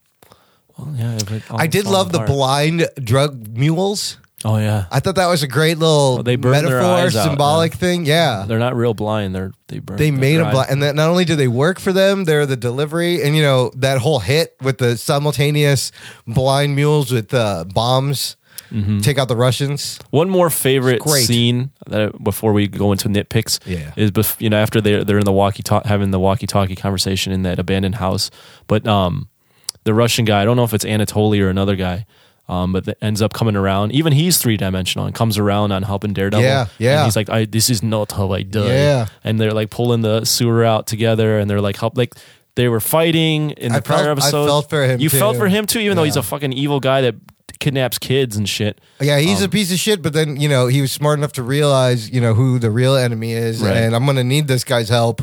Well, yeah. if it all I did falls love the apart. blind drug mules. Oh yeah. I thought that was a great little Oh, they burned their metaphor, eyes out, symbolic thing. Yeah. They're not real blind. They're they burn. They their made a eyes. blind, and that not only do they work for them, they're the delivery, and you know that whole hit with the simultaneous blind mules with uh, bombs Mm-hmm. take out the Russians. One more favorite Great. scene that before we go into nitpicks Yeah. is bef- you know after they they're in the walkie talk having the walkie talkie conversation in that abandoned house, but um the Russian guy I don't know if it's Anatoly or another guy. Um, but that ends up coming around. Even he's three dimensional and comes around on helping Daredevil. Yeah, yeah. And he's like, I, "This is not how I die." Yeah. And they're like pulling the sewer out together, and they're like, "Help!" Like they were fighting in the I prior felt- I episode. felt for him, You felt too. for him too, even though he's a fucking evil guy that kidnaps kids and shit. Yeah, he's Um, a piece of shit, but then you know he was smart enough to realize you know who the real enemy is, Right. and I'm gonna need this guy's help.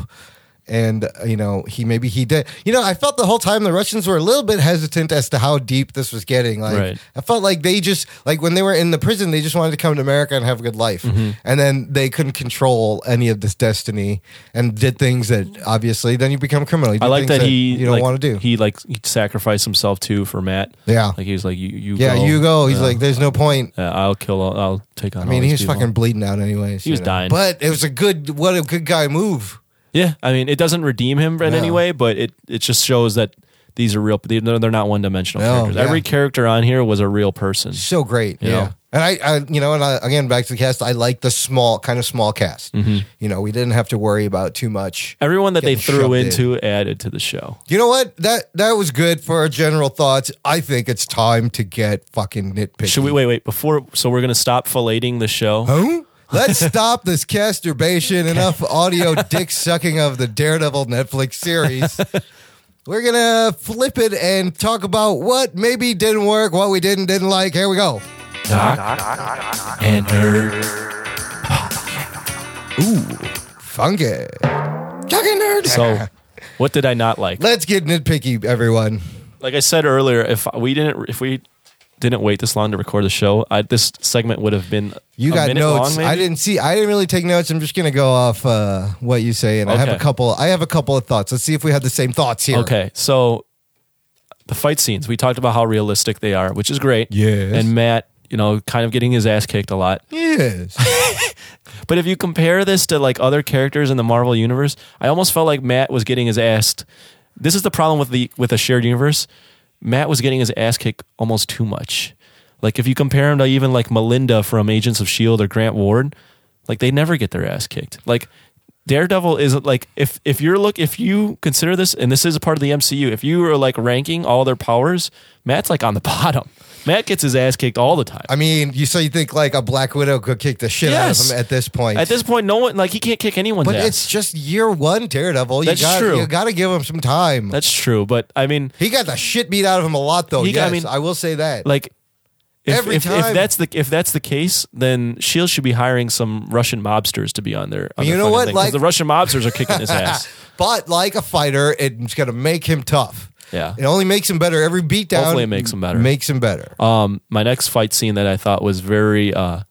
And uh, you know he maybe he did. You know I felt the whole time the Russians were a little bit hesitant as to how deep this was getting. Like Right. I felt like they just like when they were in the prison, they just wanted to come to America and have a good life, Mm-hmm. and then they couldn't control any of this destiny and did things that obviously then you become criminal. You I do like things that he you don't like, want to do. He like he sacrificed himself too for Matt. Yeah. like he was like you. you yeah, go. you go. He's Yeah. like, there's no point. Yeah, I'll kill. All, I'll take on. I mean, all he Oh, these was people. fucking bleeding out anyways. He was you dying. But it was a good, what a good guy move. Yeah, I mean, it doesn't redeem him in any No. way, but it it just shows that these are real. They're they're not one dimensional No, characters. yeah. Every character on here was a real person. So great. Yeah. Yeah. And I, I, you know, and I, again, back to the cast, I like the small, kind of small cast. You know, we didn't have to worry about too much. Mm-hmm. Everyone that they Getting threw shoved in. into added to the show. You know what? That that was good for our general thoughts. I think it's time to get fucking nitpicky. Should we wait? Wait before. So we're gonna stop filleting the show. Huh? Let's stop this casturbation. Enough audio dick sucking of the Daredevil Netflix series. We're gonna flip it and talk about what maybe didn't work, what we didn't didn't like. Here we go. And nerd. Funky. Talking nerd. So, what did I not like? Let's get nitpicky, everyone. like I said earlier, if we didn't if we didn't wait this long to record the show, I, this segment would have been You a got minute notes. Long, I maybe? didn't see. I didn't really take notes. I'm just gonna go off uh, what you say, and I have a Okay. couple. I have a couple of thoughts. Let's see if we had the same thoughts here. Okay, so the fight scenes we talked about how realistic they are, which is great. Yes. and Matt, you know, kind of getting his ass kicked a lot. Yes. But if you compare this to like other characters in the Marvel universe, I almost felt like Matt was getting his ass. This is the problem with the with a shared universe. Matt was getting his ass kicked almost too much. Like if you compare him to even like Melinda from Agents of Shield E or Grant Ward, like they never get their ass kicked. Like Daredevil is like if if you're look if you consider this and this is a part of the MCU, if you are like ranking all their powers, Matt's like on the bottom. Matt gets his ass kicked all the time. I mean, you so you think like a Black Widow could kick the shit out Yes. of him at this point? At this point, no one like he can't kick anyone's but ass. it's just year one Daredevil. You That's got, true. You got to give him some time. That's true, but I mean, he got the shit beat out of him a lot, though. He got- yes, I I, mean- will say that. like if, Every if, if time. that's the if that's the case, then Shield E should be hiring some Russian mobsters to be on their. On You their know fucking what, thing, 'cause like- the Russian mobsters are kicking his ass. but like a fighter, it's gonna make him tough. Yeah. it only makes him better. Every beatdown, Hopefully it makes him better. Makes him better. Um, my next fight scene that I thought was very uh,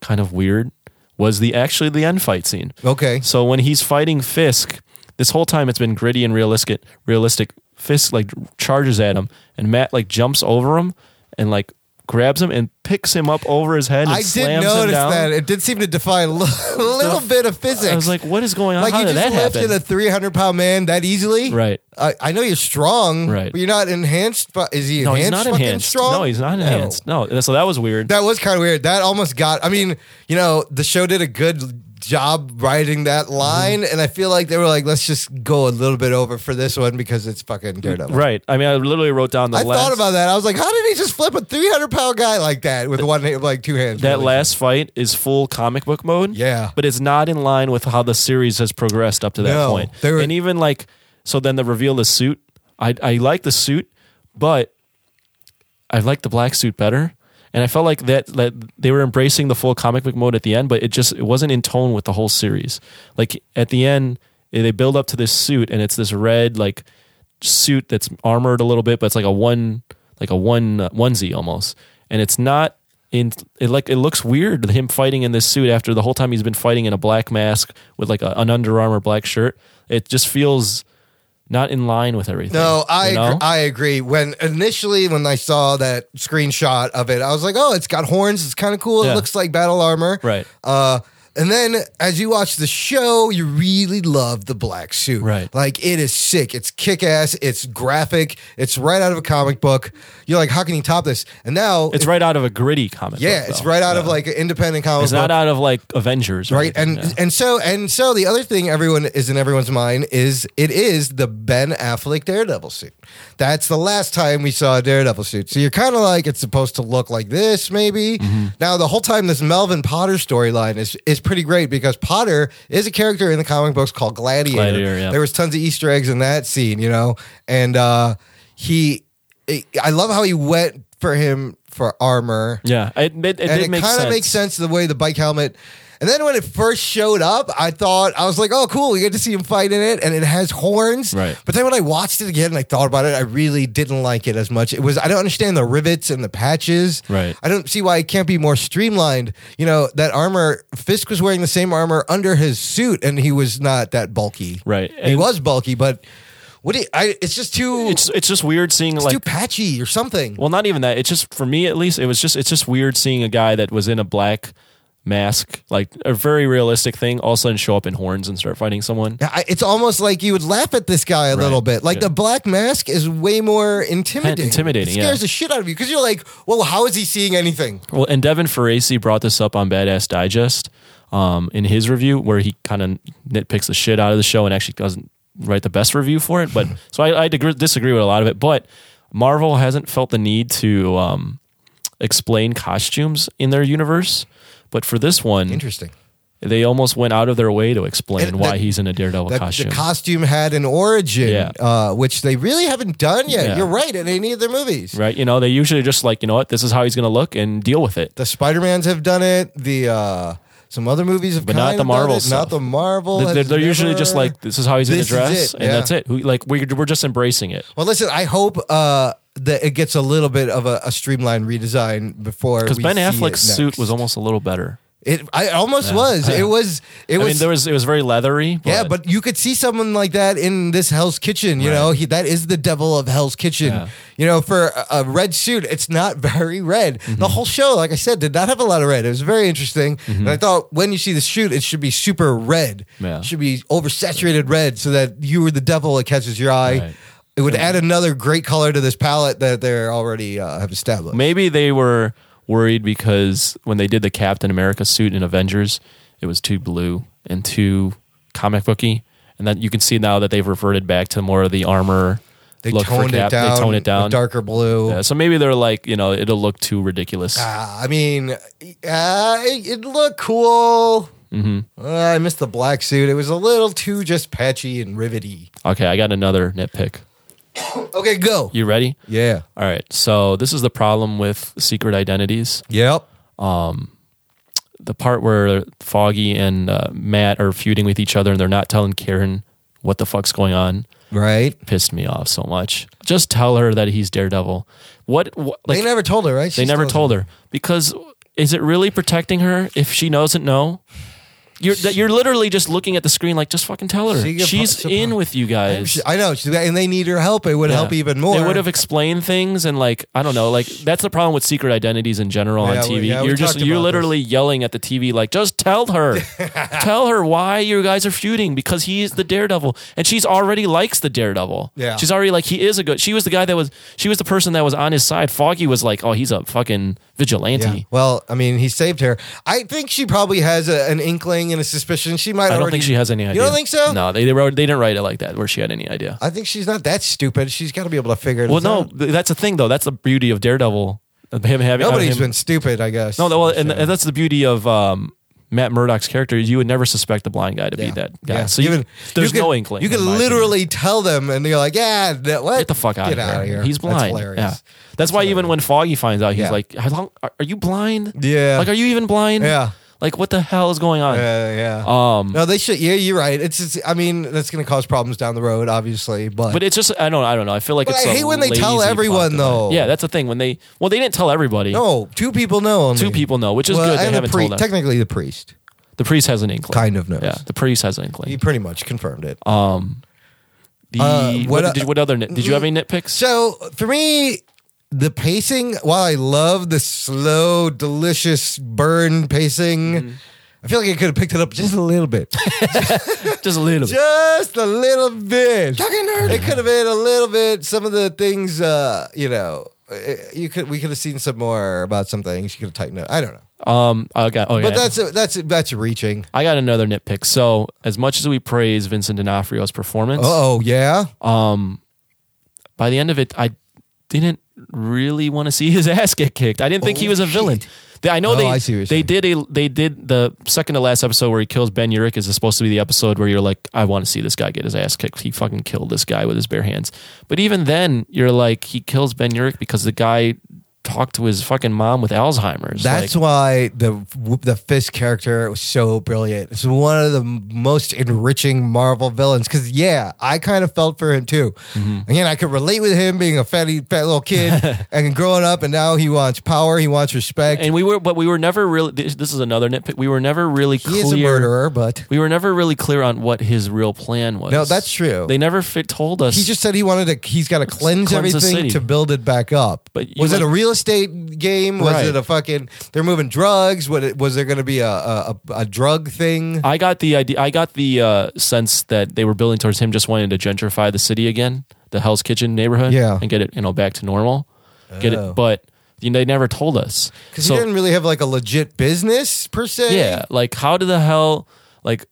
kind of weird was the actually the end fight scene. okay, So when he's fighting Fisk, this whole time it's been gritty and realistic. Realistic. Fisk like charges at him, and Matt like jumps over him and like grabs him and picks him up over his head and I did slams him notice down. that it did seem to defy a li- little bit of physics. I was like, what is going on? Like How you did just that lifted happen? a 300 pound man that easily, Right. I, I know you're strong, Right. But you're not enhanced. But is he no, enhanced? he's not fucking enhanced. Strong? No, he's not No. enhanced. No. And so that was weird. That was kind of weird. That almost got. I mean, you know, the show did a good job writing Mm-hmm. that line, and I feel like they were like, let's just go a little bit over for this one because it's fucking Daredevil. right. I mean, I literally wrote down the I last. thought about that. I was like, how did he just flip a 300 pound guy like that with one hand, like two hands? that Really? last fight is full comic book mode. Yeah. But it's not in line with how the series has progressed up to that No, point. they were- and even like so then the reveal the suit. I I like the suit, but I like the black suit better. And I felt like that that they were embracing the full comic book mode at the end, but it just it wasn't in tone with the whole series. Like at the end, eh, they build up to this suit and it's this red like suit that's armored a little bit, but it's like a one like a one uh, onesie almost, and it's not in it like it looks weird him fighting in this suit after the whole time he's been fighting in a black mask with like a, an Under Armour black shirt. It just feels not in line with everything. No, I you know? agree, I agree. When initially when I saw that screenshot of it, I was like, "Oh, it's got horns. It's kind of cool. It Yeah. looks like battle armor." Right. Uh and then as you watch the show, you really love the black suit. Right. Like it is sick. It's kick ass. It's graphic. It's right out of a comic book. You're like, how can you top this? And now it's right out of a gritty comic. Yeah, book, it's though. right out of Yeah. like an independent comic It's book not out of like Avengers, or right and anything, yeah. and so and so the other thing everyone is in everyone's mind is it is the ben affleck daredevil suit that's the last time we saw a daredevil suit so you're kind of like it's supposed to look like this maybe Mm-hmm. now the whole time this melvin potter storyline is is pretty great because potter is a character in the comic books called gladiator, Gladiator, yeah. there was tons of easter eggs in that scene you know and uh he i love how he went for him for armor yeah, it, it, it and did it make kind of sense. makes sense the way the bike helmet. And then when it first showed up, I thought I was like, "Oh, cool! We get to see him fight in it, and it has horns." Right. But then when I watched it again and I thought about it, I really didn't like it as much. It was I don't understand the rivets and the patches. Right. I don't see why it can't be more streamlined. You know that armor. Fisk was wearing the same armor under his suit, and he was not that bulky. Right. he And- was bulky, but what? Do you, I, it's just too. It's, It's it's just weird seeing like too patchy or something. Well, not even that. It's just for me at least. It was just it's just weird seeing a guy that was in a black mask, like a very realistic thing, all of a sudden show up in horns and start fighting someone. I- It's almost like you would laugh at this guy a little bit. Like Yeah. the black mask is way more intimidating. Intimidating, It scares yeah. the shit out of you because you're like, well, how is he seeing anything? Well, and Devin Faraci brought this up on Badass Digest um, in his review, where he kind of nitpicks the shit out of the show and actually doesn't write the best review for it. But so I, I digre- disagree with a lot of it. But Marvel hasn't felt the need to um, explain costumes in their universe. But for this one, Interesting. they almost went out of their way to explain And why the- he's in a daredevil That costume. the costume had an origin, Yeah. uh, which they really haven't done yet. Yeah. You're right in any of their movies. right? You know, they usually just like, you know what, this is how he's going to look and deal with it. The Spider Mans have done it. The uh, some other movies have, But not kinda the Marvel done it. stuff. Not the Marvel. They're, has they're usually just never- like, this is how he's going This to is dress, it, and yeah. that's it. We, like we're, we're just embracing it Well, listen, I hope uh, that it gets a little bit of a, a streamlined redesign before because we Ben see it Affleck's suit next. was almost a little better. It I almost was. It was. It I was. mean, there was it was very leathery. But, yeah, but you could see someone like that in this Hell's Kitchen. You know, he that is the devil of Hell's Kitchen. Yeah. You know, for a, a red suit, it's not very red. Mm-hmm. The whole show, like I said, did not have a lot of red. It was very interesting, and I thought when you see the shoot, it should be super red. Yeah. It should be oversaturated red, so that you were the devil. It catches your eye. Right. It would add another great color to this palette that they're already uh, have established. maybe they were worried because when they did the Captain America suit in Avengers, it was too blue and too comic booky, and then you can see now that they've reverted back to more of the armor. they look for toned it Cap- down. They toned a it down. darker blue. Yeah, so maybe they're like, you know, it'll look too ridiculous. Uh, I mean, uh, it, it looked cool. Mm-hmm. Uh, I missed the black suit. It was a little too just patchy and rivety. Okay, I got another nitpick. Okay, go. You ready? Yeah. All right. So this is the problem with secret identities. Yep. The part where Foggy and uh, Matt are feuding with each other and they're not telling Karen what the fuck's going on Right. pissed me off so much. Just tell her that he's Daredevil. What? what like they never told her, right? they never told her because is it really protecting her if she doesn't know? You're that you're literally just looking at the screen like just fucking tell her. She can She's fu- in with you guys. I know, she- and they need her help. It would Yeah. help even more. They would have explained things and like I don't know, like that's the problem with secret identities in general Yeah, on we- TV. yeah, we you're just talked you're about literally yelling at the TV like just tell her. tell her why you guys are feuding because he is the daredevil and she's already likes the daredevil. Yeah. She's already like he is a good. She was the guy that was she was the person that was on his side. Foggy was like, "Oh, he's a fucking vigilante." Yeah. Well, I mean, he saved her. I think she probably has a, an inkling and a suspicion. She might. I don't already- think she has any idea. You don't think so? No, they they, wrote, they didn't write it like that where she had any idea. I think she's not that stupid. She's got to be able to figure it Well, no, out. th- that's the thing though. That's the beauty of Daredevil. Of Him having nobody's him, been stupid. I guess. No, Oh, well, and, and that's the beauty of um, Matt Murdock's character. is You would never suspect the blind guy to be that guy. So you, can- there's you can- no inkling. You in can my literally tell them, and you're like, "Yeah, that, what? opinion. get the fuck out, Get of, here. outta He's That's blind. hilarious. yeah, that's why even when Foggy finds out, he's Yeah. like, "How long are, are you blind? Yeah. like are you even blind? Yeah. like what the hell is going on? Yeah, Uh, yeah. Um, no, they should. Yeah, you're right. It's. Just, I mean, that's going to cause problems down the road, obviously. But, But it's just I don't I don't know. I feel like But it's I a hate when they tell lazy everyone, plot though. device. Yeah, that's the thing. When they well, they didn't tell everybody. no, two people know. Only. Two people know, which is Well, good. They and the haven't pri- told them. Technically, the priest. The priest has an inkling. Kind of knows. Yeah, the priest has an He inkling. pretty much confirmed it. Uh, The, uh, what, what I- did, what other nit- did you have any nitpicks? So for me, the pacing, while I love the slow, delicious burn pacing, Mm-hmm. I feel like I could have picked it up just a little bit. Just a little bit. just a little bit. It could have been a little bit. Some of the things, uh, you know, eh, you could we could have seen some more about some things. You could have tightened it. I don't know, Um, I got. Oh, but yeah. that's that's that's reaching. I got another nitpick. So, as much as we praise Vincent D'Onofrio's performance, Oh yeah, by the end of it, I didn't really want to see his ass get kicked. I didn't think he was a villain. They, I know Oh, they I see what you're they did a they did the second to last episode where he kills Ben Urich is supposed to be the episode where you're like, I want to see this guy get his ass kicked. He fucking killed this guy with his bare hands. But even then, you're like, he kills Ben Urich because the guy talked to his fucking mom with Alzheimer's. That's Like, why the the Fisk character was so brilliant. It's one of the most enriching Marvel villains. Because yeah, I kind of felt for him too. Mm-hmm. Again, I could relate with him being a fatty, fat little kid and growing up, and now he wants power, he wants respect. and we were, but we were never really. This, this is another nitpick. We were never really he clear. is a murderer, but We were never really clear on what his real plan was. No, that's true. They never fit told us. he just said he wanted to. He's got to cleanse, Cleanse the everything city. to build it back up. But you was it would- a real estate game? Was Right. it a fucking? They're moving drugs. What it, was there going to be a, a a a drug thing? I got the idea. I got the uh, sense that they were building towards him just wanting to gentrify the city again, the Hell's Kitchen neighborhood, Yeah. and get it you know back to normal. Get it, but you know, they never told us. Because he didn't really have like a legit business per se. yeah, like how did the hell like.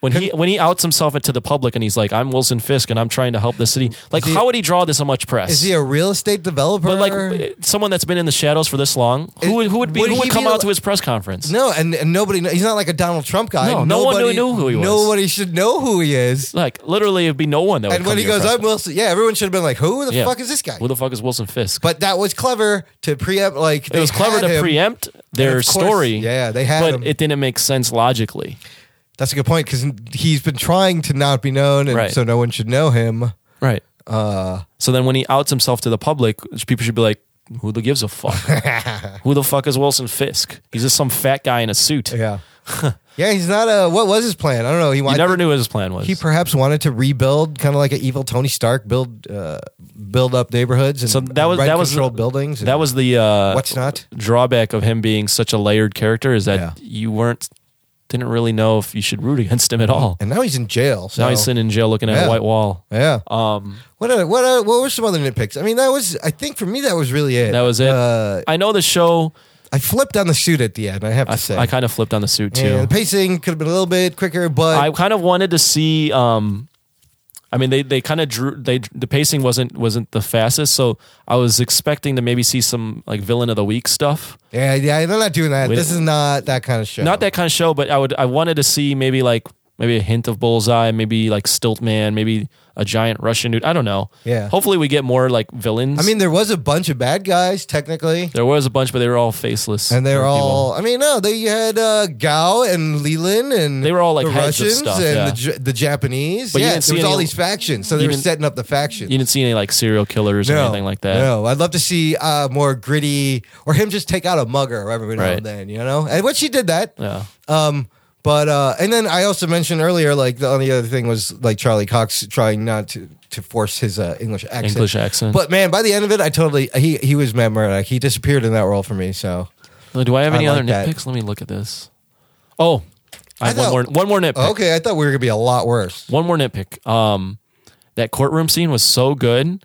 When he when he outs himself into the public and he's like, "I'm Wilson Fisk and I'm trying to help the city," like how would he draw this so much press? Is he a real estate developer? but like someone that's been in the shadows for this long, who would who would be Would who he would come be al- out to his press conference? no, and, and nobody. kn- He's not like a Donald Trump guy. No, no one nobody, knew who he was. Nobody should know who he is. Like literally, it'd be no one that. would And come when to he your goes, "Oh, press "I'm Wilson," yeah, everyone should have been like, "Who the Yeah. fuck is this guy?" Who the fuck is Wilson Fisk? But that was clever to preempt. Like it was clever to preempt their of course- story. yeah, they had but him. it didn't make sense logically. That's a good point because he's been trying to not be known, and Right. so no one should know him. Right. Uh, so then when he outs himself to the public, people should be like, "Who the gives a fuck? Who the fuck is Wilson Fisk? He's just some fat guy in a suit. Yeah, yeah. He's not a. What was his plan? I don't know. He You wanted. never knew what his plan was. he perhaps wanted to rebuild, kind of like an evil Tony Stark, build uh, build up neighborhoods and so that was rent that was control buildings. and That was the uh, what's not. drawback of him being such a layered character is that Yeah. you weren't didn't really know if you should root against him at all. And now he's in jail. So. now he's sitting in jail looking at Yeah. a white wall. Yeah. Um, What are, what are, what were some other nitpicks? I mean, that was I think for me that was really it. that was it. Uh, I know the show. I flipped on the suit at the end. I have to I, say, I kind of flipped on the suit too. Yeah, the pacing could have been a little bit quicker, but I kind of wanted to see. Um, I mean, they they kind of drew. They the pacing wasn't wasn't the fastest, so I was expecting to maybe see some like villain of the week stuff. yeah, yeah, they're not doing that. Wait. This is not that kind of show. Not that kind of show, but I would I wanted to see maybe like maybe a hint of Bullseye, maybe like Stiltman, maybe a giant Russian dude. I don't know. Yeah. Hopefully, we get more like villains. I mean, there was a bunch of bad guys technically, there was a bunch, but they were all faceless, and they're people. all. I mean, no, they had uh, Gao and Leland, and They were all, like, the heads of Russians stuff, and yeah. the, J- the Japanese. But you yeah, didn't see there was all any- these factions, so they you were didn't- setting up the factions. You didn't see any like serial killers or anything like that. No, I'd love to see uh, more gritty, or him just take out a mugger every now Right. and then, you know. And when she did that, Yeah. um, But uh, and then I also mentioned earlier, like the only other thing was like Charlie Cox trying not to to force his uh, English accent. English accent. But man, by the end of it, I totally he he was memorable. Like, he disappeared in that role for me. So Do I have I any like other that. nitpicks? Let me look at this. Oh, I, I have thought- one more. One more nitpick. okay, I thought we were gonna be a lot worse. One more nitpick. Um, that courtroom scene was so good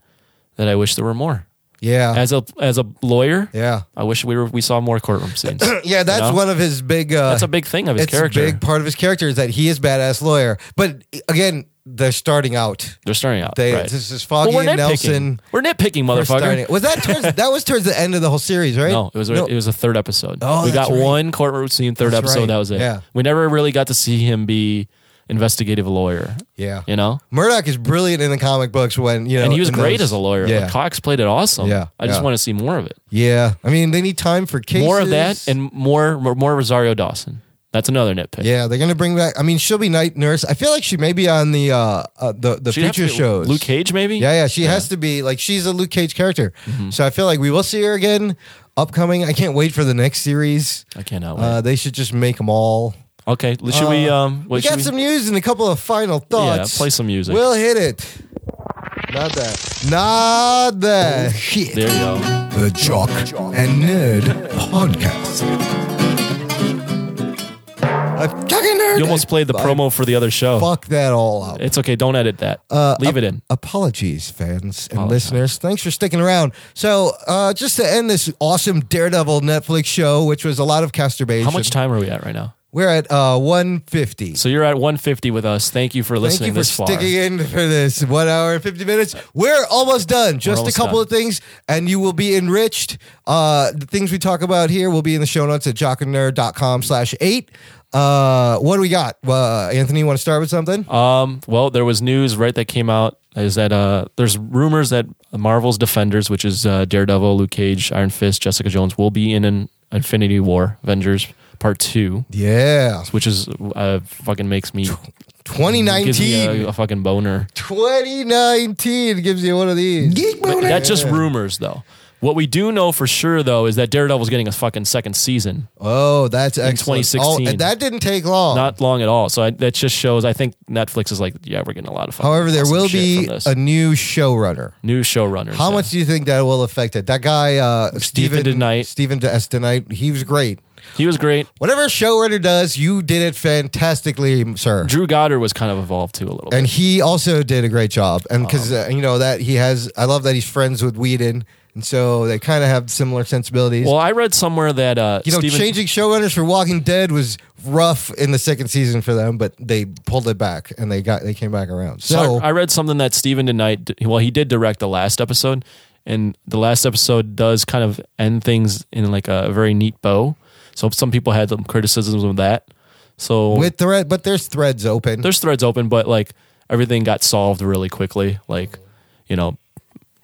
that I wish there were more. Yeah, As a as a lawyer, yeah, I wish we were we saw more courtroom scenes. yeah. That's know? one of his big. Uh, That's a big thing of his it's character. a big part of his character is that he is badass lawyer. But again, they're starting out. They're starting out. They right. this is Well, Foggy we're and nitpicking. Nelson. We're nitpicking, were motherfucker. starting- Was that towards, that was towards the end of the whole series, right? No, it was it was a third episode. Oh, we got that's right. one courtroom scene, third That's episode. That right. was it. Yeah. we never really got to see him be investigative lawyer. yeah. You know, Murdoch is brilliant in the comic books when you know, and he was in great those- as a lawyer. Yeah, Like, Cox played it awesome. Yeah, I just yeah. want to see more of it. yeah. I mean, they need time for cases. More of that, and more more, more Rosario Dawson. That's another nitpick. yeah, they're gonna bring back. I mean, she'll be night nurse. I feel like she may be on the uh, uh the the She'd have to future be shows. Luke Cage, maybe. Yeah, yeah. She has to be like she's a Luke Cage character. Mm-hmm. So I feel like we will see her again. Upcoming. I can't wait for the next series. I cannot wait. Uh, they should just make them all. okay, should we? Um, Uh, We wait, should got we- some news and a couple of final thoughts. play some music. We'll hit it. Not that. Not that. Shit. There you go. The Jock and Nerd Podcast. A fucking nerd. You almost played the I promo for the other show. Fuck that all up. It's okay. Don't edit that. Uh, Leave it in. Apologies, fans and listeners. Thanks for sticking around. So, uh, just to end this awesome Daredevil Netflix show, which was a lot of masturbation. How much time are we at right now? We're at uh, 150. So you're at 150 with us. Thank you for Thank listening you for this far. sticking in for this one hour and 50 minutes. We're almost done. Just almost a couple done. of things, and you will be enriched. Uh, the things we talk about here will be in the show notes at jockandnerd.com slash eight. Uh, what do we got? Uh, Anthony, you want to start with something? Um, well, there was news right that came out is that uh, there's rumors that Marvel's Defenders, which is uh, Daredevil, Luke Cage, Iron Fist, Jessica Jones, will be in an Infinity War Avengers Part Two, yeah. which is uh, fucking makes me gives me 2019. a, a fucking boner. 2019 gives you one of these. That's just rumors though. What we do know for sure though is that Daredevil's getting a fucking second season, Oh, that's excellent. 2016. Oh, and that didn't take long. not long at all. So I, that just shows I think Netflix is like, yeah, we're getting a lot of. Fucking However, there awesome will shit be from this. a new showrunner. new showrunner. How much do you think that will affect it? That guy, uh, Stephen DeKnight. Stephen De- S. DeKnight, he was great. He was great. Whatever showrunner does, you did it fantastically, sir. Drew Goddard was kind of evolved too a little. bit. and he also did a great job. And Uh-huh. because uh, you know that he has, I love that he's friends with Whedon, and so they kind of have similar sensibilities. Well, I read somewhere that uh, you know, Stephen- changing showrunners for Walking Dead was rough in the second season for them, but they pulled it back and they got they came back around. so So I, I read something that Stephen tonight. Well, he did direct the last episode, and the last episode does kind of end things in like a very neat bow. So some people had some criticisms of that. So with thread, but there's threads open. there's threads open, but like everything got solved really quickly. Like you know,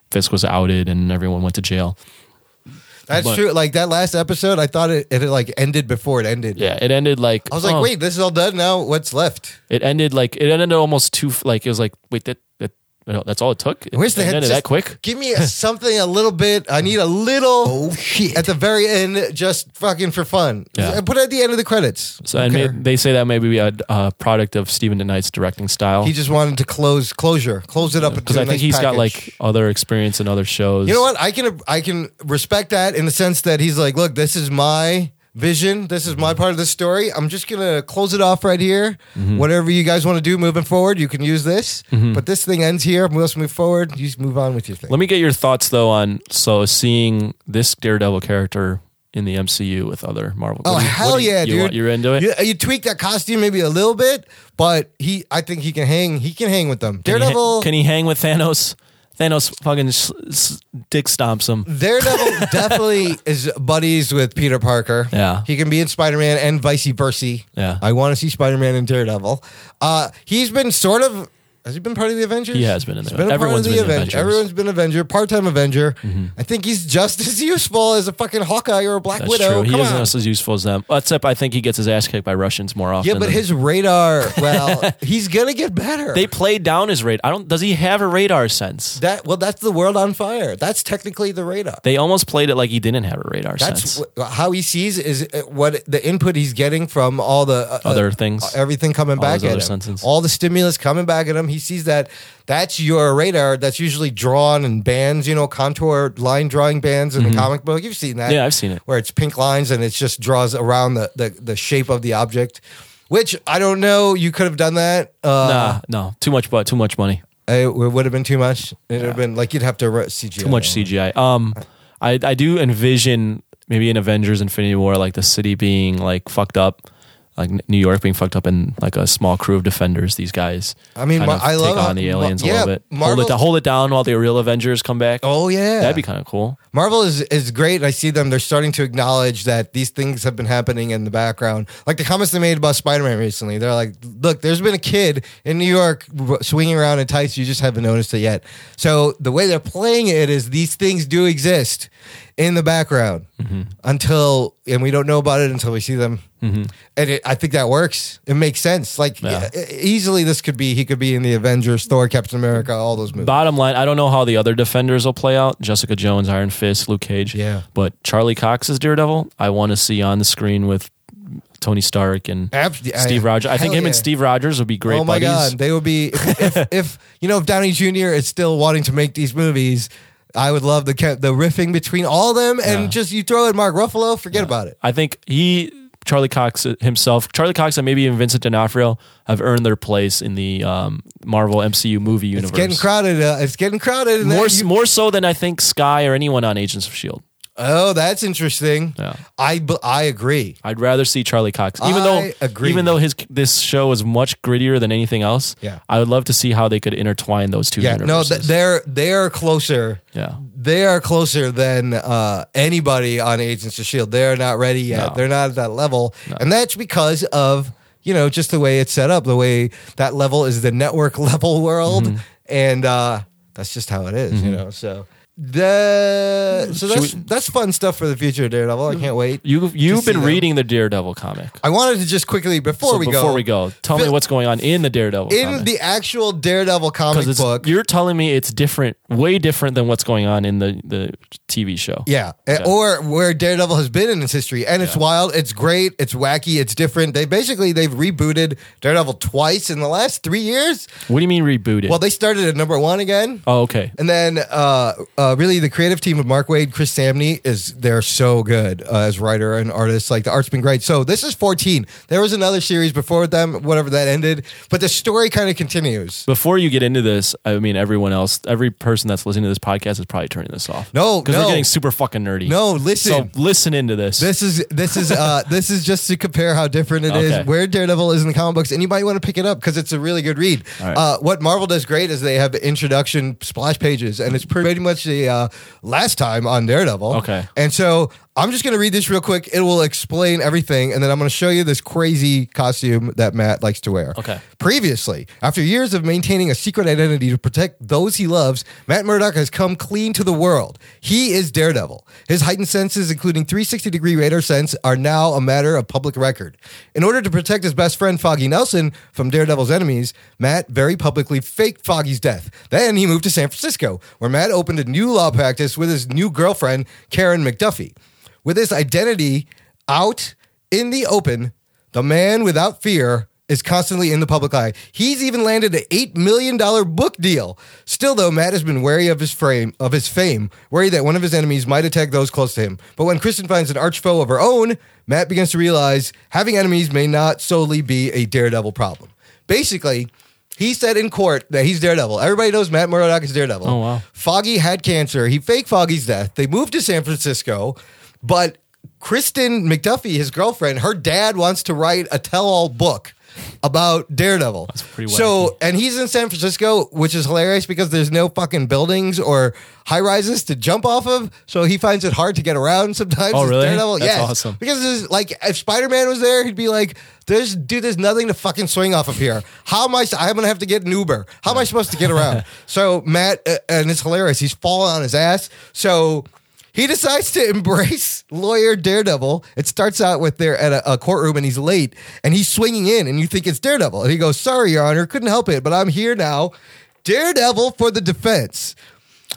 Fisk was outed and everyone went to jail. That's but- true. Like that last episode, I thought it, it had, like ended before it ended. Yeah, it ended like I was like, oh. wait, this is all done now. What's left? It ended like it ended almost too like it was like wait that that no, that's all it took. It, I wish they it had ended just- that quick. Give me a, something a little bit. I need a little. Oh shit! At the very end, just fucking for fun. Yeah. And Put it at the end of the credits. So and Okay. may, they say that maybe a, a product of Stephen DeKnight's directing style he just wanted to close closure, close it up. because I think he's he's got like other experience in other shows. You know what? I can I can respect that in the sense that he's like, look, this is my vision. This is my part of the story. I'm just gonna close it off right here. Mm-hmm. Whatever you guys want to do moving forward, you can use this. But this thing ends here. Let's move forward. You just move on with your thing. Let me get your thoughts though on so seeing this Daredevil character in the MCU with other Marvel. Oh what do you- hell what do you- yeah, you dude! want- You're into it. You, you tweak that costume maybe a little bit, but he, I think he can hang. He can hang with them. Can he ha- Daredevil, Can he hang with Thanos? Thanos fucking s- s- dick stomps him. Daredevil definitely is buddies with Peter Parker. Yeah. He can be in Spider Man and vice versa. Yeah. I want to see Spider Man and Daredevil. Uh, he's been sort of Has he been part of the Avengers? He has been in He's the- been a everyone's been part of the in the Avengers. Avengers. Mm-hmm. Everyone's been Avenger, part time Avenger. I think he's just as useful as a fucking Hawkeye or a Black That's Widow. true. He Come isn't on. as useful as them. Except I think he gets his ass kicked by Russians more often. yeah, but than- his radar. Well, he's gonna get better. they play down his radar. I don't. Does he have a radar sense? that well, that's the world on fire. That's technically the radar. They almost played it like he didn't have a radar That's sense. wh- how he sees is uh, what the input he's getting from all the uh, Other uh, things. everything coming All back those at other him, senses. all the stimulus coming back at him. He sees that that's your radar. That's usually drawn in bands, you know, contour line drawing bands in the comic book. You've seen that, Mm-hmm. Yeah, I've seen it. where it's pink lines and it just draws around the the, the shape of the object. Which I don't know. You could have done that. Uh, nah, no, too much, but too much money, It would have been too much. It would have been like you'd have to re- CGI. too much CGI. Um, I I do envision maybe in Avengers: Infinity War, like the city being like fucked up. Like N- New York being fucked up in like a small crew of defenders, these guys. I mean, kind Ma- of I take love how- on the aliens Ma- a yeah, little bit. hold, Marvel- it, do- hold it down while the real Avengers come back. Oh yeah, That'd be kind of cool. Marvel is, is great. I see them. They're starting to acknowledge that these things have been happening in the background. Like the comments they made about Spider Man recently. They're like, look, there's been a kid in New York w- swinging around in tights. You just haven't noticed it yet. So the way they're playing it is these things do exist in the background Mm-hmm. until, and we don't know about it until we see them. And it, I think that works. It makes sense. Like Yeah. e- easily, this could be, he could be in the Avengers, Thor, Captain America, all those movies. Bottom line, I don't know how the other defenders will play out. Jessica Jones, Iron Fist, Luke Cage. Yeah. But Charlie Cox's Daredevil, I want to see on the screen with Tony Stark and Ab- Steve Rogers. I think Hell him and yeah. Steve Rogers would be great oh my buddies. god, they would be if, if, if you know if Downey Jr. is still wanting to make these movies. I would love the ca- the riffing between all of them, and just you throw in Mark Ruffalo, forget about it. I think he, Charlie Cox himself, Charlie Cox and maybe even Vincent D'Onofrio have earned their place in the um, Marvel MCU movie universe. It's getting crowded. Uh, it's getting crowded. And More, then you- more so than I think Sky or anyone on Agents of S.H.I.E.L.D. oh, that's interesting. Yeah. I b- I agree. I'd rather see Charlie Cox, even I though agree. even though his this show is much grittier than anything else. Yeah. I would love to see how they could intertwine those two. Yeah, no, universes. th- they're they are closer. yeah, They are closer than uh, anybody on Agents of Shield. They're not ready yet. No. They're not at that level, and that's because of you know just the way it's set up. The way that level is the network level world, Mm-hmm. and uh, that's just how it is, You know, so. The so that's that's fun stuff for the future, Daredevil. I can't wait. you you've see been them. reading the Daredevil comic. I wanted to just quickly before So we before go we go, tell me Phil- what's going on in the Daredevil in comic. the actual Daredevil comic it's, book. you're telling me it's different, way different than what's going on in the the TV show. Yeah. Uh, Or where Daredevil has been in its history. And it's wild, it's great, it's wacky, it's different. They basically they've rebooted Daredevil twice in the last three years. What do you mean rebooted? Well, they started at number one again. oh, okay. And then, uh, uh, really, the creative team of Mark Wade, Chris Samney is they're so good uh, as writer and artist. Like the art's been great. So this is fourteen. There was another series before them, whatever that ended, but the story kind of continues. Before you get into this, I mean, everyone else, every person that's listening to this podcast is probably turning this off. No, because no. we're getting super fucking nerdy. No, listen. So listen into this. This is this is uh this is just to compare how different it is Okay. where Daredevil is in the comic books. Anybody want to pick it up because it's a really good read. All right. Uh, what Marvel does great is they have introduction splash pages, and it's pretty much the uh, last time on Daredevil. Okay. and so I'm just gonna read this real quick. It will explain everything, and then I'm gonna show you this crazy costume that Matt likes to wear. Okay. Previously, after years of maintaining a secret identity to protect those he loves, Matt Murdock has come clean to the world. He is Daredevil. His heightened senses, including 360 degree radar sense, are now a matter of public record. In order to protect his best friend, Foggy Nelson, from Daredevil's enemies, Matt very publicly faked Foggy's death. Then he moved to San Francisco, where Matt opened a new law practice with his new girlfriend, Karen McDuffie. With his identity out in the open, the man without fear is constantly in the public eye. He's even landed an eight million dollar book deal. Still, though, Matt has been wary of his frame of his fame, worried that one of his enemies might attack those close to him. But when Kristen finds an arch foe of her own, Matt begins to realize having enemies may not solely be a daredevil problem. Basically, he said in court that he's Daredevil. Everybody knows Matt Murdock is Daredevil. Oh, wow. Foggy had cancer. He faked Foggy's death. They moved to San Francisco, but Kristen McDuffie, his girlfriend, her dad wants to write a tell all book about Daredevil. That's pretty So, and he's in San Francisco, which is hilarious because there's no fucking buildings or high rises to jump off of. So he finds it hard to get around sometimes. Oh, as really? Daredevil. That's Yes. awesome. Because there's, like, if Spider Man was there, he'd be like, "There's dude, there's nothing to fucking swing off of here. How am I? I'm gonna have to get an Uber. How am I supposed to get around?" so Matt, uh, and it's hilarious. He's falling on his ass. So. He decides to embrace lawyer Daredevil. It starts out with they're at a, a courtroom and he's late and he's swinging in and you think it's Daredevil. And he goes, Sorry, Your Honor, couldn't help it, but I'm here now. Daredevil for the defense.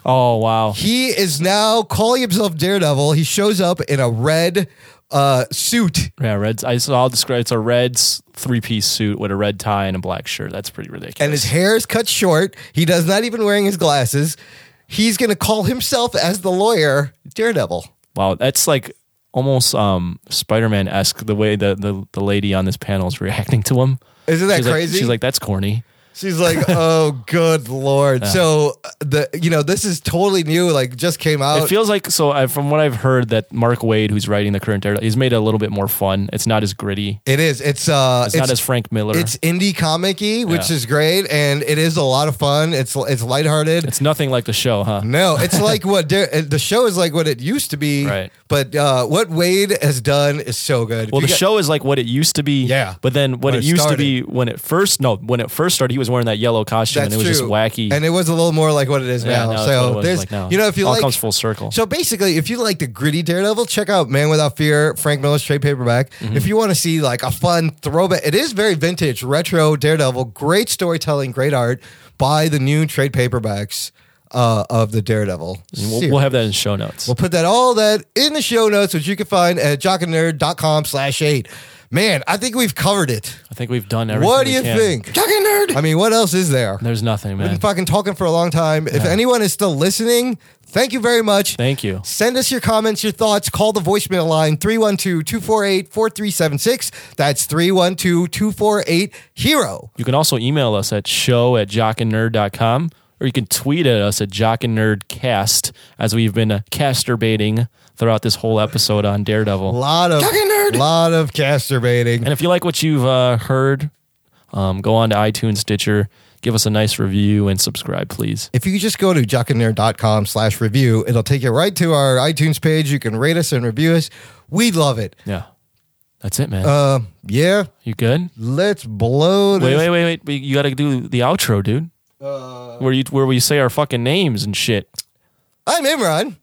Oh wow. He is now calling himself Daredevil. He shows up in a red uh, suit Yeah, red. I saw. I'll describe. It's a red three piece suit with a red tie and a black shirt. That's pretty ridiculous. and his hair is cut short. He does not even wearing his glasses. He's going to call himself as the lawyer Daredevil. wow, that's like almost um Spider Man esque the way the, the the lady on this panel is reacting to him. Isn't that she's crazy? Like, she's like, that's corny. She's like, "Oh, good lord!" So uh, the you know this is totally new. Like just came out. It feels like so. I, from what I've heard, that Mark Wade, who's writing the current Daredevil, he's made it a little bit more fun. It's not as gritty. it is. It's uh. It's, not as Frank Miller. It's It's, indie comic-y, which Yeah. is great, and it is a lot of fun. It's it's lighthearted. nothing like the show, huh? No, it's like what Dare- the show is like what it used to be. Right. But uh, what Wade has done is so good. If Well, you the got- show is like what it used to be. Yeah. But then what When it, it used to be when it first no when it first started, he was wearing that yellow costume and it was just wacky. And it was a little more like what it is Yeah, now. no, that's what it so was there's, like now. you know, if you All like, comes full circle. So basically, if you like the gritty Daredevil, check out Man Without Fear, Frank Miller's trade paperback. Mm-hmm. If you want to see like a fun throwback, it is very vintage, retro Daredevil. Great storytelling, great art. Buy the new trade paperbacks uh, of the Daredevil. we'll, series. we'll have that in show notes. We'll put that all that in the show notes, which you can find at jockandnerd.com slash eight. Man, I think we've covered it. I think we've done everything. what do we you can. think? Jock and Nerd. I mean, what else is there? There's nothing, We've man. been fucking talking for a long time. If anyone is still listening, thank you very much. Thank you. Send us your comments, your thoughts. Call the voicemail line 312 248 4376. That's 312 248 HERO. You can also email us at show at jockandnerd.com or you can tweet at us at jockandnerdcast as we've been uh, casturbating throughout this whole episode on Daredevil. A lot of, lot of casturbating. And if you like what you've uh, heard, um, go on to iTunes, Stitcher, give us a nice review, and subscribe, please. If you just go to jockandnerd.com slash review, it'll take you right to our iTunes page. You can rate us and review us. We love it. Yeah, that's it, man. Yeah, you good? let's blow this. Wait, wait, wait, wait. You got to do the outro, dude. where you where we say our fucking names and shit. I'm Imran.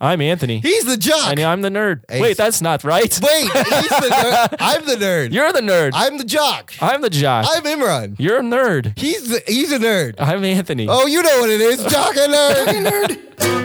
I'm Anthony, He's the jock. and I'm the nerd. Hey. Wait, that's not right. Wait, he's the nerd. I'm the nerd. You're the nerd. I'm the jock. I'm the jock. I'm Imran. You're a nerd. He's the, he's a nerd. I'm Anthony. Oh, you know what it is, jock and nerd.